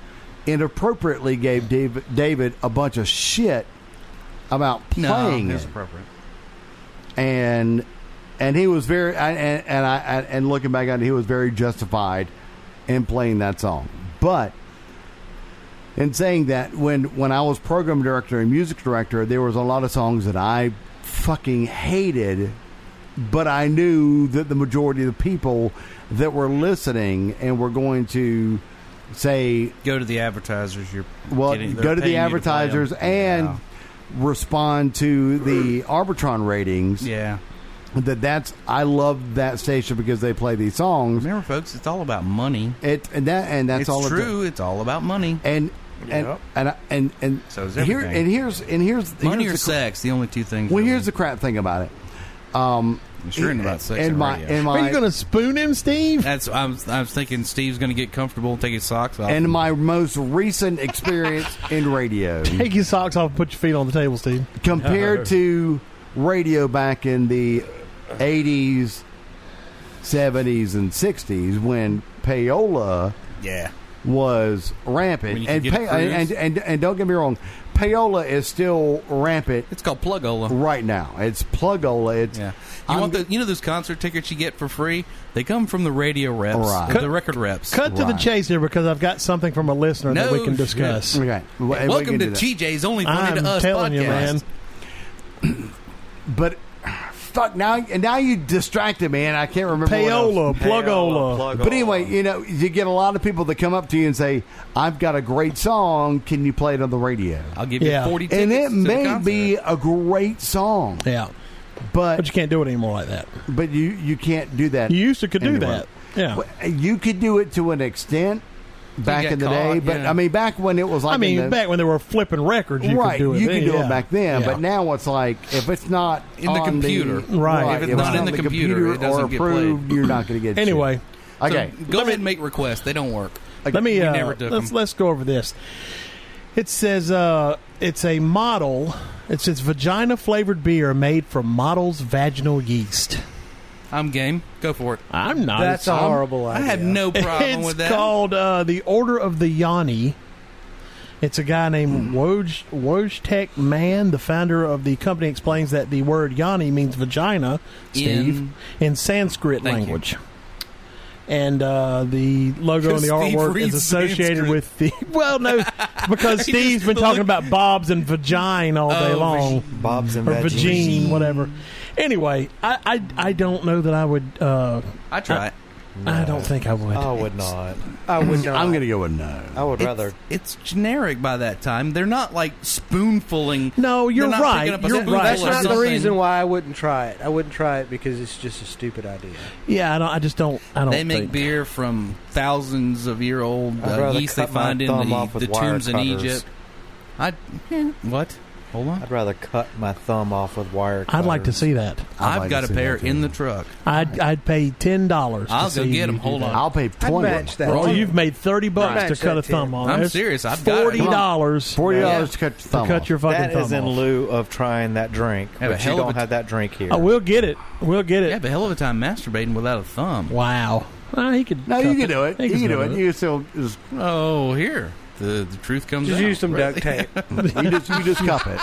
[SPEAKER 1] inappropriately gave David, David a bunch of shit about
[SPEAKER 3] no,
[SPEAKER 1] playing
[SPEAKER 3] it's
[SPEAKER 1] it
[SPEAKER 3] appropriate.
[SPEAKER 1] and and he was very I- and and I and- and looking back on it, he was very justified in playing that song. But in saying that, when when I was program director and music director, there was a lot of songs that I fucking hated, but I knew that the majority of the people that were listening and were going to say
[SPEAKER 3] Go to the advertisers. You're
[SPEAKER 1] well,
[SPEAKER 3] getting- they're
[SPEAKER 1] go to
[SPEAKER 3] paying
[SPEAKER 1] the
[SPEAKER 3] you play 'em.
[SPEAKER 1] advertisers and
[SPEAKER 3] Yeah.
[SPEAKER 1] respond to the Arbitron ratings.
[SPEAKER 3] yeah.
[SPEAKER 1] That that's I love that station because they play these songs.
[SPEAKER 3] Remember, folks, it's all about money.
[SPEAKER 1] It and that and that's
[SPEAKER 3] it's
[SPEAKER 1] all it does.
[SPEAKER 3] true. it's all about money.
[SPEAKER 1] And and
[SPEAKER 5] Yep.
[SPEAKER 1] and I- and and
[SPEAKER 3] So is
[SPEAKER 1] here
[SPEAKER 3] everything.
[SPEAKER 1] and here's and here's
[SPEAKER 3] Money
[SPEAKER 1] here's the,
[SPEAKER 3] or
[SPEAKER 1] cra-
[SPEAKER 3] sex, the only two things.
[SPEAKER 1] Well,
[SPEAKER 3] really.
[SPEAKER 1] here's the crap thing about it. Um,
[SPEAKER 3] I'm sure in about sex
[SPEAKER 1] in
[SPEAKER 3] and
[SPEAKER 1] my
[SPEAKER 3] radio.
[SPEAKER 1] in
[SPEAKER 2] Are you
[SPEAKER 1] my
[SPEAKER 2] going to spoon him, Steve?
[SPEAKER 3] That's I was, I was thinking Steve's going to get comfortable, take his socks off.
[SPEAKER 1] in my most recent experience in radio.
[SPEAKER 2] Take your socks off and put your feet on the table, Steve.
[SPEAKER 1] compared to radio back in the 80s, 70s, and 60s when payola
[SPEAKER 3] yeah,
[SPEAKER 1] was
[SPEAKER 3] When
[SPEAKER 1] rampant.
[SPEAKER 3] you could
[SPEAKER 1] And,
[SPEAKER 3] get
[SPEAKER 1] pay-
[SPEAKER 3] a cruise?
[SPEAKER 1] and, and, and don't get me wrong, payola is still rampant
[SPEAKER 3] it's called plugola.
[SPEAKER 1] right now. It's plugola. It's
[SPEAKER 3] Yeah, you
[SPEAKER 1] I'm-
[SPEAKER 3] want the you know those concert tickets you get for free? They come from the radio reps,
[SPEAKER 1] Right.
[SPEAKER 3] or the record reps.
[SPEAKER 2] Cut to the
[SPEAKER 1] Right.
[SPEAKER 2] chase here because I've got something from a listener that we
[SPEAKER 3] No
[SPEAKER 2] can
[SPEAKER 3] shit.
[SPEAKER 2] discuss.
[SPEAKER 1] Okay. Well, and we
[SPEAKER 3] Welcome
[SPEAKER 1] can
[SPEAKER 3] to
[SPEAKER 1] do that.
[SPEAKER 3] TJ's Only Funny
[SPEAKER 2] I'm
[SPEAKER 3] to Us
[SPEAKER 2] telling
[SPEAKER 3] podcast.
[SPEAKER 2] you, man.
[SPEAKER 1] But fuck, now, now you distracted me, and I can't remember. what I was-
[SPEAKER 2] Payola, plugola.
[SPEAKER 1] But anyway, you know, you get a lot of people that come up to you and say, "I've got a great song. Can you play it on the radio?"
[SPEAKER 3] I'll give you
[SPEAKER 2] Yeah.
[SPEAKER 3] forty tickets
[SPEAKER 1] And it
[SPEAKER 3] to the
[SPEAKER 1] may
[SPEAKER 3] concert.
[SPEAKER 1] be a great song,
[SPEAKER 2] Yeah, but
[SPEAKER 1] but
[SPEAKER 2] you can't do it anymore like that.
[SPEAKER 1] but you you can't do that.
[SPEAKER 2] You used to could do
[SPEAKER 1] anymore.
[SPEAKER 2] that.
[SPEAKER 3] Oh.
[SPEAKER 2] Yeah,
[SPEAKER 1] Well, You could do it to an extent back
[SPEAKER 3] get
[SPEAKER 1] in the
[SPEAKER 3] caught,
[SPEAKER 1] day, but
[SPEAKER 3] yeah.
[SPEAKER 1] I mean, back when it was like
[SPEAKER 2] I
[SPEAKER 1] in
[SPEAKER 2] mean,
[SPEAKER 1] the-
[SPEAKER 2] back when they were flipping records, you
[SPEAKER 1] right,
[SPEAKER 2] could do it.
[SPEAKER 1] you
[SPEAKER 2] then,
[SPEAKER 1] could do
[SPEAKER 2] yeah.
[SPEAKER 1] it back then,
[SPEAKER 2] Yeah.
[SPEAKER 1] but now it's like if it's not
[SPEAKER 3] In the
[SPEAKER 1] on
[SPEAKER 3] computer.
[SPEAKER 2] Right.
[SPEAKER 1] right,
[SPEAKER 2] If
[SPEAKER 3] it's not in the computer, it
[SPEAKER 1] or
[SPEAKER 3] doesn't get played.
[SPEAKER 1] approved, you're not going to get shit.
[SPEAKER 2] anyway,
[SPEAKER 3] So
[SPEAKER 1] Okay,
[SPEAKER 3] go ahead and make requests. They don't work.
[SPEAKER 2] let me.
[SPEAKER 3] We
[SPEAKER 2] Uh,
[SPEAKER 3] never took
[SPEAKER 2] let's
[SPEAKER 3] 'em.
[SPEAKER 2] let's go over this. It says uh, it's a model. It says vagina flavored beer made from model's vaginal yeast.
[SPEAKER 3] I'm game. Go for it.
[SPEAKER 2] I'm not.
[SPEAKER 5] That's a horrible
[SPEAKER 3] I
[SPEAKER 5] idea.
[SPEAKER 3] have no problem
[SPEAKER 2] it's
[SPEAKER 3] with that.
[SPEAKER 2] called uh, the Order of the Yani. It's a guy named
[SPEAKER 3] Hmm.
[SPEAKER 2] Woj Wojtek Mann, the founder of the company, explains that the word Yani means vagina, Steve, in, Sanskrit
[SPEAKER 3] Thank you.
[SPEAKER 2] language. And uh, the logo and the
[SPEAKER 3] Steve
[SPEAKER 2] artwork is
[SPEAKER 3] reads
[SPEAKER 2] associated
[SPEAKER 3] Sanskrit.
[SPEAKER 2] with the well, no, because
[SPEAKER 3] He
[SPEAKER 2] Steve's
[SPEAKER 3] just
[SPEAKER 2] been talking
[SPEAKER 3] looked-
[SPEAKER 2] about bobs and vagina all day
[SPEAKER 3] Oh,
[SPEAKER 2] long
[SPEAKER 4] Bob's and
[SPEAKER 2] or vagine, whatever. Anyway, I, I I don't know that I would. Uh,
[SPEAKER 3] I try it.
[SPEAKER 2] I don't think I would.
[SPEAKER 4] I would not.
[SPEAKER 5] I would not.
[SPEAKER 1] I'm going to go with no.
[SPEAKER 4] I would rather.
[SPEAKER 3] It's generic by that time. They're not like spoonfuling.
[SPEAKER 2] No, you're
[SPEAKER 3] They're not
[SPEAKER 2] right.
[SPEAKER 3] picking up a
[SPEAKER 2] You're
[SPEAKER 3] spoonful
[SPEAKER 2] right.
[SPEAKER 5] That's
[SPEAKER 3] Well,
[SPEAKER 5] not the
[SPEAKER 3] something-
[SPEAKER 5] reason why I wouldn't try it. I wouldn't try it because it's just a stupid idea.
[SPEAKER 2] Yeah, I, don't, I just don't. I don't.
[SPEAKER 3] They make
[SPEAKER 2] think.
[SPEAKER 3] beer from thousands of year old
[SPEAKER 4] I'd
[SPEAKER 3] uh,
[SPEAKER 4] rather
[SPEAKER 3] yeast they
[SPEAKER 4] cut my
[SPEAKER 3] find in
[SPEAKER 4] thumb
[SPEAKER 3] the,
[SPEAKER 4] off with
[SPEAKER 3] the
[SPEAKER 4] wire
[SPEAKER 3] tombs in
[SPEAKER 4] cutters.
[SPEAKER 3] Egypt. I eh, what? Hold on.
[SPEAKER 4] I'd rather cut my thumb off with wire.
[SPEAKER 2] I'd like to
[SPEAKER 4] cutters.
[SPEAKER 2] see that.
[SPEAKER 1] I'd
[SPEAKER 3] I've
[SPEAKER 1] like
[SPEAKER 3] got
[SPEAKER 1] to
[SPEAKER 3] a
[SPEAKER 1] see
[SPEAKER 3] pair
[SPEAKER 1] that, too.
[SPEAKER 3] in the truck.
[SPEAKER 2] I'd I'd pay ten dollars.
[SPEAKER 3] I'll go get 'em. Hold on.
[SPEAKER 1] I'll pay
[SPEAKER 5] I'd
[SPEAKER 1] twenty.
[SPEAKER 5] match that.
[SPEAKER 2] Oh, you've made thirty bucks
[SPEAKER 5] Right.
[SPEAKER 2] to cut a
[SPEAKER 5] Match that
[SPEAKER 2] thumb on.
[SPEAKER 3] I'm
[SPEAKER 2] That's
[SPEAKER 3] serious. I've got it.
[SPEAKER 2] forty dollars
[SPEAKER 1] Forty
[SPEAKER 3] Yeah.
[SPEAKER 1] dollars to cut your
[SPEAKER 2] to
[SPEAKER 1] thumb.
[SPEAKER 2] cut your fucking
[SPEAKER 4] That
[SPEAKER 2] thumb
[SPEAKER 4] is in
[SPEAKER 2] off.
[SPEAKER 4] lieu of trying that drink,
[SPEAKER 3] Have a
[SPEAKER 4] but you
[SPEAKER 3] hell of
[SPEAKER 4] don't
[SPEAKER 3] a-
[SPEAKER 4] have that drink here.
[SPEAKER 2] I will get it. Oh, We'll get
[SPEAKER 3] Yeah,
[SPEAKER 2] it.
[SPEAKER 3] have a hell of a time masturbating without a thumb.
[SPEAKER 2] Wow. Ah, he could.
[SPEAKER 1] No, you
[SPEAKER 2] cuff
[SPEAKER 1] can do it.
[SPEAKER 2] He
[SPEAKER 1] You can do
[SPEAKER 2] still
[SPEAKER 1] it. You can still just
[SPEAKER 3] Oh, here the the truth comes.
[SPEAKER 5] Just
[SPEAKER 3] out.
[SPEAKER 5] use some
[SPEAKER 3] Right.
[SPEAKER 5] duct tape.
[SPEAKER 1] you just you just cup it.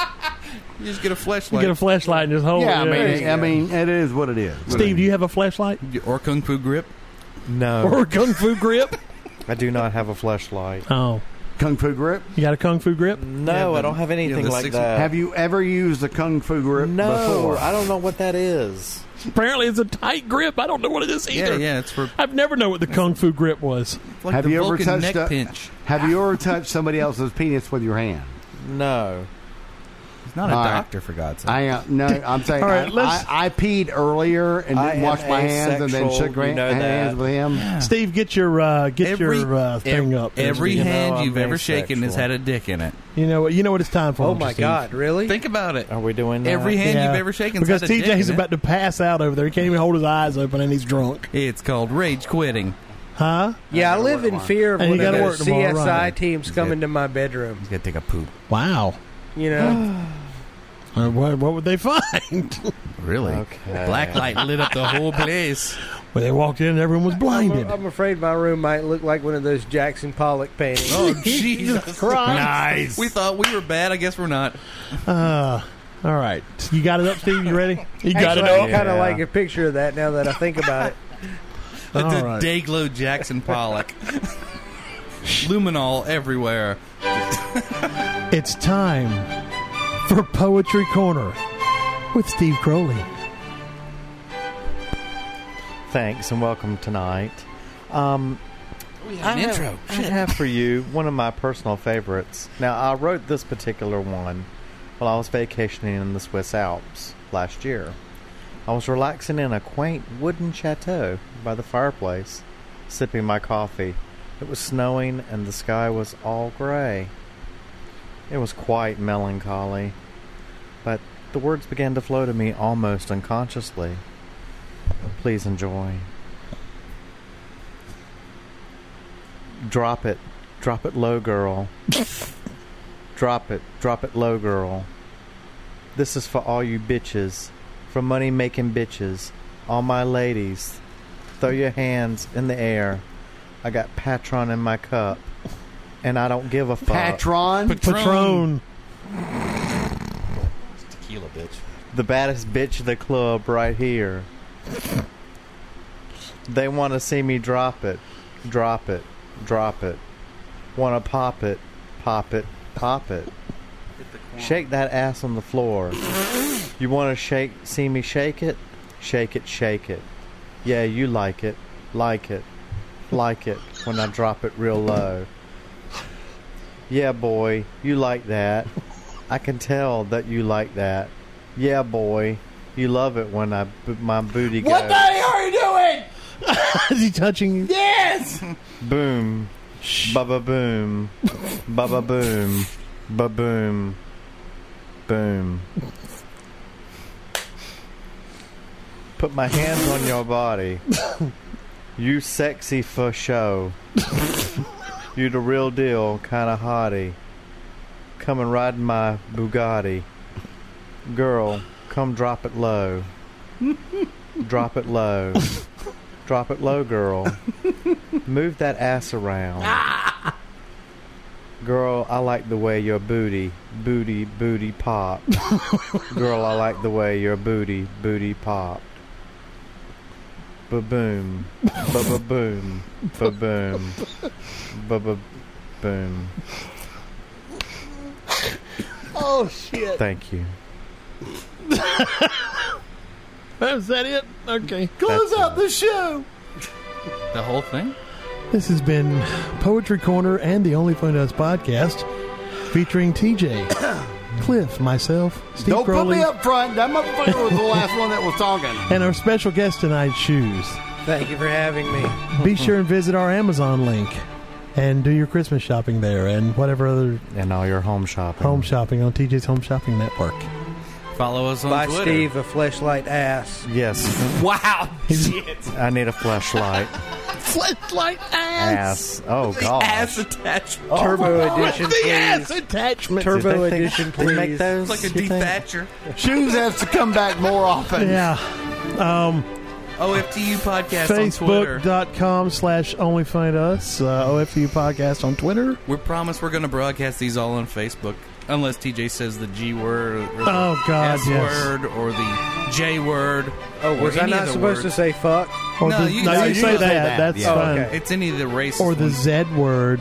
[SPEAKER 3] You just get
[SPEAKER 2] You
[SPEAKER 3] a flashlight
[SPEAKER 2] get a flashlight and just hold
[SPEAKER 1] yeah, I
[SPEAKER 2] it.
[SPEAKER 1] mean,
[SPEAKER 5] you
[SPEAKER 1] I
[SPEAKER 5] go.
[SPEAKER 1] mean, it is what it is.
[SPEAKER 2] Oh, Steve, do you have a flashlight
[SPEAKER 3] or kung fu grip.
[SPEAKER 4] No,
[SPEAKER 2] or a kung fu grip?
[SPEAKER 4] I do not have a flashlight.
[SPEAKER 2] Oh,
[SPEAKER 1] kung fu grip.
[SPEAKER 2] you got a kung fu grip?
[SPEAKER 4] No,
[SPEAKER 3] Yeah,
[SPEAKER 4] I
[SPEAKER 3] the-
[SPEAKER 4] don't have anything
[SPEAKER 3] yeah, the
[SPEAKER 4] like
[SPEAKER 3] six-
[SPEAKER 4] that.
[SPEAKER 1] Have you ever used a kung fu grip
[SPEAKER 4] Uh, no,
[SPEAKER 1] before?
[SPEAKER 4] I don't know what that is.
[SPEAKER 2] Apparently, it's a tight grip. I don't know what it is either.
[SPEAKER 3] Yeah, yeah, it's for
[SPEAKER 2] I've never known what the kung fu grip was.
[SPEAKER 3] like
[SPEAKER 1] Have
[SPEAKER 3] the
[SPEAKER 1] you ever
[SPEAKER 3] Vulcan
[SPEAKER 1] touched
[SPEAKER 3] neck
[SPEAKER 1] a-
[SPEAKER 3] pinch.
[SPEAKER 1] Have you ever touched somebody else's penis with your hand?
[SPEAKER 4] No,
[SPEAKER 3] He's not a
[SPEAKER 1] All right.
[SPEAKER 3] doctor for God's sake.
[SPEAKER 1] I uh, no, I'm saying
[SPEAKER 2] All right,
[SPEAKER 1] I,
[SPEAKER 2] let's-
[SPEAKER 1] I, I peed earlier and
[SPEAKER 4] I
[SPEAKER 1] didn't
[SPEAKER 4] am
[SPEAKER 1] wash my hands and then
[SPEAKER 4] asexual,
[SPEAKER 1] shook
[SPEAKER 4] you
[SPEAKER 1] ran-
[SPEAKER 4] know
[SPEAKER 1] hands
[SPEAKER 4] that.
[SPEAKER 1] with him.
[SPEAKER 2] Steve, get your uh, get
[SPEAKER 3] Every-
[SPEAKER 2] your uh, thing
[SPEAKER 3] Ev-
[SPEAKER 2] up. there,
[SPEAKER 3] Every
[SPEAKER 2] Steve.
[SPEAKER 3] hand
[SPEAKER 4] know I'm
[SPEAKER 3] you've ever shaken has
[SPEAKER 4] asexual.
[SPEAKER 3] had a dick in it.
[SPEAKER 2] you know what you know what it's time for.
[SPEAKER 5] Oh
[SPEAKER 2] don't you,
[SPEAKER 5] my
[SPEAKER 2] Steve?
[SPEAKER 5] God! Really?
[SPEAKER 3] Think about it.
[SPEAKER 4] are we doing that?
[SPEAKER 3] Every hand
[SPEAKER 2] Yeah.
[SPEAKER 3] you've ever shaken
[SPEAKER 2] Because
[SPEAKER 3] had a dick
[SPEAKER 2] TJ's
[SPEAKER 3] in it.
[SPEAKER 2] about to pass out over there. He can't even hold his eyes open and he's drunk.
[SPEAKER 3] It's called rage quitting.
[SPEAKER 2] Huh?
[SPEAKER 5] yeah, I live in fear of
[SPEAKER 2] And you
[SPEAKER 5] one of
[SPEAKER 2] gotta
[SPEAKER 5] those
[SPEAKER 2] work tomorrow,
[SPEAKER 5] CSI
[SPEAKER 2] right.
[SPEAKER 5] teams coming to my bedroom.
[SPEAKER 3] He's got to take a poop.
[SPEAKER 2] Wow.
[SPEAKER 5] You know,
[SPEAKER 2] Uh, what, what would they find?
[SPEAKER 3] Really?
[SPEAKER 4] Okay.
[SPEAKER 3] Black light lit up the whole place.
[SPEAKER 2] well, they walked in and everyone was
[SPEAKER 5] I'm,
[SPEAKER 2] blinded.
[SPEAKER 5] I'm afraid my room might look like one of those Jackson Pollock paintings.
[SPEAKER 3] Oh Jesus Christ!
[SPEAKER 2] Nice.
[SPEAKER 3] We thought we were bad. I guess we're not.
[SPEAKER 2] Uh, All right. You got it up, Steve? You ready? You got
[SPEAKER 5] Actually,
[SPEAKER 2] it up?
[SPEAKER 5] I kind of
[SPEAKER 4] Yeah.
[SPEAKER 5] like a picture of that now that I think about it.
[SPEAKER 3] The,
[SPEAKER 2] All
[SPEAKER 3] the
[SPEAKER 2] right.
[SPEAKER 3] Dayglow Jackson Pollock. Luminol everywhere.
[SPEAKER 2] It's time for Poetry Corner with Steve Crowley.
[SPEAKER 4] Thanks and welcome tonight. Um, I have- I have for you one of my personal favorites. Now, I wrote this particular one while I was vacationing in the Swiss Alps last year. I was relaxing in a quaint wooden chateau by the fireplace, sipping my coffee. It was snowing and the sky was all gray. It was quite melancholy, but the words began to flow to me almost unconsciously. Please enjoy. Drop it. Drop it low, girl. drop it. Drop it low, girl. This is for all you bitches. For money making bitches. All my ladies. Throw your hands in the air. I got Patron in my cup. And I don't give a fuck.
[SPEAKER 1] Patron.
[SPEAKER 2] Patron.
[SPEAKER 3] Tequila, bitch.
[SPEAKER 4] the baddest bitch of the club right here. They want to see me drop it, drop it, drop it. Want to pop it, pop it, pop it. Shake that ass on the floor. You want to shake, see me shake it, shake it, shake it. Yeah, you like it, like it, like it when I drop it real low. Yeah, boy, you like that. I can tell that you like that. Yeah, boy, you love it when I b- my booty goes.
[SPEAKER 2] Is he touching you? Yeah.
[SPEAKER 4] Boom, baba boom, baba boom, ba boom, boom. Put my hands on your body. You sexy for show. You the real deal, kinda hottie. Come and ride my Bugatti. Girl, come drop it low. Drop it low. Drop it low, girl. Move that ass around. Girl, I like the way your booty, booty, booty pop. Girl, I like the way your booty, booty pop. Ba boom, ba ba boom, ba boom, ba ba boom.
[SPEAKER 2] Oh, shit.
[SPEAKER 4] Thank you.
[SPEAKER 2] Oh, Is that it? Okay.
[SPEAKER 4] Close out the
[SPEAKER 2] show.
[SPEAKER 3] The whole thing?
[SPEAKER 2] This has been Poetry Corner and the Only Fun Does podcast featuring TJ, Cliff, myself, Steve
[SPEAKER 1] Don't
[SPEAKER 2] Crowley,
[SPEAKER 1] put me up front. That motherfucker was the last one that was talking.
[SPEAKER 2] and our special guest tonight, Shoes.
[SPEAKER 5] Thank you for having me.
[SPEAKER 2] Be sure and visit our Amazon link and do your Christmas shopping there and whatever other
[SPEAKER 4] And all your home shopping.
[SPEAKER 2] home shopping on TJ's Home Shopping Network.
[SPEAKER 3] Follow us on
[SPEAKER 5] Buy
[SPEAKER 3] Twitter.
[SPEAKER 5] Steve a fleshlight ass.
[SPEAKER 4] Yes,
[SPEAKER 3] Wow.
[SPEAKER 2] He's-
[SPEAKER 4] I need a flashlight.
[SPEAKER 2] Flashlight
[SPEAKER 4] ass. Oh god.
[SPEAKER 3] Ass attached.
[SPEAKER 5] Turbo edition,
[SPEAKER 2] the ass
[SPEAKER 5] please.
[SPEAKER 2] attachment.
[SPEAKER 5] Turbo edition,
[SPEAKER 4] They
[SPEAKER 5] please.
[SPEAKER 4] make those.
[SPEAKER 3] It's like a
[SPEAKER 4] you
[SPEAKER 3] D
[SPEAKER 4] think?
[SPEAKER 3] Thatcher.
[SPEAKER 1] Shoes has to come back more often.
[SPEAKER 2] Yeah. Um,
[SPEAKER 3] OFTU podcast on Twitter.
[SPEAKER 2] Facebook.com slash only find us, uh, OFU podcast on Twitter.
[SPEAKER 3] We promise we're going to broadcast these all on Facebook, unless TJ says the G word, or the
[SPEAKER 2] Oh, God,
[SPEAKER 3] S
[SPEAKER 2] yes.
[SPEAKER 3] word, or the J word.
[SPEAKER 5] Oh, was
[SPEAKER 3] or
[SPEAKER 5] I
[SPEAKER 3] any
[SPEAKER 5] not
[SPEAKER 3] of the
[SPEAKER 5] supposed to
[SPEAKER 3] words.
[SPEAKER 5] say fuck?
[SPEAKER 2] Or
[SPEAKER 3] No,
[SPEAKER 2] the,
[SPEAKER 3] you-
[SPEAKER 2] no,
[SPEAKER 3] no,
[SPEAKER 2] you
[SPEAKER 3] you
[SPEAKER 2] say that.
[SPEAKER 3] can say
[SPEAKER 1] that.
[SPEAKER 2] That's
[SPEAKER 1] Yeah.
[SPEAKER 2] fine.
[SPEAKER 5] Okay.
[SPEAKER 3] It's any of the races.
[SPEAKER 2] Or the Z word.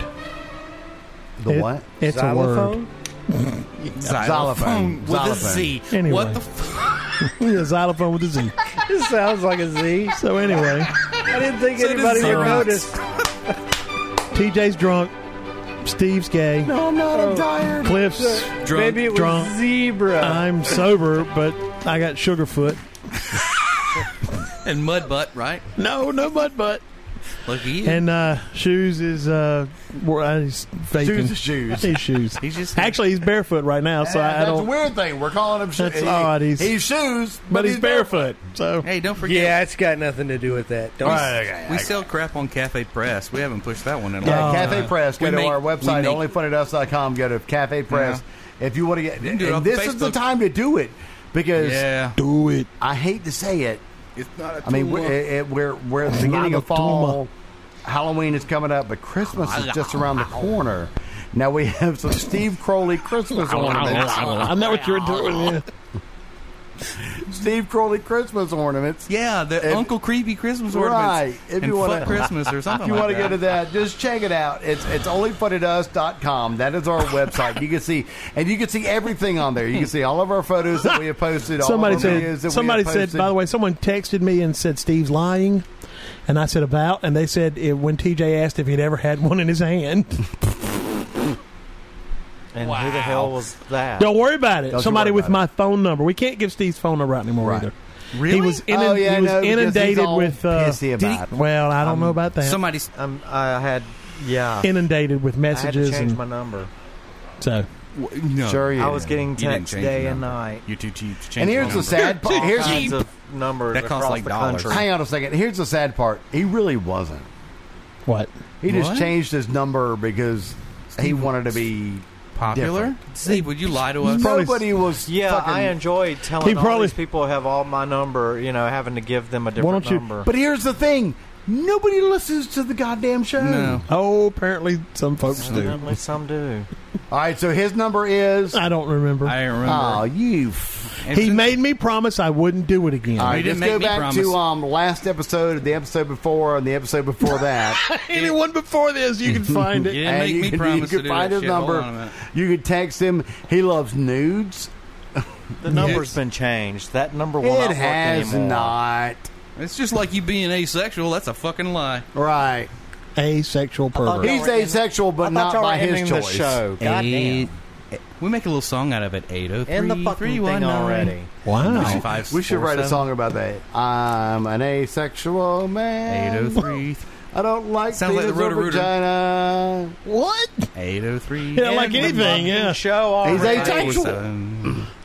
[SPEAKER 1] The
[SPEAKER 2] It-
[SPEAKER 1] what?
[SPEAKER 2] It's
[SPEAKER 5] Xylophone?
[SPEAKER 1] Xylophone.
[SPEAKER 3] xylophone with
[SPEAKER 1] Xylophone.
[SPEAKER 3] a Z.
[SPEAKER 2] Anyway.
[SPEAKER 3] What the f-
[SPEAKER 2] a word. yeah, xylophone with a Z.
[SPEAKER 5] This sounds like a Z.
[SPEAKER 2] So anyway,
[SPEAKER 5] I didn't think
[SPEAKER 3] So does
[SPEAKER 5] anybody would
[SPEAKER 3] Xerox.
[SPEAKER 5] notice.
[SPEAKER 2] TJ's drunk. Steve's gay.
[SPEAKER 1] No, I'm not. I'm tired.
[SPEAKER 2] Cliff's.
[SPEAKER 3] drunk? Uh,
[SPEAKER 5] Maybe it was
[SPEAKER 2] drunk.
[SPEAKER 5] zebra.
[SPEAKER 2] I'm sober, but I got sugar foot.
[SPEAKER 3] and mud butt, right?
[SPEAKER 2] No, no mud butt.
[SPEAKER 3] Look, he
[SPEAKER 2] And uh, shoes is uh, wor- uh, he's vaping.
[SPEAKER 1] Shoes is shoes.
[SPEAKER 2] He's shoes.
[SPEAKER 3] he's just
[SPEAKER 2] Actually, he's barefoot right now, so I, I
[SPEAKER 1] that's a
[SPEAKER 2] don't.
[SPEAKER 1] weird thing. We're calling him shoes.
[SPEAKER 2] That's odd. He's-
[SPEAKER 1] he's shoes, but,
[SPEAKER 2] But he's barefoot. So
[SPEAKER 3] Hey, don't forget.
[SPEAKER 5] yeah, it's got nothing to do with that. Don't
[SPEAKER 3] We sell crap on Cafe Press. We haven't pushed that one in a
[SPEAKER 1] Yeah,
[SPEAKER 3] while.
[SPEAKER 1] Cafe Press. Go
[SPEAKER 3] Oh, we
[SPEAKER 1] to
[SPEAKER 3] make-
[SPEAKER 1] our website,
[SPEAKER 3] we make-
[SPEAKER 1] onlyfunadus.com. Go to Cafe Press. If you want to get,
[SPEAKER 3] can do it
[SPEAKER 1] and
[SPEAKER 3] off
[SPEAKER 1] this
[SPEAKER 3] of
[SPEAKER 1] is the
[SPEAKER 3] Facebook.
[SPEAKER 1] time to do it because
[SPEAKER 3] Yeah.
[SPEAKER 2] do it.
[SPEAKER 1] I hate to say it.
[SPEAKER 3] It's not a
[SPEAKER 1] I mean,
[SPEAKER 3] tool.
[SPEAKER 1] we're, it, it- we're we're at the beginning of
[SPEAKER 2] Lava
[SPEAKER 1] fall. Halloween is coming up, but Christmas is just around the corner. Now we have some Steve Crowley Christmas ornaments.
[SPEAKER 2] I know what you're doing.
[SPEAKER 1] Steve Crowley Christmas ornaments.
[SPEAKER 3] Yeah, the
[SPEAKER 1] If-
[SPEAKER 3] Uncle Creepy Christmas
[SPEAKER 1] Right.
[SPEAKER 3] ornaments.
[SPEAKER 1] If you
[SPEAKER 3] and
[SPEAKER 1] wanna-
[SPEAKER 3] Fuck Christmas or something
[SPEAKER 1] If you
[SPEAKER 3] like
[SPEAKER 1] want to go
[SPEAKER 3] that.
[SPEAKER 1] to that, just check it out. It's it's onlyfunnytus.com. That is our website. You can see and you can see everything on there. You can see all of our photos that we have posted.
[SPEAKER 2] Somebody
[SPEAKER 1] all of our videos that
[SPEAKER 2] said. Somebody
[SPEAKER 1] we have
[SPEAKER 2] said.
[SPEAKER 1] posted.
[SPEAKER 2] By the way, someone texted me and said Steve's lying, and I said about, and they said it, when TJ asked if he'd ever had one in his hand.
[SPEAKER 8] And who the hell was that?
[SPEAKER 2] Don't worry about it.
[SPEAKER 1] Don't you
[SPEAKER 2] Somebody
[SPEAKER 1] worry
[SPEAKER 2] with
[SPEAKER 1] about
[SPEAKER 2] my phone number. We can't give Steve's phone number out anymore
[SPEAKER 1] Right.
[SPEAKER 2] either.
[SPEAKER 3] Really?
[SPEAKER 2] He was, inund-
[SPEAKER 1] Oh, yeah,
[SPEAKER 2] he was
[SPEAKER 1] no, because he's
[SPEAKER 2] inundated
[SPEAKER 1] all
[SPEAKER 2] with. Uh,
[SPEAKER 1] pissy
[SPEAKER 3] did he-
[SPEAKER 1] about it.
[SPEAKER 2] well, I don't know about that.
[SPEAKER 3] Somebody's
[SPEAKER 8] Um, I had, yeah.
[SPEAKER 2] inundated with
[SPEAKER 8] I had to
[SPEAKER 2] messages
[SPEAKER 8] change
[SPEAKER 2] and
[SPEAKER 8] my number.
[SPEAKER 2] so.
[SPEAKER 3] w- no.
[SPEAKER 1] Sure you
[SPEAKER 8] I was
[SPEAKER 1] did.
[SPEAKER 8] getting
[SPEAKER 3] You didn't
[SPEAKER 8] texts
[SPEAKER 3] change your
[SPEAKER 8] day and
[SPEAKER 2] uh,
[SPEAKER 3] number.
[SPEAKER 8] night.
[SPEAKER 3] You're too cheap to change.
[SPEAKER 1] And
[SPEAKER 3] your
[SPEAKER 1] here's the
[SPEAKER 3] number.
[SPEAKER 1] sad part. Here's
[SPEAKER 8] Kinds of numbers
[SPEAKER 3] That costs
[SPEAKER 8] across
[SPEAKER 3] like
[SPEAKER 8] the
[SPEAKER 3] dollars.
[SPEAKER 8] country.
[SPEAKER 1] hang on a second. Here's the sad part. He really wasn't.
[SPEAKER 2] What?
[SPEAKER 1] He just
[SPEAKER 3] What?
[SPEAKER 1] changed his number because he wanted to be
[SPEAKER 3] popular. Steve, would you lie to us?
[SPEAKER 2] Probably-
[SPEAKER 1] Nobody was.
[SPEAKER 8] Yeah,
[SPEAKER 1] fucking,
[SPEAKER 8] I enjoy telling
[SPEAKER 2] He
[SPEAKER 8] all
[SPEAKER 2] probably-
[SPEAKER 8] these people have all my number. You know, having to give them a different
[SPEAKER 2] Why don't you-
[SPEAKER 8] number.
[SPEAKER 1] But here's the thing: nobody listens to the goddamn show.
[SPEAKER 3] No.
[SPEAKER 2] Oh, apparently some folks do.
[SPEAKER 8] Evidently some do.
[SPEAKER 1] All right, so his number is.
[SPEAKER 2] I don't remember.
[SPEAKER 3] I don't remember.
[SPEAKER 1] Oh, you. F-
[SPEAKER 3] And
[SPEAKER 2] he
[SPEAKER 3] since-
[SPEAKER 2] made me promise I wouldn't do it again.
[SPEAKER 1] all right,
[SPEAKER 3] didn't
[SPEAKER 1] let's go
[SPEAKER 3] make me
[SPEAKER 1] back
[SPEAKER 3] promise.
[SPEAKER 1] to um last episode, the episode before, and the episode before that.
[SPEAKER 2] Anyone before this, you can find
[SPEAKER 3] You
[SPEAKER 2] it.
[SPEAKER 3] didn't
[SPEAKER 1] and
[SPEAKER 3] make
[SPEAKER 1] you
[SPEAKER 3] me
[SPEAKER 1] can,
[SPEAKER 3] promise
[SPEAKER 1] you
[SPEAKER 3] to
[SPEAKER 1] can
[SPEAKER 3] do
[SPEAKER 1] find
[SPEAKER 3] that
[SPEAKER 1] his
[SPEAKER 3] shit. Hold on a
[SPEAKER 1] number.
[SPEAKER 3] minute.
[SPEAKER 1] You can text him. He loves nudes.
[SPEAKER 8] The number's been changed. That number will not
[SPEAKER 1] It
[SPEAKER 8] work
[SPEAKER 1] has
[SPEAKER 8] anymore.
[SPEAKER 1] not.
[SPEAKER 3] It's just like you being asexual. That's a fucking lie.
[SPEAKER 1] Right.
[SPEAKER 2] Asexual pervert.
[SPEAKER 8] y'all
[SPEAKER 1] He's
[SPEAKER 8] were ending-
[SPEAKER 1] asexual,
[SPEAKER 8] I
[SPEAKER 1] but
[SPEAKER 8] thought
[SPEAKER 1] not
[SPEAKER 8] y'all were
[SPEAKER 1] by his
[SPEAKER 8] ending the
[SPEAKER 1] choice.
[SPEAKER 8] show. Goddamn.
[SPEAKER 3] We make a little song out of it. Eight oh three
[SPEAKER 8] In the fucking thing already.
[SPEAKER 2] Wow.
[SPEAKER 1] We should write a song about that. I'm an asexual
[SPEAKER 3] Eight
[SPEAKER 1] man.
[SPEAKER 3] oh three.
[SPEAKER 1] I don't like
[SPEAKER 3] Sounds like the
[SPEAKER 1] penis
[SPEAKER 3] Roto
[SPEAKER 1] or
[SPEAKER 3] Rooter.
[SPEAKER 1] vagina.
[SPEAKER 2] What?
[SPEAKER 3] Eight oh three.
[SPEAKER 2] Yeah, like anything. Yeah.
[SPEAKER 8] Show
[SPEAKER 1] He's
[SPEAKER 8] already.
[SPEAKER 1] asexual.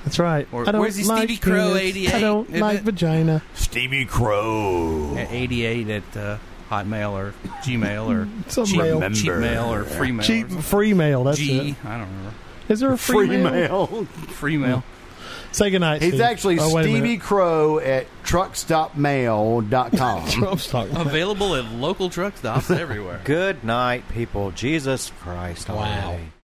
[SPEAKER 2] That's right.
[SPEAKER 3] Or-
[SPEAKER 2] I don't
[SPEAKER 3] where's he,
[SPEAKER 2] like
[SPEAKER 3] Stevie Crow,
[SPEAKER 2] penis.
[SPEAKER 3] 88,
[SPEAKER 2] I don't
[SPEAKER 3] isn't
[SPEAKER 2] like
[SPEAKER 3] it?
[SPEAKER 2] vagina.
[SPEAKER 1] Stevie Crow.
[SPEAKER 3] oh At eighty-eight at uh, Hotmail or Gmail or
[SPEAKER 2] Some
[SPEAKER 3] cheap,
[SPEAKER 2] mail.
[SPEAKER 3] cheap mail or free mail.
[SPEAKER 2] Cheap
[SPEAKER 3] or something.
[SPEAKER 2] free mail. That's
[SPEAKER 3] G.
[SPEAKER 2] it.
[SPEAKER 3] I don't remember.
[SPEAKER 2] Is there a free,
[SPEAKER 1] Free mail.
[SPEAKER 3] Free mail.
[SPEAKER 2] Say goodnight.
[SPEAKER 1] He's
[SPEAKER 2] Steve.
[SPEAKER 1] actually
[SPEAKER 2] oh, wait a
[SPEAKER 1] Stevie
[SPEAKER 2] minute.
[SPEAKER 1] Crow at truckstopmail.com.
[SPEAKER 2] Trump's talking.
[SPEAKER 3] Available at local truck stops everywhere.
[SPEAKER 8] Good night, people. Jesus Christ. Wow.